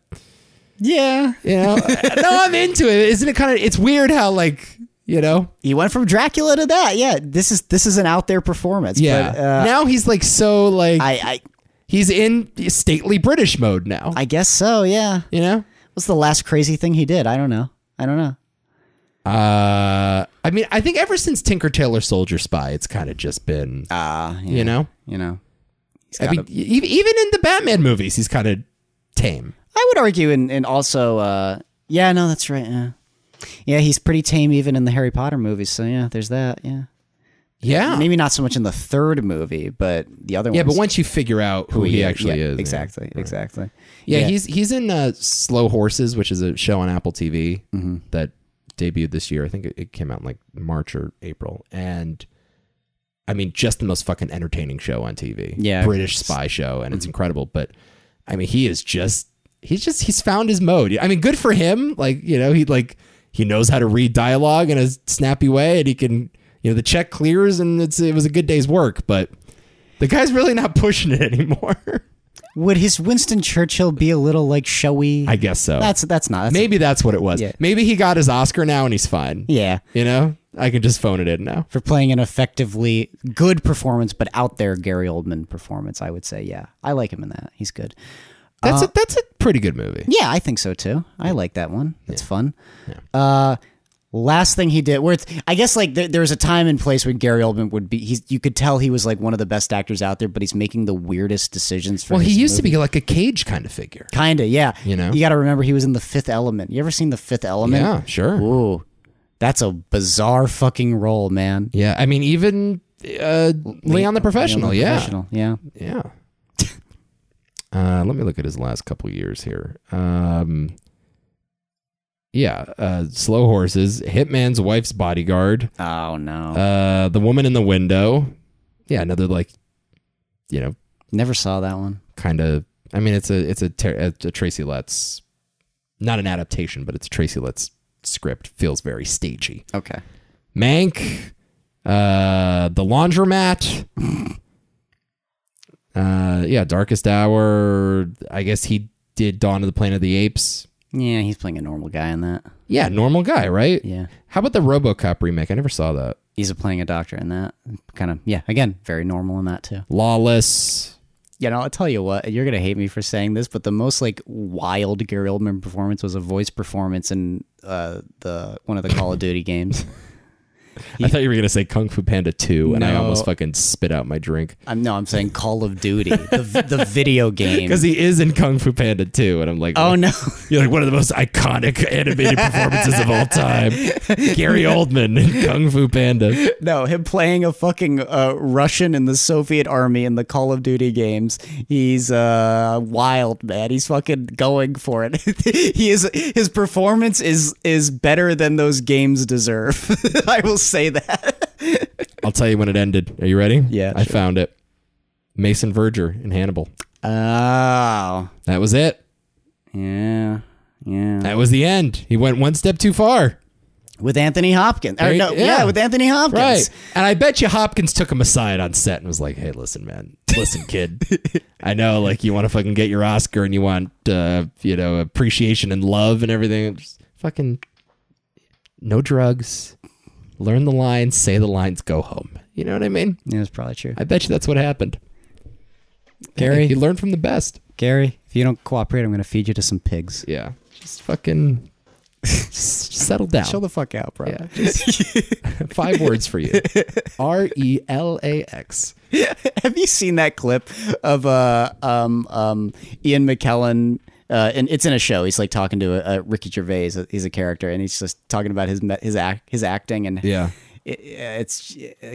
B: Yeah,
A: You know? no, I'm into it. Isn't it kind of it's weird how like, you know,
B: he went from Dracula to that. Yeah, this is this is an out there performance.
A: yeah.
B: but, uh,
A: now he's like so like
B: I, I
A: he's in stately British mode now.
B: I guess so. Yeah,
A: you know?
B: what's the last crazy thing he did? I don't know. I don't know.
A: Uh, I mean, I think ever since Tinker Tailor Soldier Spy, it's kind of just been,
B: Ah, yeah,
A: you know.
B: you know. He's
A: I mean,
B: gotta-
A: e- even in the Batman movies, he's kind of tame.
B: I would argue, and and also, uh, yeah, no, that's right. Yeah. yeah, he's pretty tame even in the Harry Potter movies. So yeah, there's that. Yeah,
A: Yeah,
B: maybe not so much in the third movie, but the other
A: yeah.
B: ones.
A: But once you figure out who, he actually
B: yeah,
A: is, yeah.
B: exactly, exactly.
A: Yeah, he's he's in uh, Slow Horses, which is a show on Apple TV that debuted this year. I think it, it came out in like March or April, and I mean, just the most fucking entertaining show on TV.
B: Yeah.
A: British spy show, and it's incredible. But I mean, he is just he's just he's found his mode. I mean, good for him. Like you know, he like he knows how to read dialogue in a snappy way, and he can you know the check clears, and it's it was a good day's work, but. The guy's really not pushing it anymore.
B: Would his Winston Churchill be a little like showy?
A: I guess so.
B: that's that's not that's
A: Maybe that's what it was.
B: Yeah.
A: Maybe he got his Oscar now and he's fine.
B: yeah
A: You know, I can just phone it in now.
B: for playing an effectively good performance, but out there Gary Oldman performance. I would say yeah, I like him in that. He's good.
A: That's a that's a pretty good movie.
B: Uh, Yeah, I think so too. I like that one. It's fun. Uh, last thing he did, where it's, I guess like there, there was a time and place where Gary Oldman would be. He's you could tell he was like one of the best actors out there, but he's making the weirdest decisions. For
A: Well, he used to be like a Cage kind of figure.
B: kinda yeah.
A: You know?
B: you got to remember he was in The Fifth Element. You ever seen The Fifth Element?
A: Yeah, sure.
B: Ooh, that's a bizarre fucking role, man.
A: Yeah, I mean, even uh, Leon the Professional.
B: Leon the
A: yeah,
B: Professional, yeah.
A: yeah. Uh, let me look at his last couple years here. Um, yeah, uh, Slow Horses, Hitman's Wife's Bodyguard,
B: Oh no,
A: uh, The Woman in the Window. Yeah, another like, you know,
B: never saw that one.
A: kind of. I mean, it's a it's a, ter- a, a Tracy Letts, not an adaptation, but it's a Tracy Letts script. Feels very stagey.
B: Okay,
A: Mank, uh, the laundromat. Uh, yeah, Darkest Hour. I guess he did Dawn of the Planet of the Apes.
B: Yeah, he's playing a normal guy in that.
A: Yeah, normal guy, right?
B: Yeah.
A: How about the RoboCop remake? I never saw that.
B: He's playing a doctor in that. Kind of, yeah, again, very normal in that too.
A: Lawless.
B: You know, I'll tell you what, you're going to hate me for saying this, but the most like wild Gary Oldman performance was a voice performance in uh, the one of the Call of Duty games.
A: I thought you were gonna say Kung Fu Panda Two, and I
B: No.
A: almost fucking spit out my drink
B: I'm, no, I'm saying Call of Duty, the, the video game.
A: because he is in Kung Fu Panda Two, and I'm like,
B: Oh, no.
A: you're like one of the most iconic animated performances of all time, Gary Oldman in Kung Fu Panda.
B: No, him playing a fucking uh, Russian in the Soviet army in the Call of Duty games. He's uh, wild, man. He's fucking going for it. he is his performance is is better than those games deserve. I will say that.
A: I'll tell you when it ended. Are you ready?
B: Yeah,
A: I
B: sure.
A: found it. Mason Verger in Hannibal.
B: Oh,
A: That was it.
B: yeah, yeah.
A: That was the end. He went one step too far.
B: With Anthony Hopkins, or
A: Right,
B: no, yeah.
A: yeah.
B: with Anthony Hopkins.
A: Right. And I bet you Hopkins took him aside on set and was like, hey, listen, man, listen, kid. I know, like, you want to fucking get your Oscar and you want, uh, you know, appreciation and love and everything. Just fucking no drugs. Learn the lines, say the lines, go home. You know what I mean?
B: Yeah, that's probably true.
A: I bet you that's what happened.
B: Gary?
A: you learn from the best.
B: Gary, if you don't cooperate, I'm gonna feed you to some pigs.
A: Yeah. Just fucking just settle down.
B: Chill the fuck out, bro.
A: Yeah, just- five words for you. R E L A X.
B: Have you seen that clip of uh um um Ian McKellen? Uh, and it's in a show. He's like talking to a, a Ricky Gervais. He's a character, and he's just talking about his me- his act his acting and
A: Yeah.
B: It, it's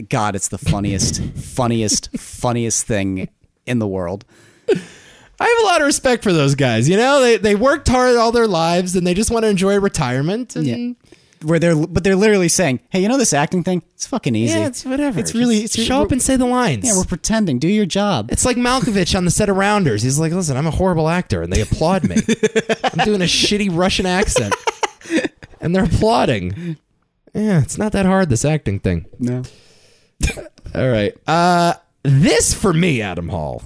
B: God. It's the funniest, funniest, funniest thing in the world.
A: I have a lot of respect for those guys. You know, they, they worked hard all their lives and they just want to enjoy retirement. And yeah,
B: Where they're but they're literally saying, "Hey, you know this acting thing? It's fucking easy.
A: it's whatever.
B: It's really
A: Just
B: it's
A: show up and say the lines.
B: yeah. We're pretending. Do your job.
A: it's like Malkovich on the set of Rounders. He's like, listen, I'm a horrible actor, and they applaud me. I'm doing a shitty Russian accent, and they're applauding. Yeah, it's not that hard, this acting thing.
B: No.
A: All right. Uh, this, for me, Adam Hall,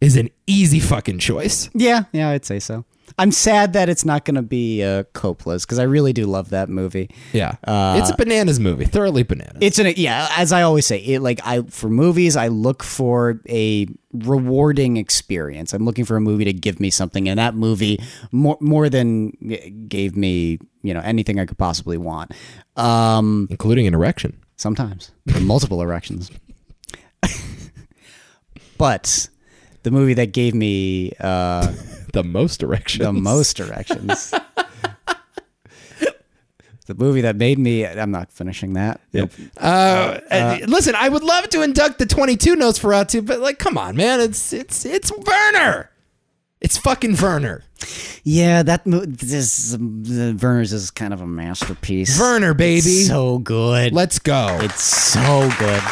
A: is an easy fucking choice.
B: Yeah, yeah, I'd say so. I'm sad that it's not going to be uh, Coppola's because I really do love that movie.
A: Yeah. it's a bananas movie, thoroughly bananas.
B: It's an yeah, as I always say, it like I for movies I look for a rewarding experience. I'm looking for a movie to give me something, and that movie more more than gave me you know anything I could possibly want. Um,
A: including an erection.
B: sometimes multiple erections, but the movie that gave me uh,
A: The most erection.
B: the most directions. the movie that made me. I'm not finishing that.
A: Uh, and- listen, I would love to induct the 22 notes for out too, but like, come on, man, it's it's it's Werner. It's fucking Werner.
B: Yeah, that mo- this the Verner's is kind of a masterpiece.
A: Werner, baby.
B: so good.
A: Let's go.
B: it's so good.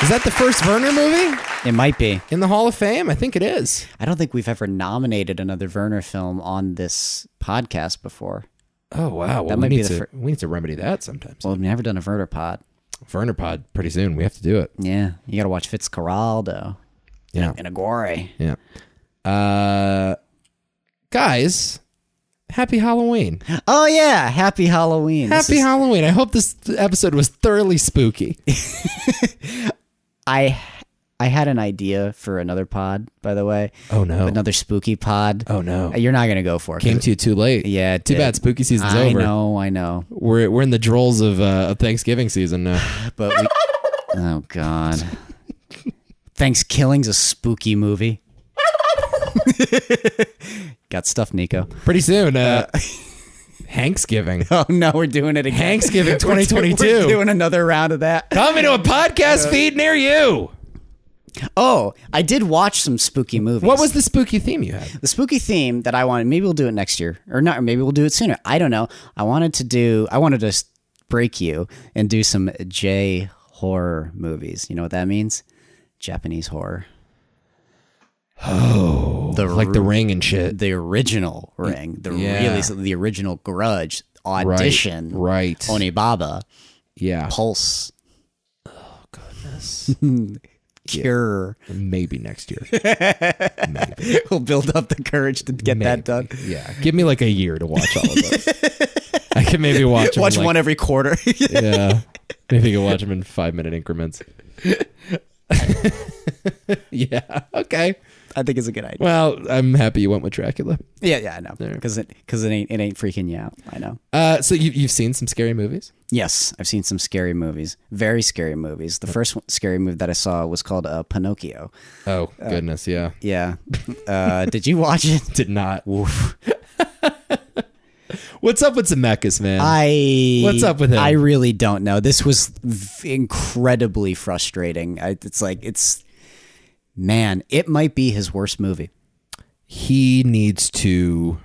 A: Is that the first Werner movie
B: It might be.
A: in the Hall of Fame? I think it is.
B: I don't think we've ever nominated another Werner film on this podcast before.
A: Oh wow, well, we
B: might be
A: need
B: the
A: to
B: fir-
A: we need to remedy that sometimes.
B: Well, we've never done a Werner pod.
A: Werner pod pretty soon. We have to do it.
B: Yeah, you got to watch Fitzcarraldo
A: Yeah,
B: and Agore.
A: yeah. Uh, guys, happy Halloween.
B: Oh yeah, Happy Halloween. This
A: Happy
B: is-
A: Halloween. I hope this episode was thoroughly spooky.
B: I I had an idea for another pod, by the way.
A: Oh, no.
B: Another spooky pod.
A: Oh, no.
B: You're not gonna go for it.
A: Came to you too late.
B: Yeah, it
A: too
B: did.
A: bad. Spooky season's
B: I
A: over.
B: know, I know.
A: We're we're in the drolls of, uh, of Thanksgiving season now.
B: But we Oh god. Thanksgiving's a spooky movie. Got stuff, Nico.
A: Pretty soon, uh, Hanksgiving.
B: Oh no, we're doing it again.
A: Hanksgiving
B: We're do-
A: 2022.
B: We're doing Uh, another round of that.
A: Coming to a podcast feed near you.
B: Oh, I did watch some spooky movies.
A: What was the spooky theme you had?
B: the spooky theme that I wanted? Maybe we'll do it next year, or not? Or maybe we'll do it sooner. I don't know. I wanted to do. I wanted to s- break you and do some J horror movies. You know what that means? Japanese horror. Oh, the
A: Like The Ring and shit.
B: uh, the original Ring, the
A: Yeah.
B: really the original Grudge, Audition,
A: Right.
B: Onibaba, Oh,
A: Yeah.
B: Pulse. cure.
A: Maybe next year.
B: we'll build up the courage to get that done.
A: Maybe. Yeah. Give me like a year to watch all of those. I can maybe watch 'em in,
B: Watch
A: like,
B: one every quarter.
A: yeah. Maybe you can watch them in five minute increments. yeah. Okay.
B: I think it's a good idea.
A: Well, I'm happy you went with Dracula.
B: yeah, yeah, I know. Because it, cause it ain't it ain't freaking you out. I know.
A: Uh, so you, you've seen some scary movies?
B: Yes, I've seen some scary movies, very scary movies. The first one, scary movie that I saw was called uh, Pinocchio.
A: Oh
B: Uh,
A: goodness, yeah.
B: Yeah. Uh, did you watch it?
A: Did not. What's up with Zemeckis, man?
B: I
A: What's up with him?
B: I really don't know. This was v- incredibly frustrating. I, it's like it's man, it might be his worst movie.
A: he needs to.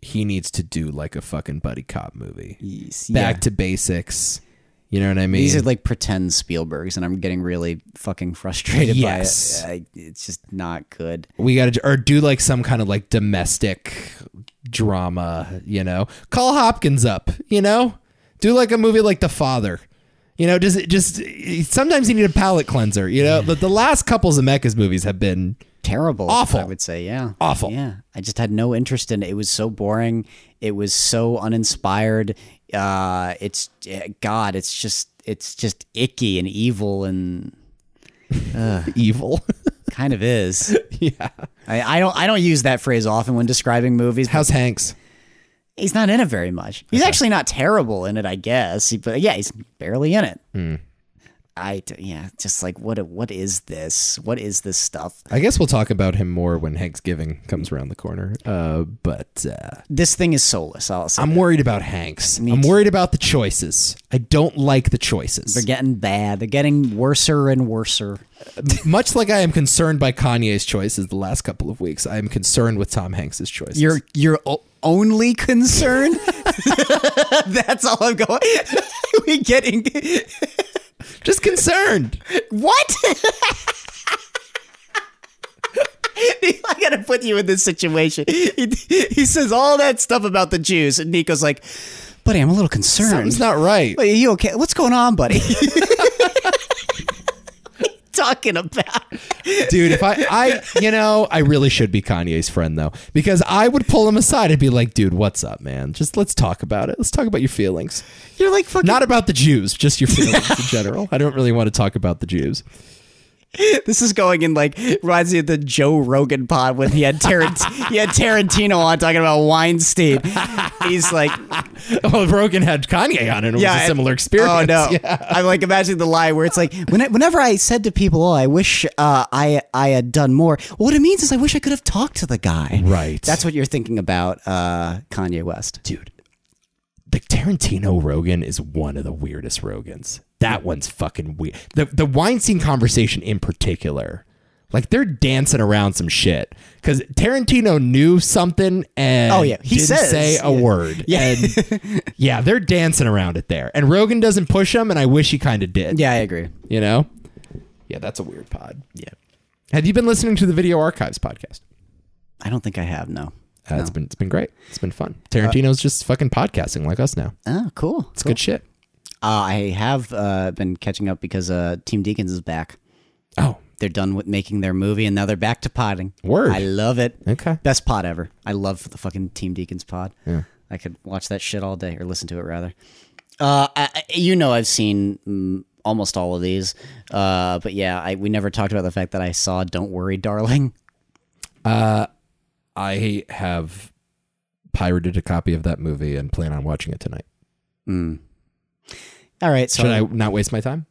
A: He needs to do like a fucking buddy cop movie. Back to basics. You know what I mean?
B: These are like pretend Spielbergs, and I'm getting really fucking frustrated
A: Yes.
B: by it. I, it's just not good.
A: we got to or do like some kind of like domestic drama, you know. Call Hopkins up, you know. Do like a movie like The Father. You know, does it just sometimes you need a palate cleanser, you know? But the last couple Zemeckis movies have been
B: Terrible.
A: Awful.
B: I would say, yeah.
A: Awful.
B: Yeah. I just had no interest in it. It was so boring. It was so uninspired. Uh, it's eh, God. It's just it's just icky and evil and
A: evil.
B: kind of is. yeah. I, I don't I don't use that phrase often when describing movies. but
A: How's Hanks?
B: he's not in it very much. He's actually not terrible in it, I guess. But yeah, he's barely in it. I d- yeah, just like what what is this? What is this stuff?
A: I guess we'll talk about him more when Thanksgiving comes around the corner. Uh, but uh,
B: This thing is soulless. I'll say.
A: I'm worried about Hanks. I'm worried about the choices. I don't like the choices.
B: They're getting bad. They're getting worser and worser.
A: Much like I am concerned by Kanye's choices the last couple of weeks, I am concerned with Tom Hanks's choices.
B: You're you're o- only concerned. That's all I'm going. we getting
A: just concerned.
B: what? I gotta put you in this situation. He, he says all that stuff about the Jews, and Nico's like, "Buddy, I'm a little concerned.
A: Something's not right.
B: Wait, are you okay? What's going on, buddy?" Talking about
A: Dude, if I, I, you know, I really should be Kanye's friend though, because I would pull him aside and be like, dude, what's up, man? Just let's talk about it. Let's talk about your feelings.
B: you're like fucking.
A: Not about the Jews, just your feelings in general. I don't really want to talk about the Jews.
B: This is going in like reminds me of the Joe Rogan pod when he had Tarant- he had Tarantino on talking about Weinstein. He's like,
A: Well, Rogan had Kanye on it. It
B: yeah,
A: was a
B: and-
A: similar experience.
B: Oh no,
A: Yeah.
B: I'm like imagining the line where it's like, when I- whenever I said to people, "Oh, I wish uh, I I had done more," what it means is I wish I could have talked to the guy.
A: Right.
B: That's what you're thinking about, uh, Kanye West.
A: dude. The Tarantino Rogan is one of the weirdest Rogans. That one's fucking weird. The the Weinstein conversation in particular, like they're dancing around some shit because Tarantino knew something and
B: Oh, yeah. He
A: didn't
B: says.
A: say a
B: Yeah.
A: word.
B: Yeah.
A: and, yeah, they're dancing around it there, and Rogan doesn't push him, and I wish he kind of did.
B: Yeah, I agree.
A: you know, yeah, that's a weird pod.
B: Yeah,
A: Have you been listening to the Video Archives podcast?
B: I don't think I have. No. Uh,
A: Uh, It's been it's been great. It's been fun. Tarantino's just fucking podcasting like us now.
B: Oh, cool.
A: It's good shit.
B: Uh, I have uh, been catching up because uh, Team Deacons is back.
A: Oh,
B: They're done with making their movie and now they're back to potting.
A: Word.
B: I love it.
A: Okay.
B: Best pod ever. I love the fucking Team Deacons pod. Yeah. I could watch that shit all day or listen to it rather. Uh, I, I- you know, I've seen mm, almost all of these. Uh, but yeah, I, we never talked about the fact that I saw Don't Worry, Darling.
A: Uh, I have pirated a copy of that movie and plan on watching it tonight.
B: Mm. All right. So
A: Should I not waste my time?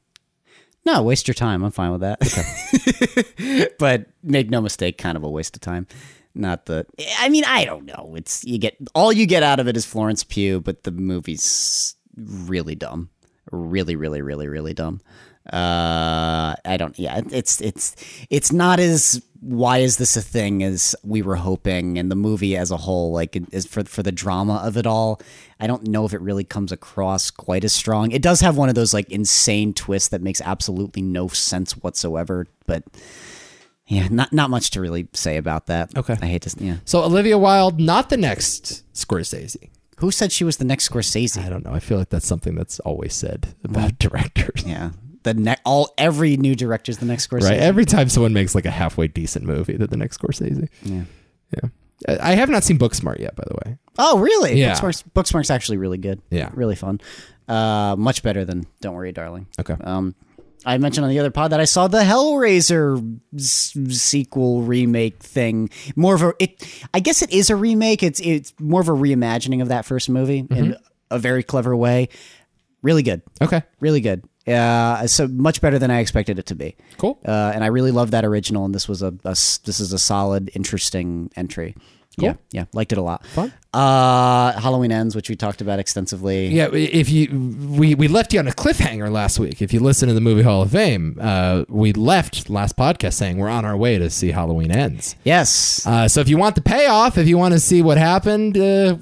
B: No, waste your time. I'm fine with that. but make no mistake, kind of a waste of time. Not the. I mean, I don't know. It's you get all you get out of it is Florence Pugh, but the movie's really dumb, really, really, really, really dumb. Uh, I don't. Yeah, it's it's it's not as why is this a thing as we were hoping, and the movie as a whole, like it- is for for the drama of it all. I don't know if it really comes across quite as strong. It does have one of those like insane twists that makes absolutely no sense whatsoever, but. Yeah, not not much to really say about that.
A: Okay.
B: I hate to. Yeah,
A: So Olivia Wilde, not the next Scorsese.
B: who said she was the next Scorsese?
A: I don't know. I feel like that's something that's always said about directors.
B: Yeah, the ne- all every new director's the next Scorsese.
A: Right. Every time someone makes like a halfway decent movie, they're the next Scorsese. Yeah. Yeah. I I have not seen Booksmart yet, by the way.
B: Oh, really?
A: Yeah.
B: Booksmart's, Booksmart's actually really good.
A: Yeah.
B: Really fun. Uh, much better than Don't Worry, Darling.
A: Okay.
B: Um, I mentioned on the other pod that I saw the Hellraiser s- sequel remake thing. More of a, it, I guess it is a remake. It's it's more of a reimagining of that first movie
A: Mm-hmm.
B: in a very clever way. Really good,
A: Okay.
B: really good. Uh, so much better than I expected it to be.
A: Cool.
B: Uh, and I really loved that original. And this was a, a s- this is a solid, interesting entry. Yeah, yeah, liked it a lot.
A: Fun.
B: Uh, Halloween ends, which we talked about extensively.
A: Yeah, if you we, we left you on a cliffhanger last week. If you listen to the movie Hall of Fame, uh, we left last podcast saying we're on our way to see Halloween Ends.
B: Yes,
A: Uh, so if you want the payoff, if you want to see what happened uh,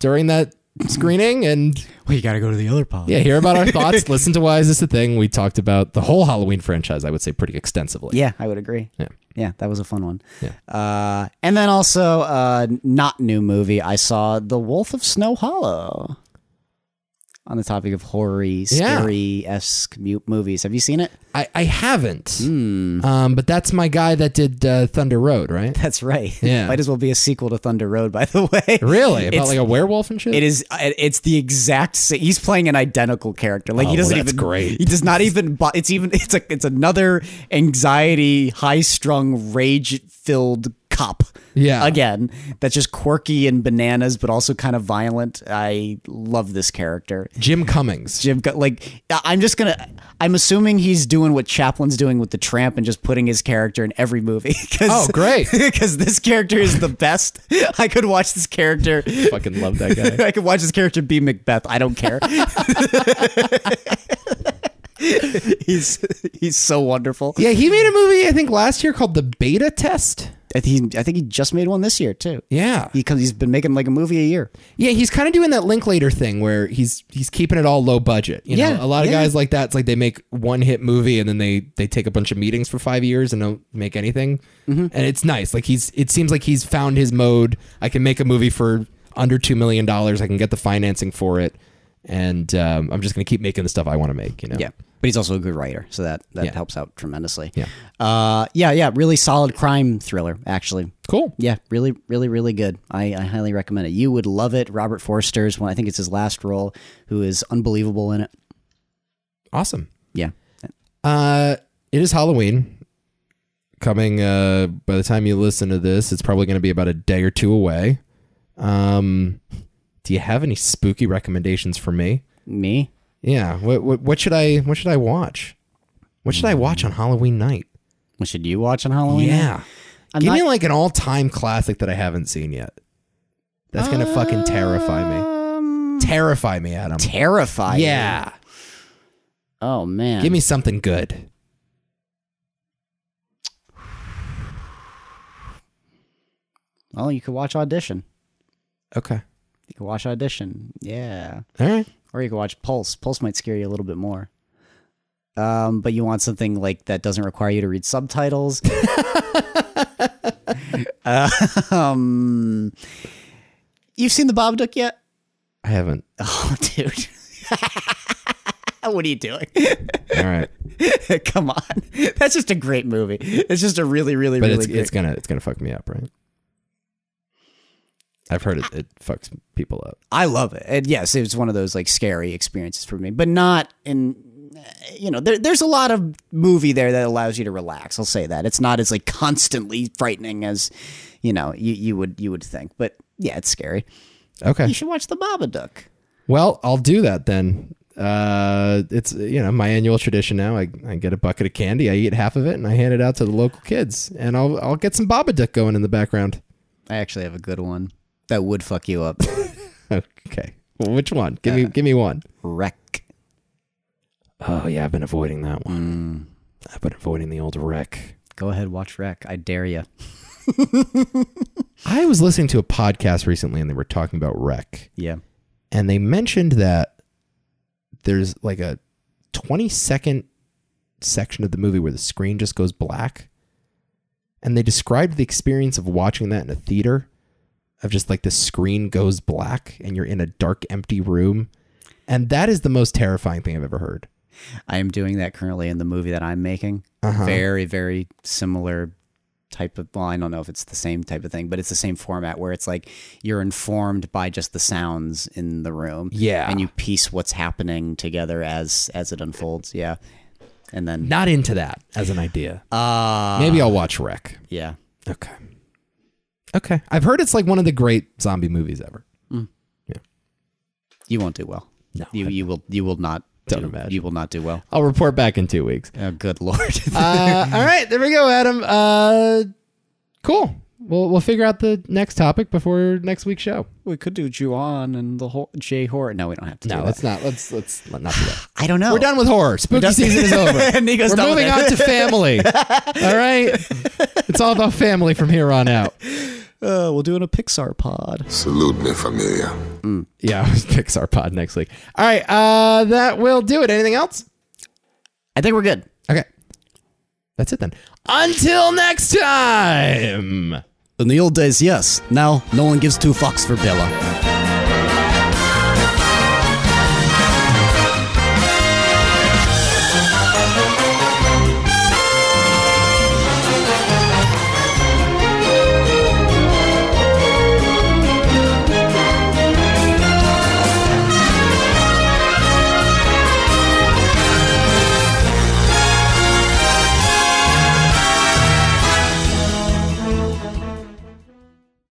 A: during that screening, and
B: well, you got to go to the other pod.
A: yeah, hear about our thoughts, listen to why is this a thing? We talked about the whole Halloween franchise. I would say pretty extensively.
B: Yeah, I would agree.
A: Yeah.
B: that was a fun one. Uh, and then also, uh, not new movie. I saw The Wolf of Snow Hollow. On the topic of horror, scary esque movies, have you seen it?
A: I, I haven't,
B: Hmm.
A: um, but that's my guy that did uh, Thunder Road, right?
B: That's right.
A: Yeah.
B: might as well be a sequel to Thunder Road, by the way.
A: Really, about
B: It's-
A: like a werewolf and shit.
B: It is. It's the exact. sa- He's playing an identical character. Like
A: Oh,
B: he doesn't
A: well, that's
B: even.
A: great.
B: He does not even. bo- It's even. It's a. It's another anxiety, high strung, rage filled cop.
A: Yeah.
B: Again, that's just quirky and bananas, but also kind of violent. I love this character.
A: Jim Cummings.
B: Jim, Gu- like, I- I'm just gonna. I'm assuming he's doing what Chaplin's doing with the Tramp and just putting his character in every movie.
A: Oh,
B: 'Cause-
A: great.
B: Because this character is the best. I could watch this character
A: Fucking love that guy.
B: I could watch this character be Macbeth. I don't care. he's he's so wonderful.
A: Yeah, he made a movie I think last year called The Beta Test.
B: I think he, I think he just made one this year too.
A: Yeah.
B: He comes, he's been making like a movie a year.
A: Yeah, he's kind of doing that Linklater thing where he's he's keeping it all low budget. You
B: Yeah,
A: know, a lot of
B: yeah.
A: guys like that. It's like they make one hit movie and then they they take a bunch of meetings for five years and don't make anything.
B: Mm-hmm.
A: And it's nice. Like he's it seems like he's found his mode. I can make a movie for under two million dollars. I can get the financing for it, and um, I'm just gonna keep making the stuff I want to make. You know.
B: Yeah. But he's also a good writer, so that that
A: Yeah.
B: helps out tremendously.
A: Yeah.
B: Uh yeah, yeah, really solid crime thriller actually.
A: Cool.
B: Yeah, really, really, really good. I, I highly recommend it. You would love it. Robert Forster's one. I think it's his last role, who is unbelievable in it.
A: Awesome.
B: Yeah,
A: Uh, it is Halloween. Coming uh, by the time you listen to this, it's probably going to be about a day or two away. Um, do you have any spooky recommendations for me?
B: me.
A: Yeah. What, what what should I what should I watch? What should I watch on Halloween night?
B: What should you watch on Halloween?
A: Yeah.
B: I'm
A: Give me
B: not-
A: like an all time classic that I haven't seen yet. That's gonna fucking terrify
B: Um,
A: me. Terrify me, Adam.
B: terrifying.
A: yeah.
B: Oh man.
A: Give me something good.
B: Well, you could watch audition.
A: Okay.
B: You could watch audition. Yeah.
A: All right.
B: Or you could watch Pulse. Pulse might scare you a little bit more. Um, but you want something like that doesn't require you to read subtitles. Uh, um, you've seen the Babadook yet?
A: I haven't.
B: Oh, dude. what are you doing?
A: All right.
B: Come on. That's just a great movie. It's just a really, really,
A: but
B: really
A: it's
B: great
A: it's gonna it's gonna fuck me up, right? I've heard it, it fucks people up.
B: I love it. And yes, it was one of those like scary experiences for me, but not in you know, there, there's a lot of movie there that allows you to relax. I'll say that. It's not as like constantly frightening as, you know, you, you would you would think. But yeah, it's scary. You
A: Okay,
B: should watch The Babadook.
A: well I'll do that then. Uh, it's you know my annual tradition now. I, I get a bucket of candy, I eat half of it, and I hand it out to the local kids, and I'll I'll get some Babadook going in the background.
B: I actually have a good one that would fuck you up.
A: Okay, well, which one? Give me give me one.
B: Wreck.
A: Uh, Oh yeah, I've been avoiding that one. I've been avoiding the old wreck.
B: Mm. Go ahead, watch Wreck. I dare you.
A: I was listening to a podcast recently, and they were talking about wreck.
B: Yeah.
A: and they mentioned that there's like a 20 second section of the movie where the screen just goes black and they described the experience of watching that in a theater of just like the screen goes black and you're in a dark empty room and that is the most terrifying thing i've ever heard
B: I am doing that currently in the movie that I'm making.
A: Uh-huh.
B: Very, very similar type of well, I don't know if it's the same type of thing, but it's the same format where it's like you're informed by just the sounds in the room.
A: Yeah.
B: And you piece what's happening together as as it unfolds. Yeah. And then
A: Not into that as an idea. Uh, Maybe I'll watch Wreck.
B: yeah.
A: Okay. Okay. I've heard it's like one of the great zombie movies ever.
B: You won't do well.
A: No,
B: You you will you will not
A: Don't
B: do,
A: imagine.
B: you will not do well.
A: I'll report back in two weeks.
B: Oh, good lord.
A: Uh, all right. There we go, Adam. Uh, cool. We'll, we'll figure out the next topic before next week's show.
B: we could do Juan and the whole J horror. No, we don't have to do
A: No,
B: that.
A: let's not. Let's let's not do that.
B: I don't know.
A: We're done with horror. Spooky
B: done-
A: season is over.
B: Nico's
A: We're
B: done with
A: moving on
B: it.
A: to family. all right. It's all about family from here on out.
B: Uh, we'll do it in a Pixar pod.
D: Salute me, familia.
A: Yeah, Pixar pod next week. All right. Uh, that will do it. Anything else?
B: I think we're good.
A: Okay. That's it then. Until next time.
B: In the old days, yes. Now, no one gives two fucks for Bella.